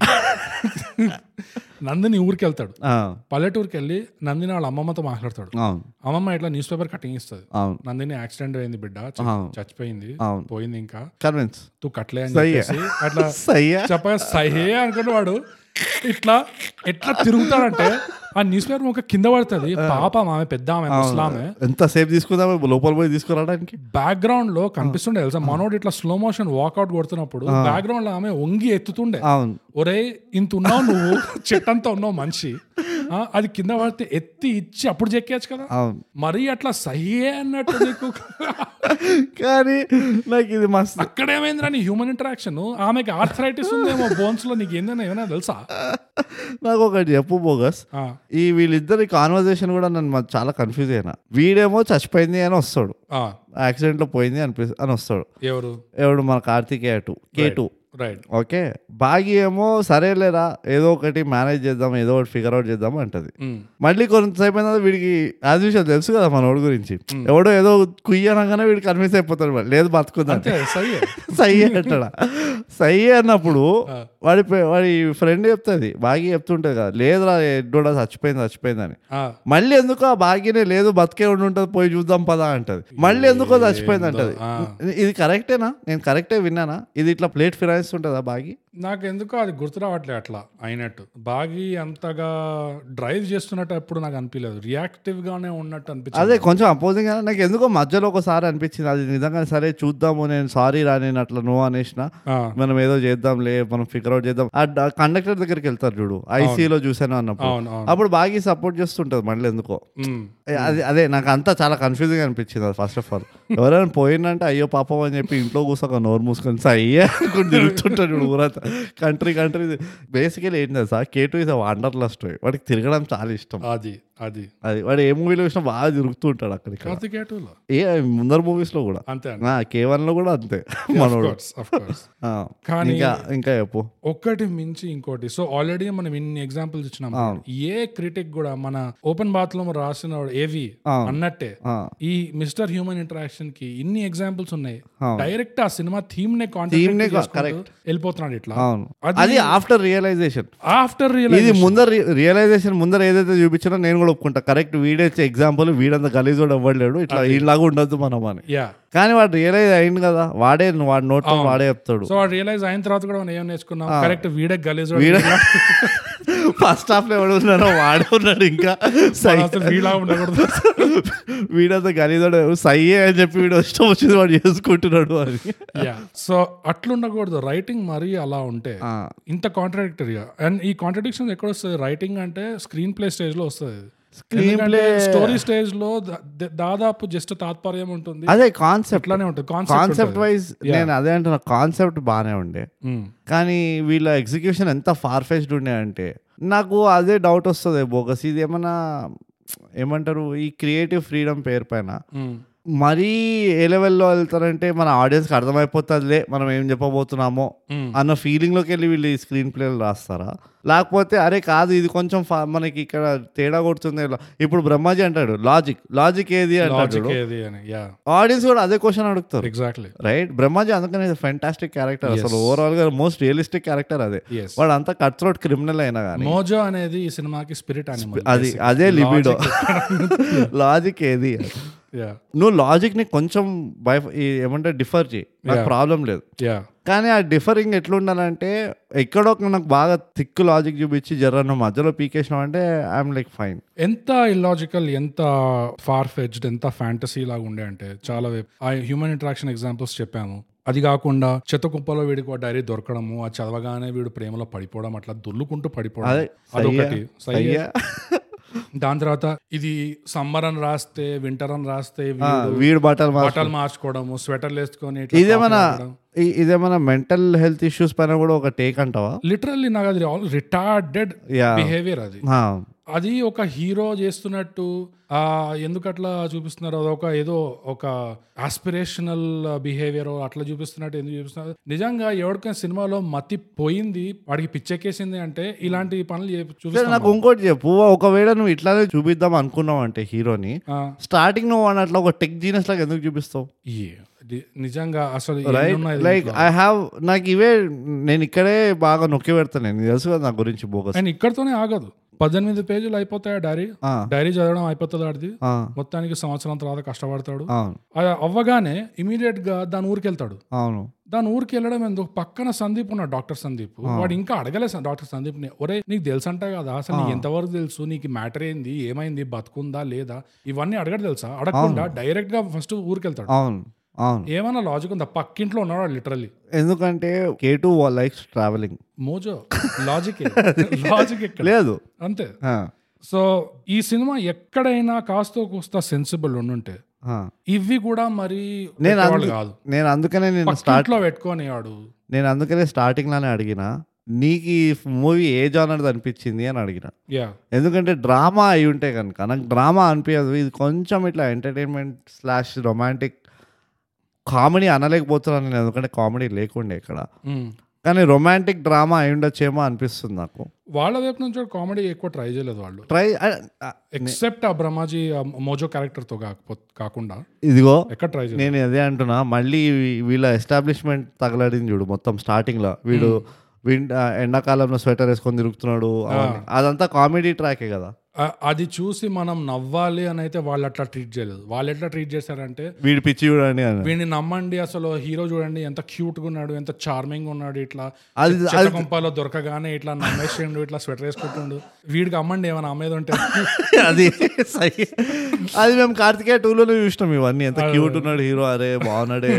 S2: Nandini ఊరికి వెళ్తాడు
S1: ఆ,
S2: పల్లెటూరికి వెళ్ళి నందిని వాళ్ళ అమ్మమ్మతో మాట్లాడతాడు
S1: అవును
S2: అమ్మమ్మ ఇట్లా న్యూస్ పేపర్ కటింగ్ ఇస్తుంది
S1: అవును
S2: నందిని యాక్సిడెంట్ అయింది బిడ్డ చ-
S1: అవును.
S2: చచ్చిపోయింది
S1: అవును.
S2: పోయింది ఇంకా
S1: కన్విన్స్
S2: తూ కట్లే అని
S1: సయ్యే.
S2: చెప్పేసి అట్లా
S1: సయ్యా
S2: చెప్పగా సహే అనుకున్న వాడు ఇట్లా ఎట్లా తిరుగుతాడంటే ఆ న్యూస్ పేపర్ ఒక కింద పడుతుంది పాప ఆమె పెద్ద ఆమె ముస్లామే
S1: ఎంతసేపు తీసుకుందాం లోపల పోయి తీసుకురావడానికి
S2: బ్యాక్గ్రౌండ్ లో కనిపిస్తుండే తెలుసా మనోడు ఇట్లా స్లో మోషన్ వాకౌట్ కొడుతున్నప్పుడు బ్యాక్గ్రౌండ్ లో ఆమె వంగి ఎత్తుతుండే
S1: అవును
S2: ఒరే ఇంత ఉన్నావు నువ్వు చెట్టంతా ఉన్నావు మనిషి ఆ, అది కింద పడితే ఎత్తి ఇచ్చి అప్పుడు చెక్కేయచ్చు కదా
S1: అవును
S2: మరీ అట్లా సహి అన్నట్టు నీకు
S1: కానీ నాకు ఇది మస్తు
S2: అక్కడేమైంది రాని హ్యూమన్ ఇంటరాక్షన్ ఆమెకి ఆర్థరైటిస్ ఉందేమో బోన్స్ లో నీకు ఏందైనా ఏమైనా తెలుసా
S1: నాకు ఒకటి చెప్పు బోగస్
S2: ఆ,
S1: ఈ వీళ్ళిద్దరి కాన్వర్జేషన్ కూడా నన్ను మ- చాలా కన్ఫ్యూజ్ అయినా వీడేమో చచ్చిపోయింది అని వస్తాడు
S2: ఆ,
S1: యాక్సిడెంట్లో పోయింది అనిపి అని వస్తాడు
S2: ఎవరు
S1: ఎవడు మన Karthikeya two K two
S2: right
S1: okay Bagi ఏమో సరేలేరా ఏదో ఒకటి మేనేజ్ చేద్దాం ఏదో ఒకటి ఫిగర్ అవుట్ చేద్దాం అంటది మళ్ళీ కొంతసేపు అయిన తర్వాత వీడికి యాజ్ విషయం తెలుసు కదా మనోడి గురించి ఎవడో ఏదో కుయ్యి అనగానే వీడు కన్విన్స్ అయిపోతాడు వాడు. లేదు బతుకుందా
S2: అంతే సరే
S1: <laughs> సై అంటాడా సై అన్నప్పుడు వాడి పే- వాడి ఫ్రెండ్ చెప్తుంది బాగి చెప్తుంటది కదా లేదురా ఎడ్డోడా చచ్చిపోయింది చచ్చిపోయిందని మళ్ళీ ఎందుకో ఆ భాగ్యనే లేదు బతికే ఉండి ఉంటుంది పోయి చూద్దాం పదా అంటది మళ్ళీ ఎందుకో చచ్చిపోయింది అంటది
S2: ఆ.
S1: ఇది కరెక్టేనా నేను కరెక్టే విన్నానా ఇది ఇట్లా ప్లేట్ ఫిరాయిస్తుంటుందా బాగి
S2: నాకు ఎందుకో అది గుర్తు రావట్లే అట్లా అయినట్టు బాగి అంతగా డ్రైవ్ చేస్తున్నట్టు ఎప్పుడు నాకు అనిపించలేదు రియాక్టివ్ గానే ఉన్నట్టు అనిపించింది
S1: అదే కొంచెం అపోజింగ్ గా నాకు ఎందుకో మధ్యలో ఒకసారి అనిపించింది అది నిజంగా సరే చూద్దాము నేను సారీ రా నేను అట్లా నువ్వు అనేసిన
S2: ఆ,
S1: మనం ఏదో చేద్దాంలే మనం ఫిగర్ అవుట్ చేద్దాం ఆ కండక్టర్ దగ్గరికి వెళ్తారు చూడు ఐసీలో చూసాను అన్నప్పుడు
S2: అవును అవును
S1: అప్పుడు బాగా సపోర్ట్ చేస్తుంటది మళ్ళీ ఎందుకో
S2: ఉమ్,
S1: ఏ, అది అదే నాకు అంతా చాలా కన్ఫ్యూజింగ్ అనిపించింది అది ఫస్ట్ ఆఫ్ ఆల్ ఎవరైనా పోయిందంటే అయ్యో పాపం అని చెప్పి ఇంట్లో కూర్చోక నోరు మూసుకొని సా అయ్యే అనుకుని తిరుగుతుంటాడు వీడు ఊరంతా కంట్రీ కంట్రీ బేసికలీ ఏంటి తెలుసా K two is wanderlust వాడికి తిరగడం చాలా ఇష్టం
S2: అది అది
S1: అది వాడు ఏ మూవీలో చూసినా బాగా తిరుగుతుంటాడు అక్కడ ఇక్కడ
S2: కార్తిక్ ఏటూలో
S1: ఏ ముందర మూవీస్ లో కూడా
S2: అంతే అండి
S1: నా కే వన్ లో కూడా అంతే మనోడు
S2: ఆఫ్ కోర్స్
S1: ఆ,
S2: కానీ-
S1: ఇంకా ఇంకా చెప్పు
S2: ఒక్కటి మించి ఇంకోటి సో ఆల్రెడీ మనం ఇన్ని ఎగ్జాంపుల్స్ ఇచ్చినాం ఏ క్రిటిక్ కూడా మన ఓపెన్ బాత్ లో రాసిన ఏవి అన్నట్టే
S1: ఆ,
S2: ఈ మిస్టర్ హ్యూమన్ ఇంటరాక్షన్ కి ఇన్ని ఎగ్జాంపుల్స్ ఉన్నాయి
S1: అవును.
S2: డైరెక్ట్ ఆ సినిమా థీమ్ నే
S1: Theme నే
S2: కాంటాక్ట్
S1: correct.
S2: వెళ్ళిపోతున్నాడు ఇట్లా
S1: అవును
S2: అది-
S1: అది ఆఫ్టర్ రియలైజేషన్
S2: ఆఫ్టర్
S1: ఇది
S2: రియలైజ్
S1: ముందర రియలైజేషన్ ముందర ఏదైతే చూపించినా నేను కూడా ఒప్పుకుంటా కరెక్ట్ వీడేచ్చే ఎగ్జాంపుల్ వీడంత గలీజోడు అవ్వలేడు ఇట్లా ఇలాగా ఉండొద్దు మనం అని
S2: యా
S1: కానీ వాడు రియలైజ్ అయింది కదా వాడే వాడు నోట్లో వాడే చెప్తాడు
S2: సో వాడు రియలైజ్ అయిన తర్వాత కూడా మనం ఏం నేర్చుకున్నాం కరెక్ట్ వీడే గలీజ్
S1: <laughs>
S2: వాడు.
S1: వీడ ఫస్ట్ హాఫ్ లో ఎవడు ఉన్నాడో వాడే ఉన్నాడు ఇంకా సై
S2: అసలు వీళ్ళ ఉండకూడదు
S1: <laughs> వీడంత గలీజోడు సయ్యే అని చెప్పి వీడు ఇష్టం వచ్చింది వాడు చేసుకుంటున్నాడు అని
S2: యా సో అట్లుండకూడదు రైటింగ్ మరీ అలా ఉంటే
S1: ఆ,
S2: ఇంత కాంట్రాడిక్టరీగా అండ్ ఈ కాంట్రాడిక్షన్ ఎక్కడ వస్తుంది రైటింగ్ అంటే స్క్రీన్ ప్లే స్టేజ్ లో వస్తుంది
S1: Screenplay-
S2: స్టోరీ స్టేజ్ లో దా- దా- దాదాపు జస్ట్ తాత్పర్యం ఉంటుంది
S1: అదే కాన్సెప్ట్
S2: అట్లానే ఉంటుంది
S1: కాన్సెప్ట్
S2: కాన్సెప్ట్
S1: వైజ్ నేను అదే అంటున్నా కాన్సెప్ట్ బాగానే ఉండే
S2: Hmm.
S1: కానీ వీళ్ళ ఎగ్జిక్యూషన్ ఎంత ఫార్ఫెస్డ్ ఉండే అంటే నాకు అదే డౌట్ వస్తుంది బోగస్ ఇది ఏమన్నా ఏమంటారు ఈ క్రియేటివ్ ఫ్రీడమ్ పేరు పైన
S2: Hmm.
S1: మరీ ఏ లెవెల్లో వెళ్తారంటే మన ఆడియన్స్కి అర్థమైపోతుందిలే మనం ఏం చెప్పబోతున్నామో
S2: Mm.
S1: అన్న ఫీలింగ్లోకి వెళ్ళి వీళ్ళు ఈ స్క్రీన్ ప్లేలు రాస్తారా లేకపోతే అరే కాదు ఇది కొంచెం fa- మనకి ఇక్కడ తేడా కొడుతుంది ఇలా- ఇప్పుడు బ్రహ్మాజీ అంటాడు లాజిక్ లాజిక్ ఏది అంటాడు
S2: లాజిక్ ఏది అని యా
S1: ఆడియన్స్ కూడా అదే క్వశ్చన్ అడుగుతారు
S2: ఎగ్జాక్ట్లీ
S1: రైట్ బ్రహ్మాజీ అందుకని ఫెంటాస్టిక్ క్యారెక్టర్ అసలు ఓవరాల్ గా మోస్ట్ రియలిస్టిక్ క్యారెక్టర్ అదే
S2: ఎస్
S1: వాడు అంతా కట్ త్రోట్ క్రిమినల్ అయినా కానీ
S2: మోజో అనేది ఈ సినిమాకి స్పిరిట్ అనిమల్
S1: అది అదే లిబిడో లాజిక్ ఏది
S2: యా
S1: నువ్వు లాజిక్ ని కొంచెం బై ఏమంటే డిఫర్ చేయి నాకు ప్రాబ్లం లేదు
S2: యా
S1: కానీ ఆ డిఫరింగ్ ఎట్లుండాలంటే ఎక్కడో ఒక నాకు బాగా థిక్ లాజిక్ చూపించి జర నువ్వు మధ్యలో పీకేసినావు అంటే ఐఎమ్ లైక్ ఫైన్
S2: ఎంత ఇల్లాజికల్ ఎంత ఫార్ ఫెచ్డ్ ఎంత ఫ్యాంటసీ లాగా ఉండే అంటే చాలా వైపు ఆ హ్యూమన్ ఇంటరాక్షన్ ఎగ్జాంపుల్స్ చెప్పాము అది కాకుండా చెత్త కుప్పలో వీడికి ఒక డైరీ దొరకడము అది చదవగానే వీడు ప్రేమలో పడిపోవడం అట్లా దొల్లుకుంటూ పడిపోవడం
S1: అదే,
S2: అదొకటి సై-
S1: అయ్యా
S2: దాని తర్వాత ఇది సమ్మర్ అని రాస్తే వింటర్ అని రాస్తే
S1: <laughs> ఆ, వీడి బట్టలు మా
S2: బట్టలు మార్చుకోవడము స్వెటర్లు వేసుకొని
S1: ఇదేమన్నా ఇ- ఇదేమన్నా మెంటల్ హెల్త్ ఇష్యూస్ పైన కూడా ఒక టేక్ అంటావా
S2: లిటరల్లీ నాకు అది ఆల్ రిటార్డెడ్
S1: యా
S2: బిహేవియర్ అది అది ఒక హీరో చేస్తున్నట్టు ఆ ఎందుకట్లా చూపిస్తున్నారు అదొక ఏదో ఒక ఆస్పిరేషనల్ బిహేవియర్ అట్లా చూపిస్తున్నట్టు ఎందుకు చూపిస్తున్నారు నిజంగా ఎవరికైనా సినిమాలో మతి పోయింది వాడికి పిచ్చెక్కేసింది అంటే ఇలాంటి పనులు చే-
S1: సరే
S2: చూపిస్తాం
S1: నాకు ఇంకోటి చెప్పు ఒకవేళ నువ్వు ఇట్లానే చూపిద్దాం అనుకున్నావు అంటే హీరోని
S2: ఆ,
S1: స్టార్టింగ్ నువ్వు వాడిని అట్లా ఒక టెక్ జీనియస్ లాగా ఎందుకు చూపిస్తావు
S2: ఏ, ది- నిజంగా అసలు
S1: రైట్
S2: ఎన్నున్నాయి
S1: లైక్ ఐ హావ్ నాకు ఇవే నేను ఇక్కడే బాగా నొక్కి పెడతాను నేను తెలుసు కదా నా గురించి బోగస్
S2: అండ్ ఇక్కడతోనే ఆగదు పద్దెనిమిది పేజీలు అయిపోతాయి డైరీ డైరీ చదవడం అయిపోతుంది ఆడిది మొత్తానికి సంవత్సరం తర్వాత కష్టపడతాడు
S1: అవును
S2: అది అవ్వగానే ఇమీడియట్ గా దాని ఊరికి వెళ్తాడు
S1: అవును
S2: దాని ఊరికి వెళ్ళడం ఎందుకు పక్కన సందీప్ ఉన్నాడు డాక్టర్ సందీప్ వాడు ఇంకా అడగలే స- డాక్టర్ సందీప్ ని ఒరే నీకు తెలుసు అంట కదా అసలు నీకు ఎంతవరకు తెలుసు నీకు మ్యాటర్ ఏంది ఏమైంది బతుకుందా లేదా ఇవన్నీ అడగడు తెలుసా అడగకుండా డైరెక్ట్ గా ఫస్ట్ ఊరికి వెళ్తాడు
S1: అవును అవును
S2: ఏమైనా లాజిక్ ఉందా పక్కింట్లో ఉన్నాడు లిటరల్లీ
S1: ఎందుకంటే K two likes traveling
S2: Mojo logic logic ఎక్కడ
S1: లేదు
S2: అంతే
S1: ఆ,
S2: సో ఈ సినిమా ఎక్కడైనా కాస్తో కూస్తా సెన్సిబుల్ ఉండుంటే
S1: ఆ.
S2: ఇవి కూడా మరి
S1: నేను
S2: పెట్టేవాళ్ళు
S1: అందు-
S2: కాదు
S1: నేను అందుకనే నేను స్టార్ట్
S2: పక్కింట్లో పెట్టుకొని వాడు
S1: నేను అందుకనే స్టార్టింగ్ లానే అడిగిన నీకు ఈ మూవీ ఏ జానర్ది అనిపించింది అని అడిగిన
S2: యా
S1: ఎందుకంటే డ్రామా అయి ఉంటే కనుక నాకు డ్రామా అనిపించదు ఇది కొంచెం ఇట్లా ఎంటర్టైన్మెంట్ స్లాష్ రొమాంటిక్ కామెడీ అనలేకపోతున్నాను నేను ఎందుకంటే కామెడీ లేకుండే ఇక్కడ కానీ రొమాంటిక్ డ్రామా అయి ఉండొచ్చేమో అనిపిస్తుంది నాకు
S2: వాళ్ళ వైపు నుంచి కూడా కామెడీ ఎక్కువ ట్రై చేయలేదు వాళ్ళు
S1: ట్రై
S2: ఎక్సెప్ట్ ఆ బ్రహ్మాజీ ఆ మోజో క్యారెక్టర్ తో కాకపో- కాకుండా
S1: ఇదిగో
S2: ఎక్కడ ట్రై చేయలేదు
S1: నేను అదే అంటున్నా మళ్ళీ వీ- వీళ్ళ ఎస్టాబ్లిష్మెంట్ తగలడింది చూడు మొత్తం స్టార్టింగ్లో వీడు విన్ ఆ, ఎండాకాలంలో స్వెటర్ వేసుకొని తిరుగుతున్నాడు అవన్నీ. అదంతా కామెడీ ట్రాకే కదా
S2: ఆ- అది చూసి మనం నవ్వాలి అని అయితే వాళ్ళు అట్లా ట్రీట్ చేయలేదు వాళ్ళు ఎట్లా ట్రీట్ చేశారంటే
S1: వీడి పిచ్చి చూడండి అని
S2: వీడిని నమ్మండి అసలు హీరో చూడండి ఎంత క్యూట్ గా ఉన్నాడు ఎంత చార్మింగ్ ఉన్నాడు ఇట్లా
S1: అది-
S2: చెత్త కొంపాలో దొరకగానే ఇట్లా నమ్మేసిండు ఇట్లా స్వెటర్ వేసుకుంటుండు వీడికి అమ్మండి ఏమైనా అమ్మేది ఉంటే
S1: <laughs> అది సై అది మేము కార్తికేయ టూలోనే చూసినాం ఇవన్నీ ఎంత క్యూట్ ఉన్నాడు హీరో అరే బాగున్నాడే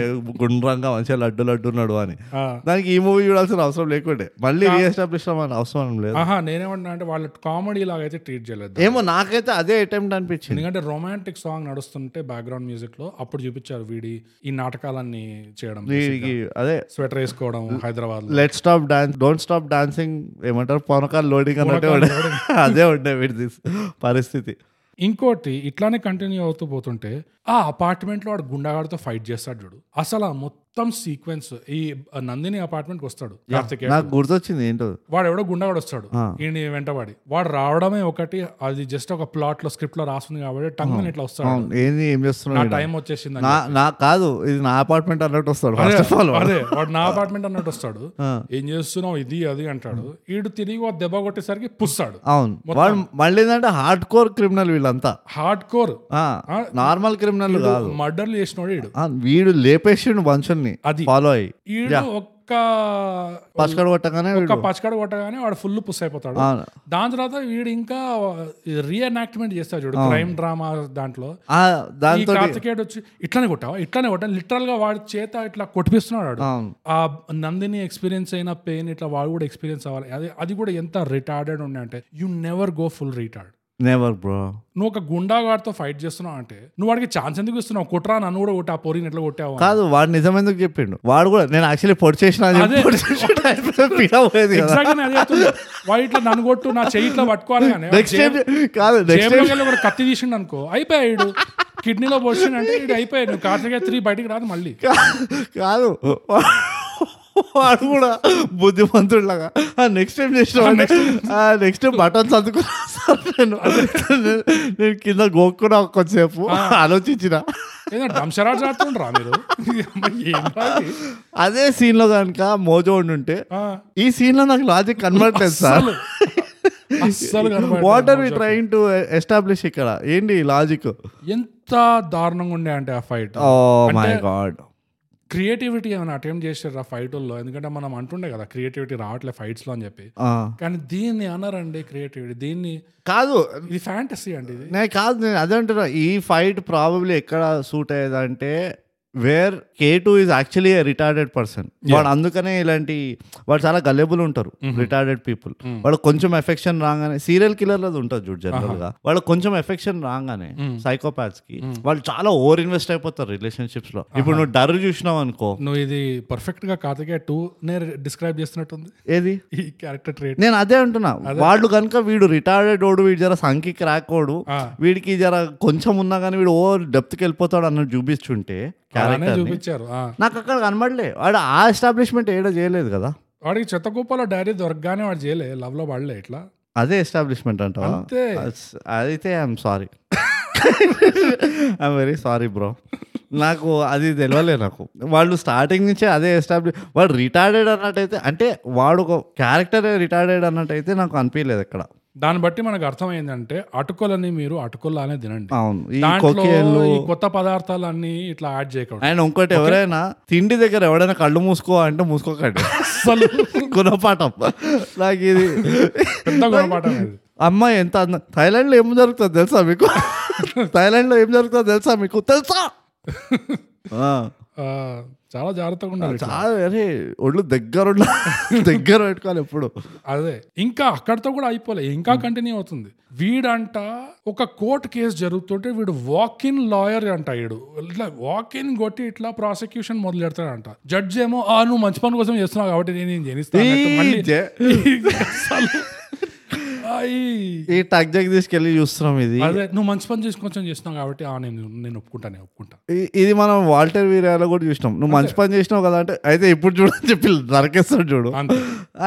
S1: గుండ్రంగా మంచిగా లడ్డు లడ్డు ఉన్నాడు అని
S2: ఆ.
S1: దానికి ఈ మూవీ చూడాల్సిన అవసరం లేకుండే మళ్ళీ రీఎస్టాబ్లిష్ అవ్వాలని అవసరం లేదు
S2: ఆహా నేనేమంటున్నా అంటే వాళ్ళ కామెడీ లాగైతే ట్రీట్ చేయలేదు
S1: ఏమో నాకైతే అదే అటెంప్ట్ అనిపించింది
S2: ఎందుకంటే రొమాంటిక్ సాంగ్ నడుస్తుంటే బ్యాక్గ్రౌండ్ మ్యూజిక్ లో అప్పుడు చూపించారు వీడి ఈ నాటకాలన్నీ చేయడం
S1: వీడికి అదే
S2: స్వెటర్ వేసుకోవడం హైదరాబాద్ లో
S1: let stop dance don't stop dancing ఏమంటారు పొనకాలు లోడింగ్ అన్నట్టే ఉండే <laughs> అదే ఉండే వీడి తీస్- పరిస్థితి
S2: ఇంకోటి ఇట్లానే కంటిన్యూ అవుతూ పోతుంటే ఆ అపార్ట్మెంట్ లో వాడు గుండాగాడితో ఫైట్ చేస్తాడు చూడు అసలు ఆ మొత్తం సీక్వెన్స్ ఈ నందిని అపార్ట్మెంట్ కి వస్తాడు కార్తికేయ
S1: నాకు గుర్తొచ్చింది ఏంటో
S2: వాడు ఎవడో గుండాగాడు వస్తాడు ఈయన వెంటబడి వాడు రావడమే ఒకటి అది జస్ట్ ఒక ప్లాట్ లో స్క్రిప్ట్ లో రాస్తుంది కాబట్టి టంగ్ అని ఇట్లా వస్తాడు
S1: అవును, ఏంది ఏం
S2: నా
S1: చేస్తున్నాడు
S2: టైం వచ్చేసింది
S1: నా నా కాదు ఇది నా అపార్ట్మెంట్ అన్నట్టు వస్తాడు ఫస్ట్ ఆఫ్ ఆల్
S2: అదే వాడు నా అపార్ట్మెంట్ అన్నట్టు వస్తాడు ఏం చేస్తున్నావు ఇది అది అంటాడు ఈడు తిరిగి వాడు దెబ్బ కొట్టేసరికి పుస్తాడు
S1: అవును వాడు మళ్ళీ ఏంటంటే హార్డ్ కోర్ క్రిమినల్ వీళ్ళంతా
S2: హార్డ్ కోర్
S1: ఆ, నార్మల్ క్రిమినల్ కాదు
S2: మర్డర్లు చేసినోడు ఈడు
S1: ఆ, వీడు లేపేసిండు మనుషుల్ని
S2: అది.
S1: ఫాలో అయ్యి
S2: ఈడు ఒక్క
S1: పచ్చకడ కొట్టగానే
S2: ఒక్క
S1: వీడు
S2: పచ్చకాడు కొట్టగానే వాడు ఫుల్ పుస్ అయిపోతాడు
S1: ఆ,
S2: దాని తర్వాత వీడు ఇంకా రీఎనాక్ట్మెంట్ చేస్తాడు చూడు క్రైమ్ డ్రామా దాంట్లో
S1: ఆ,
S2: ఈ
S1: దాంతో
S2: కార్తికేయుడు వచ్చి ఇట్లానే కొట్టావా ఇట్లానే కొట్టా లిటరల్ గా వాడి చేత ఇట్లా కొట్టిపిస్తున్నాడు వాడు.
S1: అవును.
S2: ఆ నందిని ఎక్స్పీరియన్స్ అయిన పెయిన్ ఇట్లా వాడు కూడా ఎక్స్పీరియన్స్ అవ్వాలి అది అది కూడా ఎంత రిటార్డెడ్ ఉండే అంటే you never go full retard
S1: never bro
S2: నువ్వు ఒక గుండాగాడితో ఫైట్ చేస్తున్నావు అంటే నువ్వు వాడికి ఛాన్స్ ఎందుకు ఇస్తున్నావు కుట్రా నన్ను కూడా కొట్టా పోరీని ఎట్లా కొట్టావు అని.
S1: కాదు వాడు నిజం ఎందుకు చెప్పిండు వాడు కూడా నేను యాక్చువల్లీ పొడి చేసిన అని చెప్పి
S2: అదే.
S1: పొడి చేసిన
S2: <laughs>
S1: టైంలో పిలవలేదు కదా
S2: Exactly నేను అదే చెప్తున్నా. వాడు ఇట్లా నన్ను కొట్టు నా చెయ్యి ఇట్లా పట్టుకోవాలి కానీ
S1: నెక్స్ట్ టైం కాదు నెక్స్ట్
S2: జేబులోకి వెళ్ళి ఒకడు కత్తి తీసిండు అనుకో అయిపోయాడు కిడ్నీలో పోసిండు అంటే ఇడు అయిపోయాడు నువ్వు కార్తికేయ త్రీ బయటికి రాదు మళ్ళీ
S1: కాదు వాడు కూడా బుద్ధిమంతుడిలాగా నెక్స్ట్ టైం చేసిన నెక్స్ట్ టైం బటన్స్ అందుకున్నా నేను నేను కింద గోక్కున్నా కొంచెంసేపు ఆలోచించిన
S2: ఏదో డంసరాజ్ ఆడుతుండ్రా మీరు <laughs> ఏం రా ఇది?
S1: అదే scene లో కనుక మోజో ఉండుంటే
S2: ఆ,
S1: ఈ scene లో నాకు లాజిక్ కనబడలేదు సార్
S2: అస్సలు. అస్సలు కనబడట్లేదు
S1: what are we
S2: Mojo.
S1: Trying to establish ఇక్కడ ఏంటి లాజిక్
S2: ఎంత దారుణంగా ఉండే అంటే ఆ fight
S1: oh my god
S2: creativity ఏమైనా అటెంప్ట్ చేశారు ఆ ఫైట్లో ఎందుకంటే మనం అంటుండే కదా క్రియేటివిటీ రావట్లే ఫైట్స్ లో అని చెప్పి కానీ దీన్ని అనరండి క్రియేటివిటీ దీన్ని
S1: కాదు
S2: ఇది ఫ్యాంటసీ అండి ఇది
S1: నేను కాదు నేను అదే అంటున్నా ఈ ఫైట్ ప్రాబబ్లీ ఎక్కడ సూట్ అయ్యేదంటే where K two is actually retarded person వాడు అందుకనే ఇలాంటి వాళ్ళు చాలా గలెబుల్ ఉంటారు రిటార్డెడ్ పీపుల్ వాళ్ళు కొంచెం ఎఫెక్షన్ రాగానే సీరియల్ కిల్లర్లది ఉంటుంది చూడు జనరల్ గా వాళ్ళు కొంచెం ఎఫెక్షన్ రాగానే సైకోపాత్స్ కి వాళ్ళు చాలా ఓవర్ ఇన్వెస్ట్ అయిపోతారు రిలేషన్షిప్స్ లో ఇప్పుడు నువ్వు డర్ చూసినావు అనుకో
S2: నువ్వు ఇది పర్ఫెక్ట్ గా కార్తికేయ టూ నే డిస్క్రైబ్ చేస్తున్నట్టుంది
S1: ఏది
S2: ఈ క్యారెక్టర్ ట్రేట్
S1: నేను అదే అంటున్నా వాళ్ళు కనుక వీడు రిటైర్డ్ ఓడు వీడు జర సంఖ్య క్రాకోడు
S2: ఆ.
S1: వీడికి జర కొంచెం ఉన్నా కానీ వీడు ఓ డెప్త్కి వెళ్ళిపోతాడు అన్నది చూపించుంటే
S2: అలానే
S1: క్యారెక్టర్
S2: చూపించారు ఆ.
S1: నాకు అక్కడ కనబడలే వాడు ఆ ఎస్టాబ్లిష్మెంట్ ఏడ చేయలేదు కదా
S2: వాడికి చెత్త కుప్పలో డైరీ దొరకగానే వాడు చేయలే లవ్ లో పడలే ఇట్లా
S1: అదే ఎస్టాబ్లిష్మెంట్ అంటావా
S2: అంతే
S1: అస్- అయితే I'm sorry I'm very sorry bro నాకు అది తెలియలే నాకు వాళ్ళు స్టార్టింగ్ నుంచే అదే ఎస్టాబ్లిష్ వాడు రిటైర్డ్ అన్నట్టయితే అంటే వాడు ఒక క్యారెక్టర్ రిటైర్డ్ అన్నట్టయితే నాకు అనిపించలేదు ఇక్కడ
S2: దాన్ని బట్టి మనకు అర్థమైందంటే అటుకులని మీరు అటుకుల్లానే తినండి
S1: అవును ఈ
S2: దాంట్లో
S1: కొకేళ్ళు
S2: ఈ కొత్త పదార్థాలన్నీ ఇట్లా యాడ్ చేయకూడదు
S1: అండ్ ఇంకోటి ఎవరైనా తిండి దగ్గర ఎవడైనా కళ్ళు మూసుకో అంటే మూసుకోకండి
S2: అస్సలు
S1: గుణపాఠం నాకు ఇది
S2: పెద్ద గుణపాఠం ఇది.
S1: అమ్మాయి ఎంత అందం థైలాండ్లో ఏం జరుగుతుందో తెలుసా మీకు థైలాండ్లో ఏం జరుగుతుందో తెలుసా మీకు తెలుసా ఆ,
S2: ఆ, చాలా జాగ్రత్తగా ఉండాలి ఇట్లా.
S1: చాలా అరే ఒళ్ళు దగ్గర ఉన్న దగ్గర పెట్టుకోవాలి ఎప్పుడు
S2: అదే ఇంకా అక్కడతో కూడా అయిపోలే ఇంకా కంటిన్యూ అవుతుంది వీడంట ఒక కోర్టు కేసు జరుగుతుంటే వీడు వాక్ ఇన్ లాయర్ అంట వీడు ఇట్లా వాక్ ఇన్ కొట్టి ఇట్లా ప్రాసిక్యూషన్ మొదలు పెడతాడంట జడ్జ్ ఏమో ఆ నువ్వు మంచి పని కోసం చేస్తున్నావు కాబట్టి నేను ఏం చేయిస్తాను అన్నట్టు మళ్ళీ
S1: ఈ జే-
S2: అసలు ఆ, అయ్యి
S1: ఈ టక్ జగ్ తీసుకెళ్ళి చూస్తున్నాం ఇది
S2: అదే నువ్వు మంచి పని చేసి కొంచెం చేస్తున్నావు కాబట్టి ఆ నేను నేను ఒప్పుకుంటా నేను ఒప్పుకుంటా
S1: ఇ- ఇది మనం వాల్టర్ వీరియాలో కూడా చూసినాం నువ్వు మంచి పని చేసినావు కదా అంటే అయితే ఇప్పుడు చూడని చెప్పి నరకేస్తాడు చూడు
S2: అంతే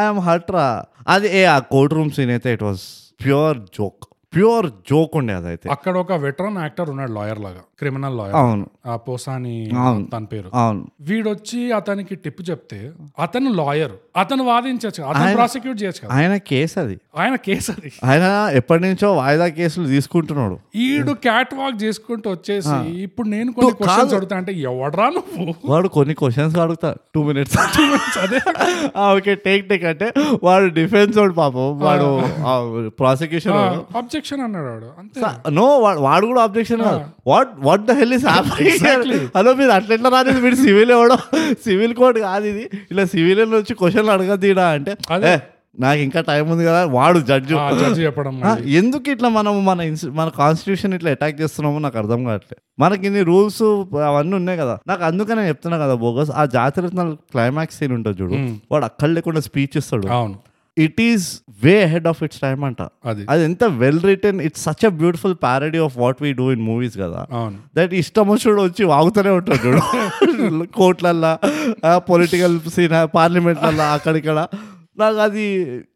S1: ఐఎమ్ హట్రా అది ఏ ఆ కోర్ట్ రూమ్ సీన్ అయితే it was pure joke pure joke ఉండే అదైతే
S2: అక్కడ ఒక వెటరన్ యాక్టర్ ఉన్నాడు లాయర్ లాగా క్రిమినల్ లాయర్
S1: అవును
S2: ఆ పోసాని తన పేరు
S1: అవును
S2: వీడొచ్చి అతనికి టిప్ చెప్తే అతను లాయర్ అతను వాదించచ్చు అతను ప్రాసిక్యూట్ చేయొచ్చు కదా
S1: ఆయన కేసు అది
S2: ఆయన కేసు అది
S1: ఆయన ఎప్పటి నుంచో వాయిదా కేసులు తీసుకుంటున్నాడు
S2: ఈడు క్యాట్ వాక్ చేసుకుంటూ వచ్చేసి ఇప్పుడు నేను కొన్ని క్వశ్చన్స్ అడుగుతా అంటే ఎవడరా నువ్వు
S1: వాడు కొన్ని క్వశ్చన్స్ అడుగుతా టూ <laughs> మినిట్స్
S2: అదే
S1: ఓకే టేక్ టేక్ అంటే వాడు డిఫెన్స్ వాడు పాపం వాడు ప్రాసిక్యూషన్
S2: అబ్జెక్షన్ అన్నాడు వాడు అంతే
S1: నో వాడు కూడా ఆబ్జెక్షన్ కాదు what what the hell is
S2: Exactly.
S1: Hello మీరు అట్లా ఎట్లా రాలేదు మీరు సివిల్ ఎవడో సివిల్ కోడ్ కాదు ఇది ఇలా సివిల్ వచ్చి క్వశ్చన్లు అడగదీడా అంటే
S2: అదే.
S1: "ఏ, నాకు ఇంకా టైం ఉంది కదా వాడు జడ్జి
S2: ఆ జడ్జి చెప్పడం మళ్ళీ.
S1: ఎందుకు ఇట్లా మనం మన ఇన్స్- మన కాన్స్టిట్యూషన్ ఇట్లా అటాక్ చేస్తున్నామో నాకు అర్థం కావట్లేదు మనకి ఇన్ని రూల్స్ అవన్నీ ఉన్నాయి కదా నాకు అందుకనే చెప్తున్నా కదా బోగస్ ఆ జాతరత్న క్లైమాక్స్ సీన్ ఉంటుంది చూడు వాడు అక్కడ లేకుండా స్పీచ్ ఇస్తాడు
S2: అవును
S1: it is way ahead of its time అంట
S2: అది
S1: అది ఎంత well return it's such a beautiful parody of what we do in movies కదా
S2: అవును
S1: దట్ ఇష్టం వచ్చాడు వచ్చి వాగుతూనే ఉంటాడు చూడు <laughs> కోర్టులల్లా పొలిటికల్ సీన్ పార్లమెంట్లల్లా అక్కడిక్కడ నాకు అది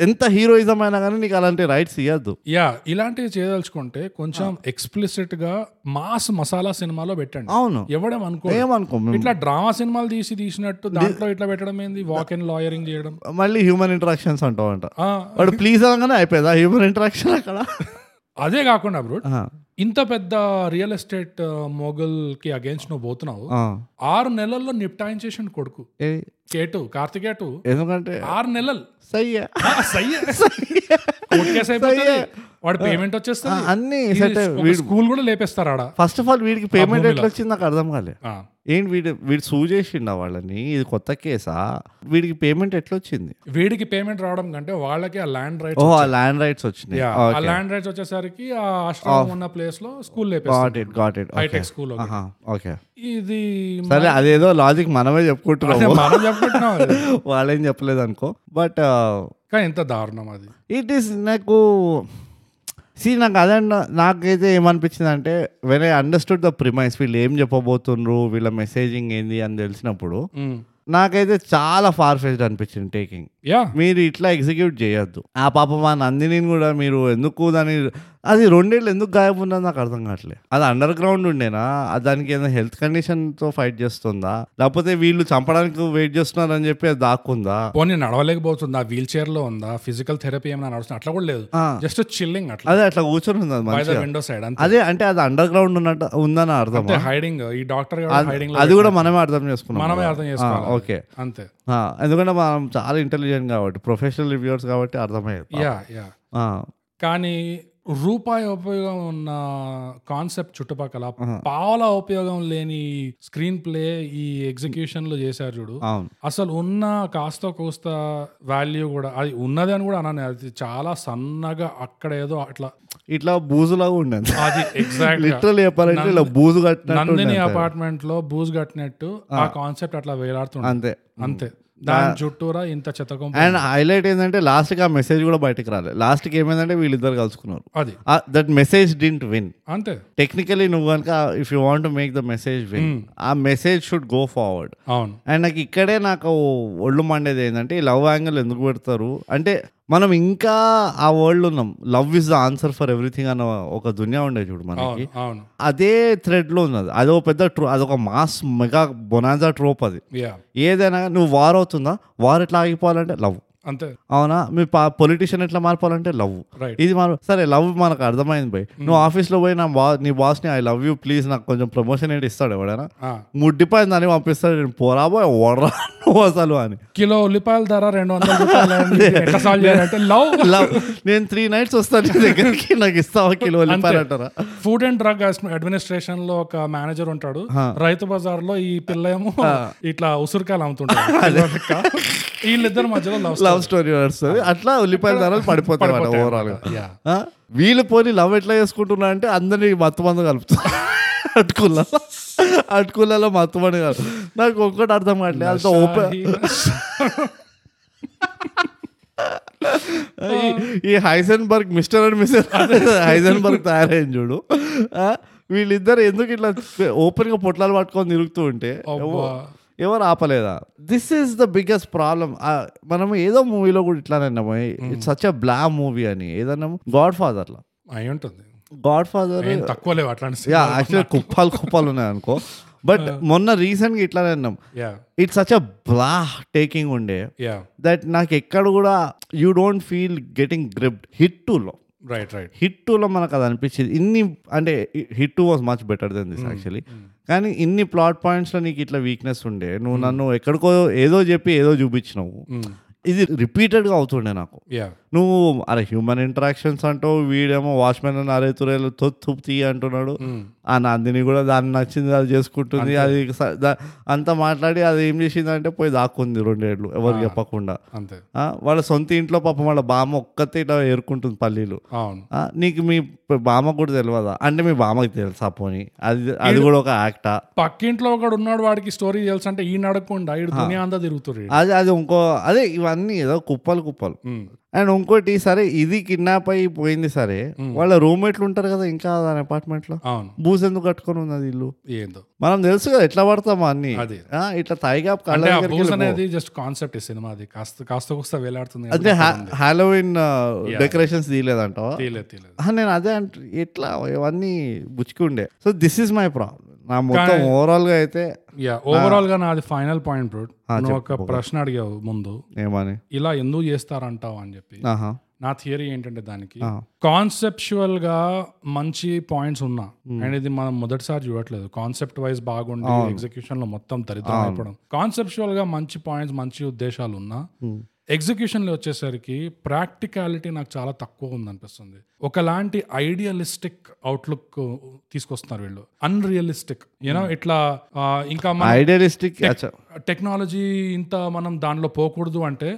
S1: ఎంత హీరోయిజం అయినా కానీ నీకు అలాంటి రైట్స్ ఇవ్వద్దు
S2: యా ఇలాంటివి చేయదలుచుకుంటే కొంచెం ఎక్స్ప్లిసిట్ గా మాస్ మసాలా సినిమాలో పెట్టండి
S1: అవును
S2: ఎవడం అనుకో
S1: ఏమనుకో మేము.
S2: ఇట్లా డ్రామా సినిమాలు తీసి తీసినట్టు దాంట్లో ఇట్లా పెట్టడం ఏంది వాక్ అండ్ లాయరింగ్ చేయడం
S1: మళ్ళీ హ్యూమన్ ఇంటరాక్షన్స్ అంటావు అంట
S2: ఆ,
S1: వాడు ప్లీజ్ అనగానే అయిపోయిందా హ్యూమన్ ఇంటరాక్షన్ అక్కడ
S2: అదే కాకుండా బ్రో
S1: ఆ,
S2: ఇంత పెద్ద రియల్ ఎస్టేట్ మొగల్ కి అగేన్స్ట్ నువ్వు పోతున్నావు
S1: ఆ.
S2: ఆరు నెలల్లో నిప్టాయించేసిండు కొడుకు
S1: ఏ-
S2: కేటు కార్తికేయ టూ
S1: ఎందుకంటే
S2: ఆరు నెలలు
S1: సయ్యా
S2: ఆ, సయ్యే. Court case అయిపోతుంది వాడు పేమెంట్ వచ్చేస్తుంది
S1: అన్ని
S2: ఇది
S1: సెట్
S2: ఒక స్కూల్ కూడా లేపేస్తారు ఆడ
S1: ఫస్ట్ ఆఫ్ ఆల్ వీడికి పేమెంట్
S2: భూమిలో.
S1: ఎట్లా వచ్చింది నాకు అర్థం కాలే
S2: ఆ,
S1: ఏంటి వీడు వీడు సూ చేసిండా వాళ్ళని ఇది కొత్త కేసా వీడికి పేమెంట్ ఎట్లా వచ్చింది
S2: వీడికి పేమెంట్ రావడం కంటే వాళ్ళకి ఆ ల్యాండ్ రైట్స్
S1: ఓ ఆ ల్యాండ్ రైట్స్ వచ్చినాయి
S2: Yeah, ఆ ల్యాండ్ రైట్స్ వచ్చేసరికి ఆ ఆశ్రమం ఉన్న ప్లేస్ లో స్కూల్ లేపేస్తారు
S1: got it got it
S2: hitech school ఒకటి.
S1: ఓకే
S2: ఇది
S1: సరే అదేదో లాజిక్ మనమే
S2: అంటే
S1: చెప్పుకుంటున్నాము
S2: మనం చెప్పుకుంటున్నాం అది.
S1: వాళ్ళేం చెప్పలేదు అనుకో బట్
S2: కానీ ఎంత దారుణం అది
S1: ఇట్ ఈస్ నాకు సి నాకు అదే నాకైతే ఏమనిపించింది అంటే when I understood the premise వీళ్ళు ఏం చెప్పబోతుండ్రు వీళ్ళ మెసేజింగ్ ఏంది అని తెలిసినప్పుడు
S2: Hmm.
S1: నాకైతే చాలా ఫార్ ఫెజ్డ్ అనిపించింది టేకింగ్
S2: యా
S1: మీరు ఇట్లా ఎగ్జిక్యూట్ చేయొద్దు ఆ పాప మా నందిని కూడా మీరు ఎందుకు దాని అది రెండేళ్ళు ఎందుకు గాయం ఉన్నది నాకు అర్థం కావట్లే అది అండర్ గ్రౌండ్ ఉండేనా అది దానికి ఏదైనా హెల్త్ కండిషన్తో ఫైట్ చేస్తుందా లేకపోతే వీళ్ళు చంపడానికి వెయిట్ చేస్తున్నారని చెప్పి అది దాక్కుందా
S2: పోనీ నడవలేకపోతుందా వీల్ చైర్ లో ఉందా ఫిజికల్ థెరపీ ఏమైనా నడుస్తుంది అట్లా కూడా లేదు
S1: ఆ.
S2: జస్ట్ చిల్లింగ్ అట్లా
S1: అదే అట్లా కూర్చొని ఉంది అది
S2: బై ద
S1: మంచిగా
S2: విండో సైడ్
S1: అదే అంటే అది అండర్ గ్రౌండ్ ఉన్నట్టు ఉందని అర్థం
S2: అంతే హైడింగ్ ఈ డాక్టర్ హైడింగ్
S1: అది కూడా మనమే అర్థం చేసుకున్నాం
S2: మనమే అర్థం చేసుకోవాలి
S1: ఓకే
S2: అంతే
S1: ఎందుకంటే మనం చాలా ఇంటెలిజెంట్ కాబట్టి ప్రొఫెషనల్ రివ్యూర్స్ కాబట్టి అర్థమయ్యేది
S2: యా యా
S1: ఆ,
S2: కానీ రూపాయి ఉపయోగం ఉన్న కాన్సెప్ట్ చుట్టుపక్కల పావలా ఉపయోగం లేని స్క్రీన్ ప్లే ఈ ఎగ్జిక్యూషన్ లో చేశారు చూడు
S1: అవును
S2: అసలు ఉన్న కాస్త కోస్త వాల్యూ కూడా అది ఉన్నది అని కూడా అన్నాను అది చాలా సన్నగా అక్కడ ఏదో అట్లా
S1: ఇట్లా బూజులాగా ఉండేది
S2: అది ఎగ్జాక్ట్
S1: లిటరల్ చెప్పాలంటే ఇలా బూజు కట్టినట్టు
S2: నందిని
S1: ఉండేది.
S2: అపార్ట్మెంట్ లో బూజ్ కట్టినట్టు ఆ కాన్సెప్ట్ అట్లా వేలాడుతుంది
S1: అంతే
S2: అంతే దాని చుట్టూరా ఇంత చెత్తకం
S1: అండ్ హైలైట్ ఏంటంటే లాస్ట్ కి ఆ మెసేజ్ కూడా బయటకు రాలేదు లాస్ట్ కి ఏమైందంటే వీళ్ళిద్దరు కలుసుకున్నారు
S2: అది
S1: దట్ మెసేజ్ డింట్ విన్
S2: అంతే
S1: టెక్నికలీ నువ్వు కనుక if you want make the message win ఆ మెసేజ్ షుడ్ గో ఫార్వర్డ్
S2: అవును
S1: అండ్ నాకు ఇక్కడే నాకు ఒళ్ళు మండేది ఏంటంటే ఈ లవ్ యాంగిల్ ఎందుకు పెడతారు అంటే మనం ఇంకా ఆ వరల్డ్ ఉన్నాం love is the answer for everything అన్న ఒక దునియా ఉండే చూడు మనకి
S2: అవును అవును
S1: అదే థ్రెడ్లో ఉన్నది అదొక పెద్ద ట్రో అదొక మాస్ మెగా బొనాజా ట్రోప్ అది
S2: యా
S1: ఏదైనా నువ్వు వార్ అవుతుందా వార్ ఎట్లా ఆగిపోవాలంటే లవ్
S2: అంతే
S1: అవునా మీ పొలిటీషియన్ ఎట్లా మారిపోవాలంటే లవ్
S2: Right.
S1: ఇది మన సరే లవ్ మనకు అర్థమైంది భయ్ నువ్వు ఆఫీస్లో పోయి నా బా నీ బాస్ని ఐ లవ్ యూ ప్లీజ్ నాకు కొంచెం ప్రమోషన్ ఏంటి ఇస్తాడు ఎవడైనా
S2: ఆ.
S1: ముడ్డిపోయింది అని పంపిస్తాడు నేను పోరాబోయ్ ఓడరా నువ్వు అసలు అని
S2: కిలో ఉల్లిపాయల ధర రెండు వందల రూపాయలు అండి. ఎట్లా సాల్వ్ చేయాలంటే
S1: <laughs>
S2: లవ్
S1: లవ్ నేను త్రీ నైట్స్ వస్తాను నీ దగ్గరికి నాకు ఇస్తావా కిలో వెళ్ళిపోయారంటారా
S2: ఫుడ్ అండ్ డ్రగ్ అడ్మినిస్ట్రేషన్ లో ఒక మేనేజర్ ఉంటాడు రైతు బజార్ లో ఈ పిల్ల ఏమో ఇట్లా ఉసురికాయలు అమ్ముతుంటాడు వీళ్ళిద్దరు మధ్యలో లవ్
S1: లవ్ స్టోరీ నడుస్తుంది అట్లా ఉల్లిపాయల ధరలు పడిపోతాయి అన్నమాట overall గా
S2: యా
S1: ఆ? వీళ్ళు పోనీ లవ్ ఎట్లా చేసుకుంటున్నా అంటే అందరినీ మత్తుమందు <laughs> కలుపుతున్నారు అటుకుల అటుకులలో మత్తుమందు కలుపు నాకు ఒక్కటి అర్థం కావట్లేదు అంత ఓపెన్ ఈ- ఈ Heisenberg mister and mister Heisenberg తయారైంది చూడు ఆ, వీళ్ళిద్దరు ఎందుకు ఇట్లా ఓపెన్ గా పొట్లాలు పట్టుకొని తిరుగుతూ ఉంటే
S2: అబ్బా.
S1: ఎవరు ఆపలేదా this is the biggest problem మనం ఏదో మూవీలో కూడా ఇట్లానే అన్నాము it's such a blah movie అని ఏదన్నా గాడ్ ఫాదర్ లా
S2: అయి ఉంటుంది
S1: గాడ్ ఫాదర్
S2: ఏం తక్కువ లేవు అట్లాంటి
S1: యా
S2: సినిమాలు.
S1: యాక్చువల్లీ కుప్పాలు కుప్పాలు ఉన్నాయి అనుకో బట్ మొన్న రీసెంట్ గా ఇట్లానే అన్నాం
S2: Yeah,
S1: it's such a blah taking ఉండే
S2: yeah.
S1: దట్ నాకు ఎక్కడ కూడా you don't feel getting gripped hit టూలో
S2: రైట్ రైట్
S1: హిట్ టూలో మనకు అది అనిపించింది ఇన్ని అంటే hit two was much better then this actually కానీ ఇన్ని ప్లాట్ పాయింట్స్లో నీకు ఇట్లా వీక్నెస్ ఉండే నువ్వు నన్ను ఎక్కడికో ఏదో చెప్పి ఏదో చూపించినావు
S2: Hmm.
S1: ఇది రిపీటెడ్గా అవుతుండే నాకు
S2: యా
S1: నువ్వు అరే హ్యూమన్ ఇంటరాక్షన్స్ అంటావు వీడేమో వాచ్మెన్ అని అరే తురేలు తుప్ తీ అంటున్నాడు ఆ నందిని కూడా దాన్ని నచ్చింది అది చేసుకుంటుంది అది స- దా- అంతా మాట్లాడి అది ఏం చేసిందంటే పోయి దాక్కుంది రెండేళ్ళు ఎవరు చెప్పకుండా
S2: అంతే
S1: ఆ, వాళ్ళ సొంత ఇంట్లో పాపం వాళ్ళ బామ్మ ఒక్కతే ఇట్లా ఏరుకుంటుంది పల్లీలు
S2: అవును
S1: ఆ, నీకు మీ ప- బామ్మ కూడా తెలియదా అంటే మీ బామ్మకి తెలుసా పోనీ అది అది కూడా ఒక యాక్టా
S2: పక్కింట్లో ఒకడు ఉన్నాడు వాడికి స్టోరీ తెలుసు అంటే ఈయన అడగకుండా ఈడు దునియా అంతా తిరుగుతుంది
S1: అది అది ఇంకో అదే ఇవన్నీ ఏదో కుప్పలు కుప్పలు అండ్ ఇంకోటి సరే ఇది కిడ్నాప్ అయి పోయింది సరే వాళ్ళ రూమ్మేట్లు ఉంటారు కదా ఇంకా దాని apartment లో
S2: అవును
S1: బూస్ ఎందుకు కట్టుకొని ఉన్నది ఇల్లు
S2: ఏందో
S1: మనం తెలుసు కదా ఎట్లా పడతామా అన్ని
S2: అదే.
S1: ఆ, ఇట్లా తైగా
S2: అంటే ఆ బూజ్ అనేది జస్ట్ కాన్సెప్ట్ ఈ సినిమా అది కాస్త కాస్త కూస్త వేలాడుతుంది కానీ
S1: అంటే హాలోవిన్ డెకరేషన్స్ తీయలేదంటావా
S2: తీయలేదు తీయలేదు
S1: ఆ, నేను అదే అంట ఎట్లా ఇవన్నీ బుచ్చుకి ఉండే so this is my problem నా మొత్తం ఓవరాల్ గా అయితే
S2: యా ఓవరాల్ గా నాది ఫైనల్ పాయింట్ బ్రో నువ్వు ఒక ప్రశ్న అడిగావు ముందు
S1: ఏమని
S2: ఇలా ఎందుకు చేస్తారంటావు అని చెప్పి
S1: ఆహా
S2: నా థియరీ ఏంటంటే దానికి కాన్సెప్చువల్ గా మంచి పాయింట్స్ ఉన్నా అండ్ ఇది మనం మొదటిసారి చూడట్లేదు కాన్సెప్ట్ వైజ్ బాగుండి ఎగ్జిక్యూషన్ లో మొత్తం దరిద్రం అయిపోవడం కాన్సెప్చువల్ గా మంచి పాయింట్స్ మంచి ఉద్దేశాలు ఉన్నా ఎగ్జిక్యూషన్ లో వచ్చేసరికి ప్రాక్టికాలిటీ నాకు చాలా తక్కువ ఉంది అనిపిస్తుంది ఒకలాంటి ఐడియలిస్టిక్ అవుట్లుక్ తీసుకొస్తున్నారు వీళ్ళు అన్రియలిస్టిక్ యూనో ఇట్లా ఆ, ఇంకా మన
S1: ఐడియలిస్టిక్
S2: టెక్నాలజీ ఇంత మనం దానిలో పోకూడదు అంటే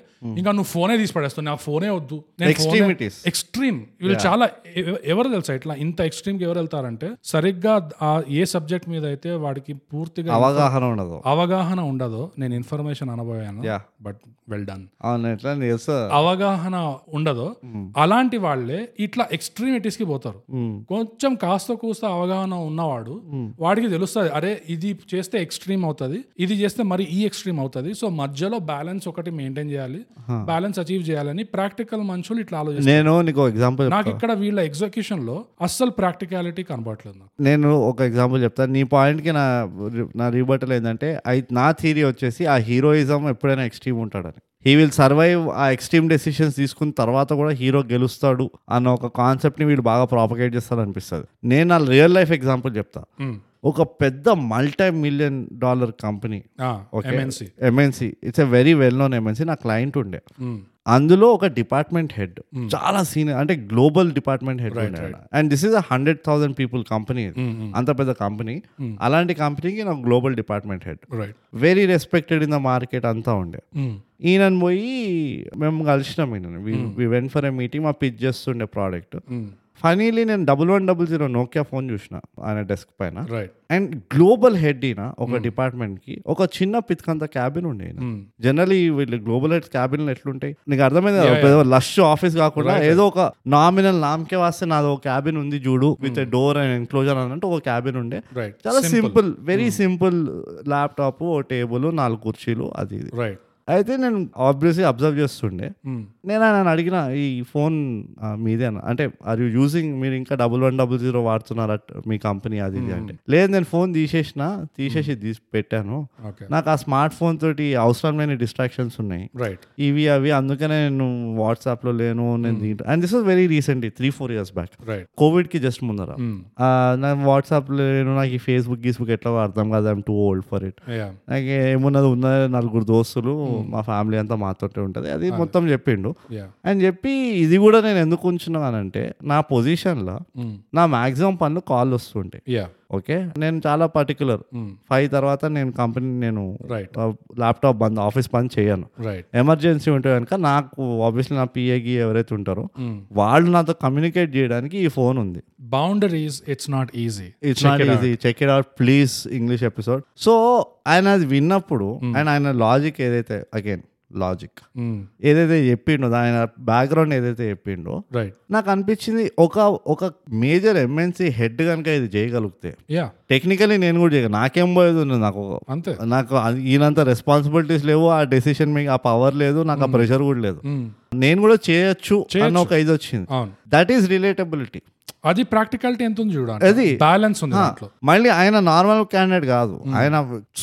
S2: ఇంకా నువ్వు ఫోనే తీసి పడేస్తావు నా ఫోనే వద్దు నేను
S1: ఎక్స్ట్రీమిటీస్
S2: ఎక్స్ట్రీమ్ వీళ్ళు చాలా ఎవ- ఎవరు తెలుసా ఇట్లా ఇంత ఎక్స్ట్రీమ్ ఎవరు వెళ్తారంటే సరిగ్గా ఆ ఏ సబ్జెక్ట్ మీద అయితే వాడికి పూర్తిగా
S1: అవగాహన ఉండదు
S2: అవగాహన ఉండదో నేను ఇన్ఫర్మేషన్ అనబోయాను
S1: Yeah.
S2: బట్ వెల్ డన్
S1: అవును ఎట్లా ఎస్
S2: అవగాహన ఉండదో అలాంటి వాళ్ళే ఇట్లా ఎక్స్ట్రీమిటీస్ కి పోతారు కొంచెం కాస్త కూస్త అవగాహన ఉన్నవాడు వాడికి తెలుస్తుంది అరే ఇది చేస్తే ఎక్స్ట్రీమ్ అవుతుంది ఇది చేస్తే మరి ఈ ఎక్స్ట్రీమ్ అవుతుంది సో మధ్యలో బ్యాలెన్స్ ఒకటి మెయింటైన్ చేయాలి బ్యాలెన్స్ అచీవ్ చేయాలని ప్రాక్టికల్ మనుషులు ఇట్లా ఆలోచిస్తారు
S1: నేను నీకు ఎగ్జాంపుల్
S2: నాకు ఇక్కడ వీళ్ళ ఎగ్జిక్యూషన్ లో అస్సలు ప్రాక్టికాలిటీ కనబడట్లేదు నాకు
S1: నేను ఒక ఎగ్జాంపుల్ చెప్తాను నీ పాయింట్కి నా నా రీబటల్ ఏంటంటే ఐ నా థీరీ వచ్చేసి ఆ హీరోయిజం ఎప్పుడైనా ఎక్స్ట్రీమ్ ఉంటాడని హీ విల్ సర్వైవ్ ఆ ఎక్స్ట్రీమ్ డెసిషన్స్ తీసుకున్న తర్వాత కూడా హీరో గెలుస్తాడు అన్న ఒక కాన్సెప్ట్ని వీళ్ళు బాగా ప్రాపగేట్ చేస్తారు అనిపిస్తుంది నేను నా రియల్ లైఫ్ ఎగ్జాంపుల్ చెప్తా
S2: మ్.
S1: ఒక పెద్ద మల్టీ మిలియన్ డాలర్ కంపెనీ
S2: ఆ,
S1: okay
S2: MNC.
S1: MNC it's a very well known MNC నా క్లయింట్ ఉండే
S2: మ్,
S1: అందులో ఒక డిపార్ట్మెంట్ హెడ్ చాలా సీనియర్ అంటే global department head and this is a hundred thousand people company అంత పెద్ద కంపెనీ అలాంటి కంపెనీకి నాకు global department head
S2: right
S1: very respected in the market అంతా ఉండే
S2: మ్,
S1: ఈయనని పోయి మేము కలిసినాం ఈయన వెన్ ఫర్ ఎ మీటింగ్ మా పిచ్ చేస్తుండే ప్రోడక్ట్
S2: మ్,
S1: ఫనీలీ నేను double one double zero Nokia phone చూసిన ఆయన డెస్క్ పైన
S2: రైట్
S1: అండ్ గ్లోబల్ హెడ్ ఈయన ఒక డిపార్ట్మెంట్ కి ఒక చిన్న పితికంత క్యాబిన్ ఉండే ఈయన
S2: Hmm.
S1: జనరలీ వీళ్ళు గ్లోబల్ హెడ్ క్యాబిన్లు ఎట్లుంటాయి నీకు అర్థమైంది కదా, ఏదో లష్ ఆఫీస్ కాకుండా ఏదో ఒక నామినల్ నామకే వాస్తే నాది ఒక క్యాబిన్ ఉంది చూడు విత్ డోర్ అండ్ ఎన్క్లోజర్ అన్నట్టు ఒక క్యాబిన్ ఉండే
S2: రైట్
S1: చాలా సింపుల్ వెరీ సింపుల్ ల్యాప్టాప్ ఓ టేబుల్ నాలుగు కుర్చీలు అది ఇది
S2: రైట్
S1: అయితే నేను ఆబ్వియస్లీ అబ్జర్వ్ చేస్తుండే
S2: మ్,
S1: నేను ఆయన అడిగిన ఈ ఫోన్ ఆ, మీదేనా అంటే ఆర్ యూ యూజింగ్ మీరు ఇంకా డబుల్ వన్ డబుల్ జీరో వాడుతున్నారా మీ కంపెనీ అది ఇది అంటే లేదు నేను ఫోన్ తీసేసిన తీసేసి తీసి పెట్టాను
S2: ఓకే
S1: నాకు ఆ స్మార్ట్ ఫోన్ తోటి అవసరమైన డిస్ట్రాక్షన్స్ ఉన్నాయి
S2: రైట్
S1: ఇవి అవి అందుకనే నేను వాట్సాప్లో లేను నేను దీంట్లో and this was very recently three four years back
S2: right
S1: కోవిడ్కి జస్ట్ ముందర ఆ, నాకు వాట్సాప్లో లేను నాకు ఈ ఫేస్బుక్ గీస్బుక్ ఎట్లా వాడతాం కదా I'm too old for it
S2: yeah
S1: నాకు ఏమున్నది ఉన్న నలుగురు దోస్తులు మా ఫ్యామిలీ అంతా మాతోటే ఉంటుంది అది మొత్తం చెప్పిండు
S2: యా
S1: అని చెప్పి ఇది కూడా నేను ఎందుకు ఉంచున్నానంటే నా పొజిషన్లో
S2: మ్,
S1: నా మ్యాక్సిమం పనులు కాల్ వస్తుంటాయి
S2: యా
S1: ఓకే నేను చాలా పర్టికులర్
S2: మ్,
S1: ఫైవ్ తర్వాత నేను కంపెనీ నేను
S2: రైట్
S1: ల్యాప్టాప్ బంద్ ఆఫీస్ పని చేయను
S2: రైట్
S1: ఎమర్జెన్సీ ఉంటే కనుక నాకు ఆబ్వియస్లీ నా పిఏకి ఎవరైతే ఉంటారో
S2: మ్.
S1: వాళ్ళు నాతో కమ్యూనికేట్ చేయడానికి ఈ ఫోన్ ఉంది
S2: boundaries it's not easy
S1: it's not easy check it out please English episode so ఆయన అది విన్నప్పుడు అండ్ ఆయన లాజిక్ ఏదైతే అగైన్ లాజిక్
S2: Hmm,
S1: ఏదైతే చెప్పిండో ఆయన బ్యాక్గ్రౌండ్ ఏదైతే చెప్పిండో
S2: రైట్
S1: నాకు అనిపించింది ఒక ఒక మేజర్ ఎంఎన్సీ హెడ్ కనుక ఇది చేయగలిగితే
S2: యా
S1: టెక్నికలీ నేను కూడా చేయగలను నాకేం పోయేది ఉన్నది నాకు ఒక-
S2: అంతే
S1: నాకు అది- ఈయనంత రెస్పాన్సిబిలిటీస్ లేవు ఆ డెసిషన్ మీకు ఆ పవర్ లేదు నాకు ఆ ప్రెషర్ కూడా లేదు
S2: మ్మ్.
S1: నేను కూడా చేయొచ్చు అన్న ఒక ఇది వచ్చింది
S2: అవును
S1: దట్ ఈస్ రిలేటబిలిటీ
S2: అది ప్రాక్టికాలిటీ ఎంత ఉంది చూడండి
S1: అది-
S2: బ్యాలెన్స్ ఉంది దాంట్లో
S1: మళ్ళీ ఆయన నార్మల్ క్యాండిడేట్ కాదు ఆయన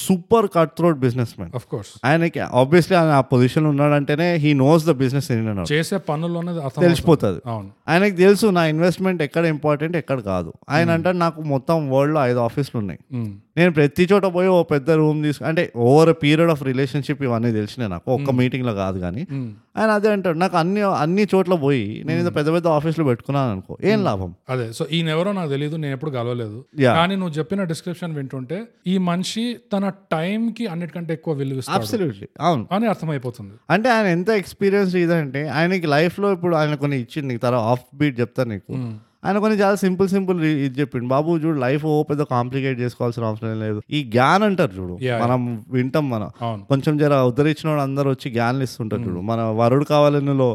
S1: super cut throat businessman
S2: of course
S1: ఆయనకి ఆబ్వియస్లీ ఆయన ఆ పొజిషన్ ఉన్నాడంటేనే he knows the business in
S2: చేసే పనుల్లోనే అర్థం
S1: తెలిసిపోతుంది
S2: అవును
S1: ఆయనకి తెలుసు నా ఇన్వెస్ట్మెంట్ ఎక్కడ ఇంపార్టెంట్ ఎక్కడ కాదు ఆయన అంటే నాకు మొత్తం వరల్డ్లో ఐదు ఆఫీసులు ఉన్నాయి
S2: మ్మ్.
S1: నేను ప్రతి చోట పోయి ఓ పెద్ద రూమ్ తీసుకు అంటే ఓవర్ పీరియడ్ ఆఫ్ రిలేషన్షిప్ ఇవన్నీ తెలిసినాయి నాకు ఒక్క మీటింగ్లో కాదు కానీ
S2: మ్మ్.
S1: ఆయన అదే అంటాడు నాకు అన్ని అన్ని చోట్ల పోయి నేను ఇంత పెద్ద పెద్ద ఆఫీసులు పెట్టుకున్నాను అనుకో ఏం లాభం
S2: అదే సో ఈయనెవరో నాకు తెలియదు నేను ఎప్పుడు కలవలేదు
S1: Yeah.
S2: కానీ నువ్వు చెప్పిన డిస్క్రిప్షన్ వింటుంటే ఈ మనిషి తన టైం కి అన్నిటికంటే ఎక్కువ విలువ ఇస్తాడు
S1: అబ్సల్యూట్లీ అవును
S2: అని అర్థమైపోతుంది
S1: అంటే ఆయన ఎంత ఎక్స్పీరియన్స్ ఇదంటే ఆయనకి లైఫ్లో ఇప్పుడు ఆయన కొన్ని ఇచ్చింది నీకు తర్వాత ఆఫ్ బీట్ చెప్తాను నీకు ఆయన కొన్ని చాలా సింపుల్ సింపుల్ ఇది చెప్పిండు బాబు చూడు లైఫ్ ఓ పెద్ద కాంప్లికేట్ చేసుకోవాల్సిన అవసరం లేదు ఈ గ్యాన్ అంటారు చూడు
S2: Yeah, yeah.
S1: మనం వింటాం మనం
S2: అవును
S1: కొంచెం జర ఉద్ధరించిన వాడు అందరూ వచ్చి జ్ఞానులు ఇస్తుంటారు చూడు మన వరుడు కావాలనులో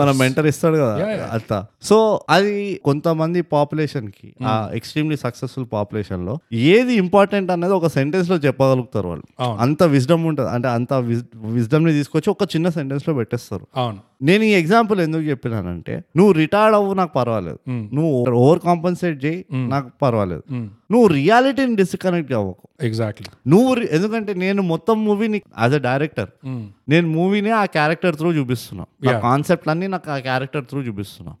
S1: మన మెంటర్ ఇస్తాడు కదా అట్లా సో అది కొంతమంది పాపులేషన్ కి ఆ ఎక్స్ట్రీమ్లీ సక్సెస్ఫుల్ పాపులేషన్ లో ఏది ఇంపార్టెంట్ అనేది ఒక సెంటెన్స్ లో చెప్పగలుగుతారు వాళ్ళు
S2: అవును.
S1: అంత విజ్డమ్ ఉంటుంది అంటే అంత విజ్డమ్ ని తీసుకొచ్చి ఒక చిన్న సెంటెన్స్ లో పెట్టేస్తారు
S2: అవును
S1: నేను ఈ ఎగ్జాంపుల్ ఎందుకు చెప్పినానంటే నువ్వు రిటైర్డ్ అవ్వు నాకు పర్వాలేదు
S2: మ్మ్.
S1: నువ్వు ఓవర్ కాంపన్సేట్ చేయి నాకు పర్వాలేదు నువ్వు రియాలిటీని డిస్కనెక్ట్ అవ్వకు
S2: ఎగ్జాక్ట్లీ
S1: నువ్వు రి- ఎందుకంటే నేను మొత్తం మూవీని యాజ్ అ డైరెక్టర్ నేను మూవీని ఆ క్యారెక్టర్ త్రూ చూపిస్తున్నా నా
S2: Yeah.
S1: కాన్సెప్ట్లన్నీ నాకు ఆ క్యారెక్టర్ త్రూ చూపిస్తున్నా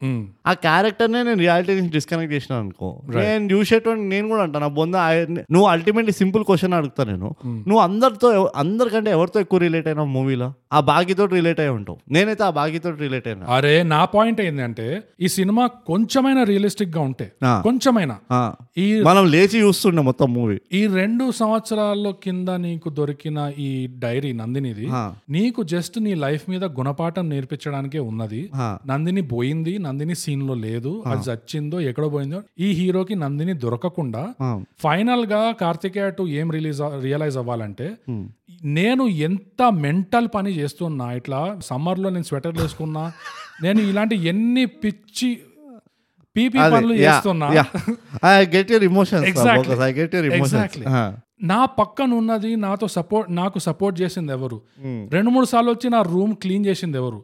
S1: ఆ క్యారెక్టర్నే నేను రియాలిటీ నుంచి డిస్కనెక్ట్ చేసిన అనుకో నేను చూసేటువంటి నేను కూడా అంటాను నా బొంద ఆయన- నువ్వు అల్టిమేట్లీ సింపుల్ క్వశ్చన్ అడుగుతా నేను నువ్వు అందరితో ఎవ- అందరికంటే ఎవరితో ఎక్కువ రిలేట్ అయినా మూవీలో ఆ బాకీతో రిలేట్ అయి ఉంటావు నేనైతే ఆ బాకీతో రిలేట్ అయినా
S2: అరే నా పాయింట్ ఏంటంటే ఈ సినిమా కొంచెమైనా రియలిస్టిక్ గా ఉంటే
S1: ఆ.
S2: కొంచెమైనా
S1: ఆ.
S2: ఈ
S1: మనం లేచి చూస్తుండే మొత్తం మూవీ
S2: ఈ రెండు సంవత్సరాల్లో కింద నీకు దొరికిన ఈ డైరీ నందినిది
S1: ఆ.
S2: నీకు జస్ట్ నీ లైఫ్ మీద గుణపాఠం నేర్పించడానికే ఉన్నది
S1: ఆ.
S2: నందిని పోయింది నందిని సీన్ లో లేదు అది చచ్చిందో ఎక్కడ పోయిందో ఈ హీరోకి నందిని దొరకకుండా ఫైనల్ గా కార్తికేయ టు ఏం రిలీజ్ రియలైజ్ అవ్వాలంటే నేను ఎంత మెంటల్ పని చేస్తున్నా ఇట్లా సమ్మర్ లో నేను స్వెటర్లు వేసుకున్నా నేను ఇలాంటి ఎన్ని పిచ్చి పీపీ పనులు చేస్తున్నా
S1: I get your
S2: Exactly.
S1: Emotions I get your
S2: Exactly.
S1: Emotions
S2: నా పక్కన ఉన్నది నాతో సపోర్ట్ నాకు సపోర్ట్ చేసింది ఎవరు రెండు మూడు సార్లు వచ్చి నా రూమ్ క్లీన్ చేసింది ఎవరు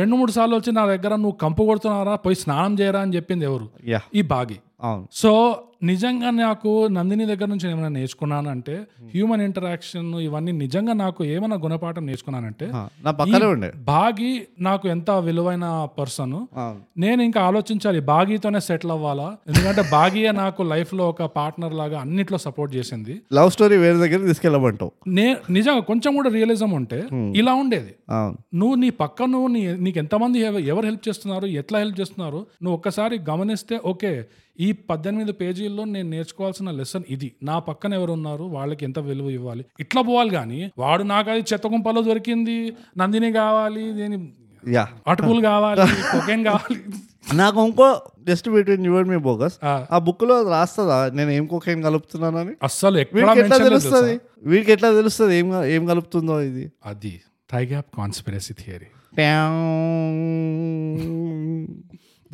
S2: రెండు మూడు సార్లు వచ్చి నా దగ్గర నువ్వు కంపు కొడుతున్నారా పోయి స్నానం చేయరా అని చెప్పింది ఎవరు
S1: యా
S2: ఈ బాగి
S1: అవును
S2: సో నిజంగా నాకు నందిని దగ్గర నుంచి ఏమైనా నేర్చుకున్నానంటే హ్యూమన్ ఇంటరాక్షన్ ఇవన్నీ నిజంగా నాకు ఏమైనా గుణపాఠం నేర్చుకున్నానంటే
S1: ఆ, Uh-huh. నా పక్కనే ఉండే
S2: బాగి నాకు ఎంత విలువైన పర్సన్
S1: అవును.
S2: నేను ఇంకా ఆలోచించాలి బాగీతోనే సెటిల్ అవ్వాలా ఎందుకంటే బాగియే నాకు లైఫ్ లో ఒక పార్ట్నర్ లాగా అన్నిట్లో సపోర్ట్ చేసింది
S1: లవ్ స్టోరీ వేరే దగ్గర తీసుకెళ్ళమంటావు
S2: నే నిజంగా కొంచెం కూడా రియలిజం ఉంటే ఇలా ఉండేది
S1: అవును
S2: నువ్వు నీ పక్క నువ్వు నీ నీకు ఎంతమంది ఎవ- ఎవరు హెల్ప్ చేస్తున్నారు ఎట్లా హెల్ప్ చేస్తున్నారు నువ్వు ఒక్కసారి గమనిస్తే ఓకే ఈ పద్దెనిమిది పేజీల్లో నేను నేర్చుకోవాల్సిన లెసన్ ఇది నా పక్కన ఎవరు ఉన్నారు వాళ్ళకి ఎంత విలువ ఇవ్వాలి ఇట్లా పోవాలి కానీ వాడు నాకు అది చెత్త గుంపలో దొరికింది నందిని కావాలి దీని
S1: యా
S2: అటుకులు
S1: <laughs>
S2: కావాలి కొకేన్ కావాలి
S1: నాకు ఇంకో just between you and me bogus
S2: ఆ.
S1: ఆ బుక్ లో రాస్తుందా నేను ఏం కోకేం కలుపుతున్నానని
S2: అస్సలు ఎక్కడ
S1: వీడికి ఎట్లా
S2: mention లేదు తెలుసా?
S1: తెలుస్తుంది వీడికి ఎట్లా తెలుస్తుంది ఏం ఏం కలుపుతుందో ఇది
S2: అది thigh gap conspiracy theory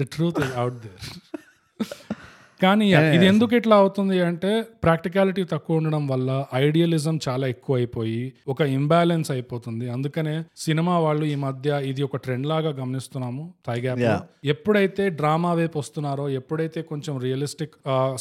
S2: the truth is out there కానీ ఇది ఎందుకు ఇట్లా అవుతుంది అంటే ప్రాక్టికాలిటీ తక్కువ ఉండడం వల్ల ఐడియలిజం చాలా ఎక్కువ అయిపోయి ఒక ఇంబ్యాలెన్స్ అయిపోతుంది అందుకనే సినిమా వాళ్ళు ఈ మధ్య ఇది ఒక ట్రెండ్ లాగా గమనిస్తున్నాము థైగ్యాప్ ఎప్పుడైతే డ్రామా వైపు వస్తున్నారో ఎప్పుడైతే కొంచెం రియలిస్టిక్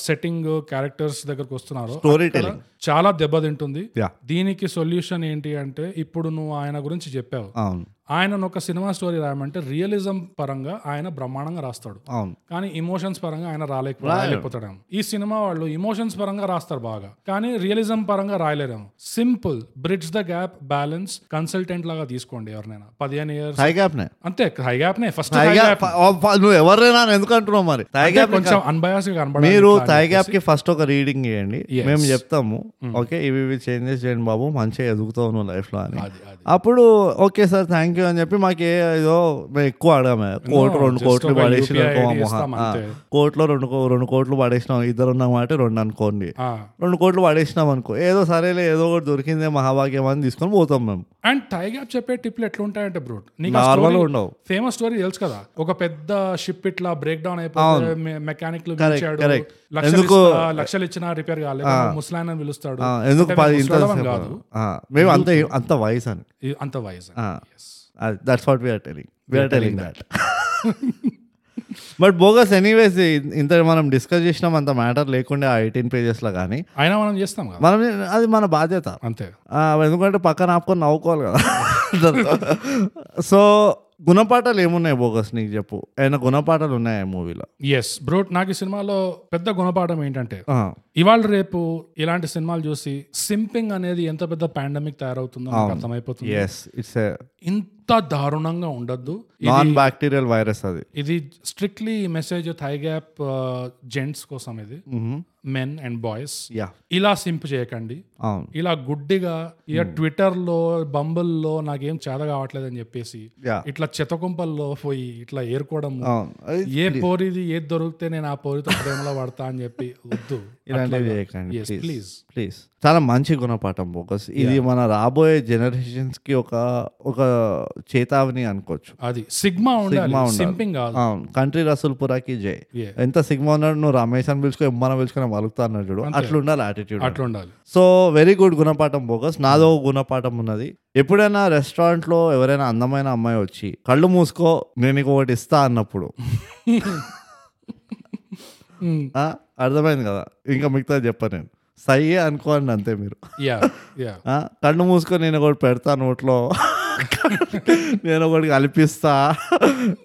S2: సెట్టింగ్ క్యారెక్టర్స్ దగ్గరకు వస్తున్నారో
S1: స్టోరీ
S2: అక్కడ చాలా దెబ్బతింటుంది
S1: Yeah.
S2: దీనికి సొల్యూషన్ ఏంటి అంటే ఇప్పుడు నువ్వు ఆయన గురించి చెప్పావు
S1: అవును
S2: ఆయనను ఒక సినిమా స్టోరీ రాయమంటే రియలిజం పరంగా ఆయన బ్రహ్మాండంగా రాస్తాడు
S1: అవును
S2: కానీ ఇమోషన్స్ పరంగా ఆయన రాలేకపో- రాయలేకపోతాడేమో ఈ సినిమా వాళ్ళు ఇమోషన్స్ పరంగా రాస్తారు బాగా కానీ రియలిజం పరంగా రాయలేరేమో simple bridge the gap balance consultant లాగా తీసుకోండి ఎవరినైనా పదిహేను ఇయర్స్
S1: థై గ్యాప్ నే
S2: అంతే హై గ్యాప్ నే ఫస్ట్
S1: థై గ్యాప్ నువ్వు ఎవరైనా అని ఎందుకు అంటున్నావు మరి థై గ్యాప్
S2: కొంచెం అన్బయాస్ గా
S1: మీరు
S2: కనబడాలి
S1: థై గ్యాప్ కి ఫస్ట్ ఒక రీడింగ్ చేయండి మేము చెప్తాము
S2: Hmm.
S1: ఓకే ఇవి ఇవి చేంజెస్ చేయండి బాబు మంచిగా ఎదుగుతావు నువ్వు లైఫ్ లో అని
S2: అది అది
S1: అప్పుడు okay sir thank thank you అని చెప్పి మాకే ఏదో మేము ఎక్కువ అడగామే కోట్లు రెండు
S2: just
S1: కోట్లు
S2: ఒక
S1: పడేసిన
S2: UPI ID ఇస్తాం అంతే.
S1: కోట్లో రెండు కో- రెండు కోట్లు పడేసినాం ఇద్దరు ఉన్నామంటే రెండు అనుకోండి రెండు కోట్లు పడేసినాం అనుకో ఏదో సరేలే ఏదో ఒకటి దొరికిందే మహాభాగ్యం అని తీసుకొని పోతాం మేము
S2: అండ్ టైగ్యాప్ చెప్పే టిప్లు ఎట్లా ఉంటాయంటే బ్రో
S1: నార్మల్ ఉండవు
S2: ఫేమస్ స్టోరీ తెలుసు కదా ఒక పెద్ద షిప్ ఇట్లా బ్రేక్ డౌన్
S1: అవును.
S2: అయిపోతే మెకానిక్
S1: Correct, correct.
S2: లక్షలు
S1: ఎందుకు-
S2: ఇస్తా- లక్షలు ఇచ్చినా రిపేర్ కాలేదు ముసలాయన అని పిలుస్తాడు
S1: ఆ, ఎందుకు
S2: అంటే
S1: పది
S2: మేము
S1: ఇంత
S2: ముసలాళ్ళం
S1: సేపు?
S2: కాదు
S1: ఆ, మేము అంత అంత వయసు అని
S2: ఇ- అంత వయసు
S1: Ah. That's what we're telling we're telling that <laughs> but bogus anyways ఇంత మనం డిస్కస్ చేసినాం అంత మ్యాటర్ లేకుండా ఆ ఎయిటీన్ పేజెస్లో కానీ
S2: అయినా మనం చేస్తాం కదా
S1: మనం అది మన బాధ్యత
S2: అంతే
S1: ఆ, ఎందుకంటే పక్కన ఆపుకొని నవ్వుకోవాలి కదా <laughs> సో గుణపాఠాలు ఏమున్నాయి బోగస్ నీకు చెప్పు ఏమైనా గుణపాఠాలు ఉన్నాయా మూవీలో
S2: ఎస్ బ్రో నాకు ఈ సినిమాలో పెద్ద గుణపాఠం ఏంటంటే ఇవాళ రేపు ఇలాంటి సినిమాలు చూసి సింపింగ్ అనేది ఎంత పెద్ద పాండమిక్ తయారవుతుందో నాకు అర్థమైపోతుంది
S1: ఎస్ ఇట్స్
S2: ఇంత దారుణంగా ఉండద్దు
S1: నాన్ బ్యాక్టీరియల్ వైరస్ అది
S2: ఇది strictly message thigh gap gents uh, కోసం ఇది మెన్ అండ్ బాయ్స్
S1: యా
S2: ఇలా సింప్ చేయకండి
S1: అవును
S2: ఇలా గుడ్డిగా ఇక
S1: Hmm.
S2: ట్విట్టర్లో బంబుల్లో నాకేం చేత కావట్లేదు అని చెప్పేసి
S1: Yeah. Uh,
S2: ఇట్లా చెత్తకుంపల్లో పోయి ఇట్లా ఏరుకోవడం
S1: అవును అది
S2: ఏ పోరిది ఏది దొరికితే నేను ఆ పోరితో ప్రేమలో పడతా అని
S1: <laughs>
S2: చెప్పి వద్దు
S1: ఇలాంటివి చేయకండి
S2: ఎస్ ప్లీజ్
S1: ప్లీజ్ చాలా మంచి గుణపాఠం బోగస్ ఇది మన రాబోయే జనరేషన్స్ కి ఒక ఒక చేతావని అనుకోవచ్చు
S2: అది సిగ్మా ఉండాలి
S1: సిగ్మా ఉండాలి.
S2: సింపింగ్ కాదు
S1: అవును కంట్రీ రసూల్పురాకి జై
S2: Yeah.
S1: ఎంత సిగ్మా ఉన్నాడు నువ్వు రమేష్ అని పిలుచుకో ఎమ్మన పిలుచుకొని మలుగుతా అన్నాడు చూడు అట్లా ఉండాలి యాటిట్యూడ్
S2: అట్లా ఉండాలి
S1: సో వెరీ గుడ్ గుణపాఠం బోగస్ నాదో ఒక గుణపాఠం ఉన్నది ఎప్పుడైనా restaurant లో ఎవరైనా అందమైన అమ్మాయి వచ్చి కళ్ళు మూసుకో నేను నీకు ఒకటి ఇస్తా అన్నప్పుడు
S2: Hmm.
S1: ఆ, అర్థమైంది కదా ఇంకా మిగతా చెప్పాను నేను సై అనుకోండి అంతే మీరు
S2: యా యా
S1: ఆ, కళ్ళు మూసుకొని నేను ఒకటి పెడతా నోట్లో నేను ఒకటి కల్పిస్తా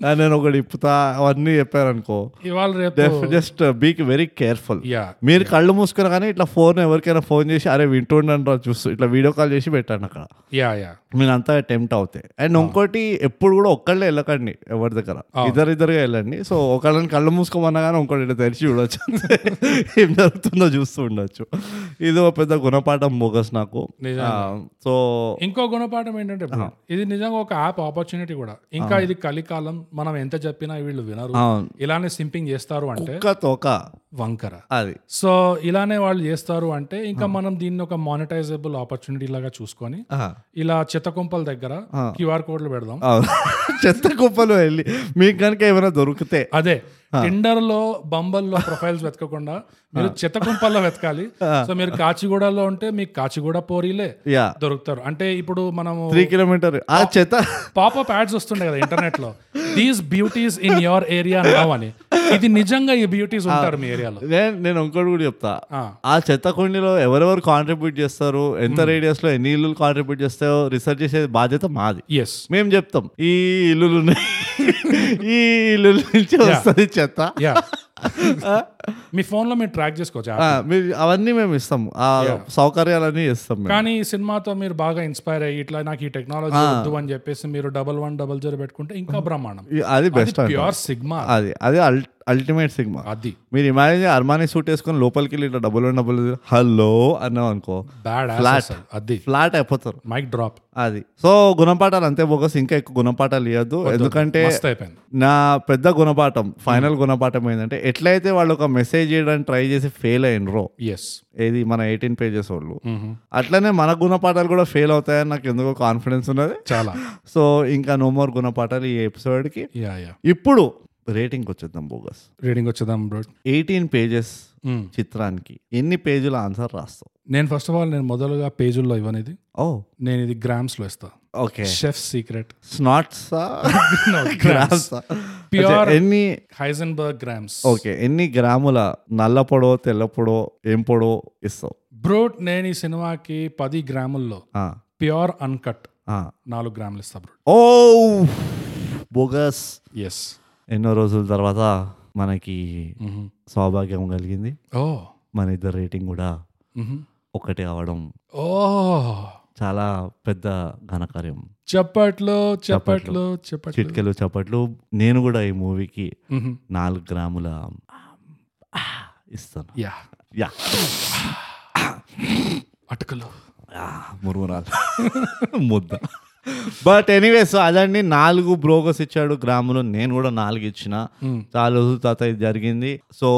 S1: ఆ, నేను ఒకటి ఇప్పుతా అవన్నీ చెప్పారనుకో
S2: ఇవాళ రేపు
S1: just be very careful
S2: yeah
S1: మీరు కళ్ళు మూసుకుని కానీ ఇట్లా ఫోన్ ఎవరికైనా ఫోన్ చేసి అరే వింటుండంటారు చూస్తూ ఇట్లా వీడియో కాల్ చేసి పెట్టండి అక్కడ
S2: యా యా
S1: మీరు అంతా అటెంప్ట్ అవుతాయి అండ్ ఇంకోటి ఎప్పుడు కూడా ఒక్కళ్ళే వెళ్ళకండి ఎవరి దగ్గర ఇద్దరిద్దరుగా వెళ్ళండి సో ఒకళ్ళని కళ్ళు మూసుకోమన్నా కానీ ఇంకోటి ఇట్లా తెరిచి చూడొచ్చు <laughs> ఏం జరుగుతుందో చూస్తూ ఉండొచ్చు ఇది ఒక పెద్ద గుణపాఠం మోగస్ నాకు సో
S2: ఇంకో గుణపాఠం ఏంటంటే ఇప్పుడు
S1: Uh-huh.
S2: ఇది నిజంగా ఒక యాప్ ఆపర్చునిటీ కూడా ఇంకా ఇది కలికాలం మనం ఎంత చెప్పినా వీళ్ళు వినరు
S1: అవును
S2: ఇలానే సింపింగ్ చేస్తారు అంటే
S1: కుక్క తోక
S2: వంకర
S1: అది
S2: సో ఇలానే వాళ్ళు చేస్తారు అంటే ఇంకా మనం దీన్ని ఒక మానిటైజబుల్ ఆపర్చునిటీ లాగా చూసుకొని
S1: ఆ.
S2: ఇలా చెత్తకుంపల దగ్గర క్యూఆర్ కోడ్లు పెడదాం
S1: అవును. చెత్త కుప్పలు వెళ్ళి మీకు కనుక ఏమైనా దొరికితే
S2: అదే Tinder లో బంబల్ లో ప్రొఫైల్స్ వెతకకుండా మీరు చెత్తకుంపల్లో వెతకాలి సో మీరు కాచిగూడలో ఉంటే మీకు కాచిగూడ పోరీలే
S1: యా
S2: దొరుకుతారు అంటే ఇప్పుడు మనము
S1: త్రీ కిలోమీటర్ ఆ చెత్త
S2: పాపప్ యాడ్స్ వస్తుండే కదా ఇంటర్నెట్ లో these beauties in your area now అని ఇది నిజంగా ఈ బ్యూటీస్ ఉంటారు మీ ఏరియాలో
S1: నేను నేను ఇంకోటి కూడా చెప్తా ఆ చెత్త కుండీలో ఎవరెవరు కాంట్రిబ్యూట్ చేస్తారు ఎంత రేడియస్ లో ఎన్ని ఇల్లులు కాంట్రిబ్యూట్ చేస్తాయో రీసెర్చ్ చేసే బాధ్యత మాది
S2: ఎస్
S1: మేము చెప్తాం ఈ ఇల్లులు ఉన్నాయి ఈ ఇల్లు నుంచి వస్తుంది చెత్త
S2: యా మీ ఫోన్ లో మీరు ట్రాక్ చేసుకోవచ్చు
S1: ఆ,
S2: app.
S1: మీరు అవన్నీ మేము ఇస్తాం ఆ సౌకర్యాలన్నీ ఇస్తాం మేము
S2: కానీ ఈ సినిమాతో మీరు బాగా ఇన్స్పైర్ అయ్యి ఇట్లా నాకు ఈ టెక్నాలజీ వద్దు అని చెప్పేసి మీరు డబల్ వన్ డబల్ జీరో పెట్టుకుంటే ఇంకా బ్రహ్మాండం
S1: ఇ- అది బెస్ట్ అంట
S2: ప్యూర్ సిగ్మా
S1: అది అది అల్టిమేట్ సిగ్మా
S2: అది
S1: మీరు ఇమాజిన్ అర్మానీ సూట్ వేసుకొని లోపలికి వెళ్ళి ఇట్లా డబ్బులు డబ్బులు హలో అన్నాం అనుకో
S2: బ్యాడ్ అది
S1: ఫ్లాట్ అయిపోతారు
S2: మైక్ డ్రాప్
S1: అది సో గుణపాఠాలు అంతే బోగస్ ఇంకా ఎక్కువ గుణపాఠాలు ఇవ్వద్దు ఎందుకంటే
S2: మస్త్ అయిపోయింది
S1: నా పెద్ద గుణపాఠం ఫైనల్ గుణపాఠం ఏంటంటే ఎట్లయితే వాళ్ళు ఒక మెసేజ్ చేయడానికి ట్రై చేసి ఫెయిల్ అయినరో
S2: ఎస్
S1: ఏది మన ఎయిటీన్ పేజెస్ వాళ్ళు అట్లనే మన గుణపాఠాలు కూడా ఫెయిల్ అవుతాయని నాకు ఎందుకో కాన్ఫిడెన్స్ ఉన్నది
S2: చాలా
S1: సో ఇంకా నో మోర్ గుణపాఠాలు ఈ ఎపిసోడ్కి
S2: యా యా
S1: ఇప్పుడు రేటింగ్ వచ్చేద్దాం బోగస్
S2: రీడింగ్ వచ్చేద్దాం బ్రో
S1: ఎయిటీన్ పేజెస్ చిత్రానికి ఎన్ని పేజీల ఆన్సర్ రాస్తావు
S2: నేను ఫస్ట్ ఆఫ్ ఆల్ నేను మొదలుగా పేజీల్లో ఇవ్వనిది
S1: ఓ
S2: నేను ఇది గ్రామ్స్ లో ఇస్తా
S1: ఓకే
S2: షెఫ్ సీక్రెట్
S1: స్నాట్స్
S2: ప్యూర్
S1: ఎన్ని
S2: హైజన్బర్గ్ గ్రామ్స్
S1: ఓకే ఎన్ని గ్రాముల నల్ల పొడో తెల్ల పొడో ఏం పొడో ఇస్తావు
S2: బ్రోట్ నేను ఈ సినిమాకి పది గ్రాముల్లో
S1: ఆ,
S2: ప్యూర్ అన్కట్
S1: ఆ.
S2: నాలుగు గ్రాములు ఇస్తా బ్రోట్
S1: ఓ బోగస్
S2: ఎస్
S1: ఎన్నో రోజుల తర్వాత మనకి
S2: Mm-hmm.
S1: సౌభాగ్యం కలిగింది
S2: ఓ
S1: మన ఇద్దరు రేటింగ్ కూడా ఒకటి అవడం
S2: ఓ
S1: చాలా పెద్ద ఘనకార్యం
S2: చప్పట్లు చప్పట్లు చప్పట్లు
S1: చిట్కలు చప్పట్లు నేను కూడా ఈ మూవీకి నాలుగు గ్రాముల ఆ, ఇస్తాను
S2: యా
S1: యా
S2: అటుకలు
S1: ఆ, మురుమురాలు ముద్ద బట్ ఎనీవేస్ అదండి నాలుగు బ్రోకర్స్ ఇచ్చాడు గ్రాములు నేను కూడా నాలుగు ఇచ్చిన
S2: Hmm.
S1: చాలా రోజుల తర్వాత ఇది జరిగింది so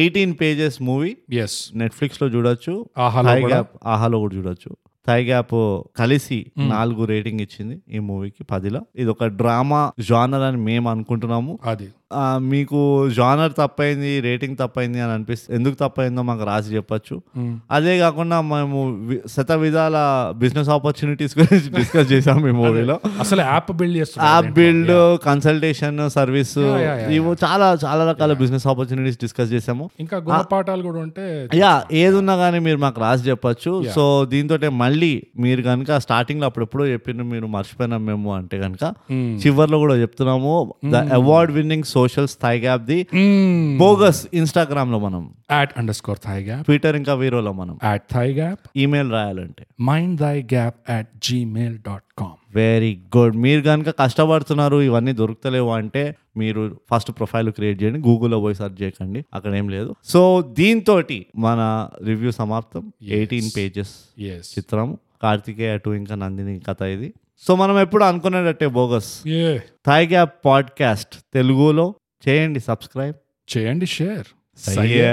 S1: eighteen pages movie
S2: yes
S1: Netflix లో చూడొచ్చు
S2: ఆహాలో
S1: థై
S2: కూడా
S1: గ్యాప్ ఆహాలో కూడా చూడొచ్చు థై గ్యాప్ కలిసి
S2: Hmm.
S1: నాలుగు రేటింగ్ ఇచ్చింది ఈ మూవీకి పదిలో ఇది ఒక డ్రామా జానర్ అని మేము అనుకుంటున్నాము
S2: అది
S1: ఆ, మీకు జానర్ తప్పైంది రేటింగ్ తప్పైంది అని అనిపిస్తుంది ఎందుకు తప్పైందో మాకు రాసి చెప్పొచ్చు
S2: Mm.
S1: అదే కాకుండా మేము వి- శత విధాల బిజినెస్ ఆపర్చునిటీస్ గురించి డిస్కస్ చేసాం ఈ మూవీలో
S2: అసలు యాప్ బిల్డ్
S1: యాప్
S2: చేస్తున్నారు
S1: build consultation service
S2: Yeah, yeah, yeah,
S1: ఇవి చాలా చాలా రకాల బిజినెస్ ఆపర్చునిటీస్ డిస్కస్ చేసాము
S2: ఇంకా గుణపాఠాలు కూడా ఉంటే
S1: యా ఏదున్నా కానీ మీరు మాకు రాసి చెప్పొచ్చు సో దీంతో మళ్ళీ మీరు కనుక స్టార్టింగ్ లో అప్పుడెప్పుడో చెప్పిండ్రు మీరు మర్చిపోయినాం మేము అంటే కనుక
S2: Mm.
S1: చివర్లో కూడా చెప్తున్నాము the
S2: Hmm.
S1: Award winning social స్థాయి గ్యాప్ ది
S2: మ్మ్.
S1: బోగస్ ఇన్స్టాగ్రామ్ లో మనం
S2: at under score thigh gap
S1: Twitter ఇంకా వీరోలో మనం
S2: యాట్ థై గ్యాప్
S1: ఈమెయిల్ రాయాలంటే
S2: mind thigh gap at Gmail dot com
S1: very good మీరు కనుక కష్టపడుతున్నారు ఇవన్నీ దొరుకుతలేవు అంటే మీరు ఫస్ట్ ప్రొఫైల్ క్రియేట్ చేయండి గూగుల్లో పోయి సెర్చ్ చేయకండి అక్కడ ఏం లేదు సో దీంతో మన రివ్యూ సమాప్తం ఎయిటీన్ పేజెస్
S2: ఎస్
S1: చిత్రం కార్తికేయ టూ ఇంకా నందిని కథ ఇది సో మనం ఎప్పుడు అనుకునేటట్టే bogus
S2: a
S1: thigh gap podcast తెలుగులో చేయండి సబ్స్క్రైబ్
S2: చేయండి షేర్
S1: సయ్యే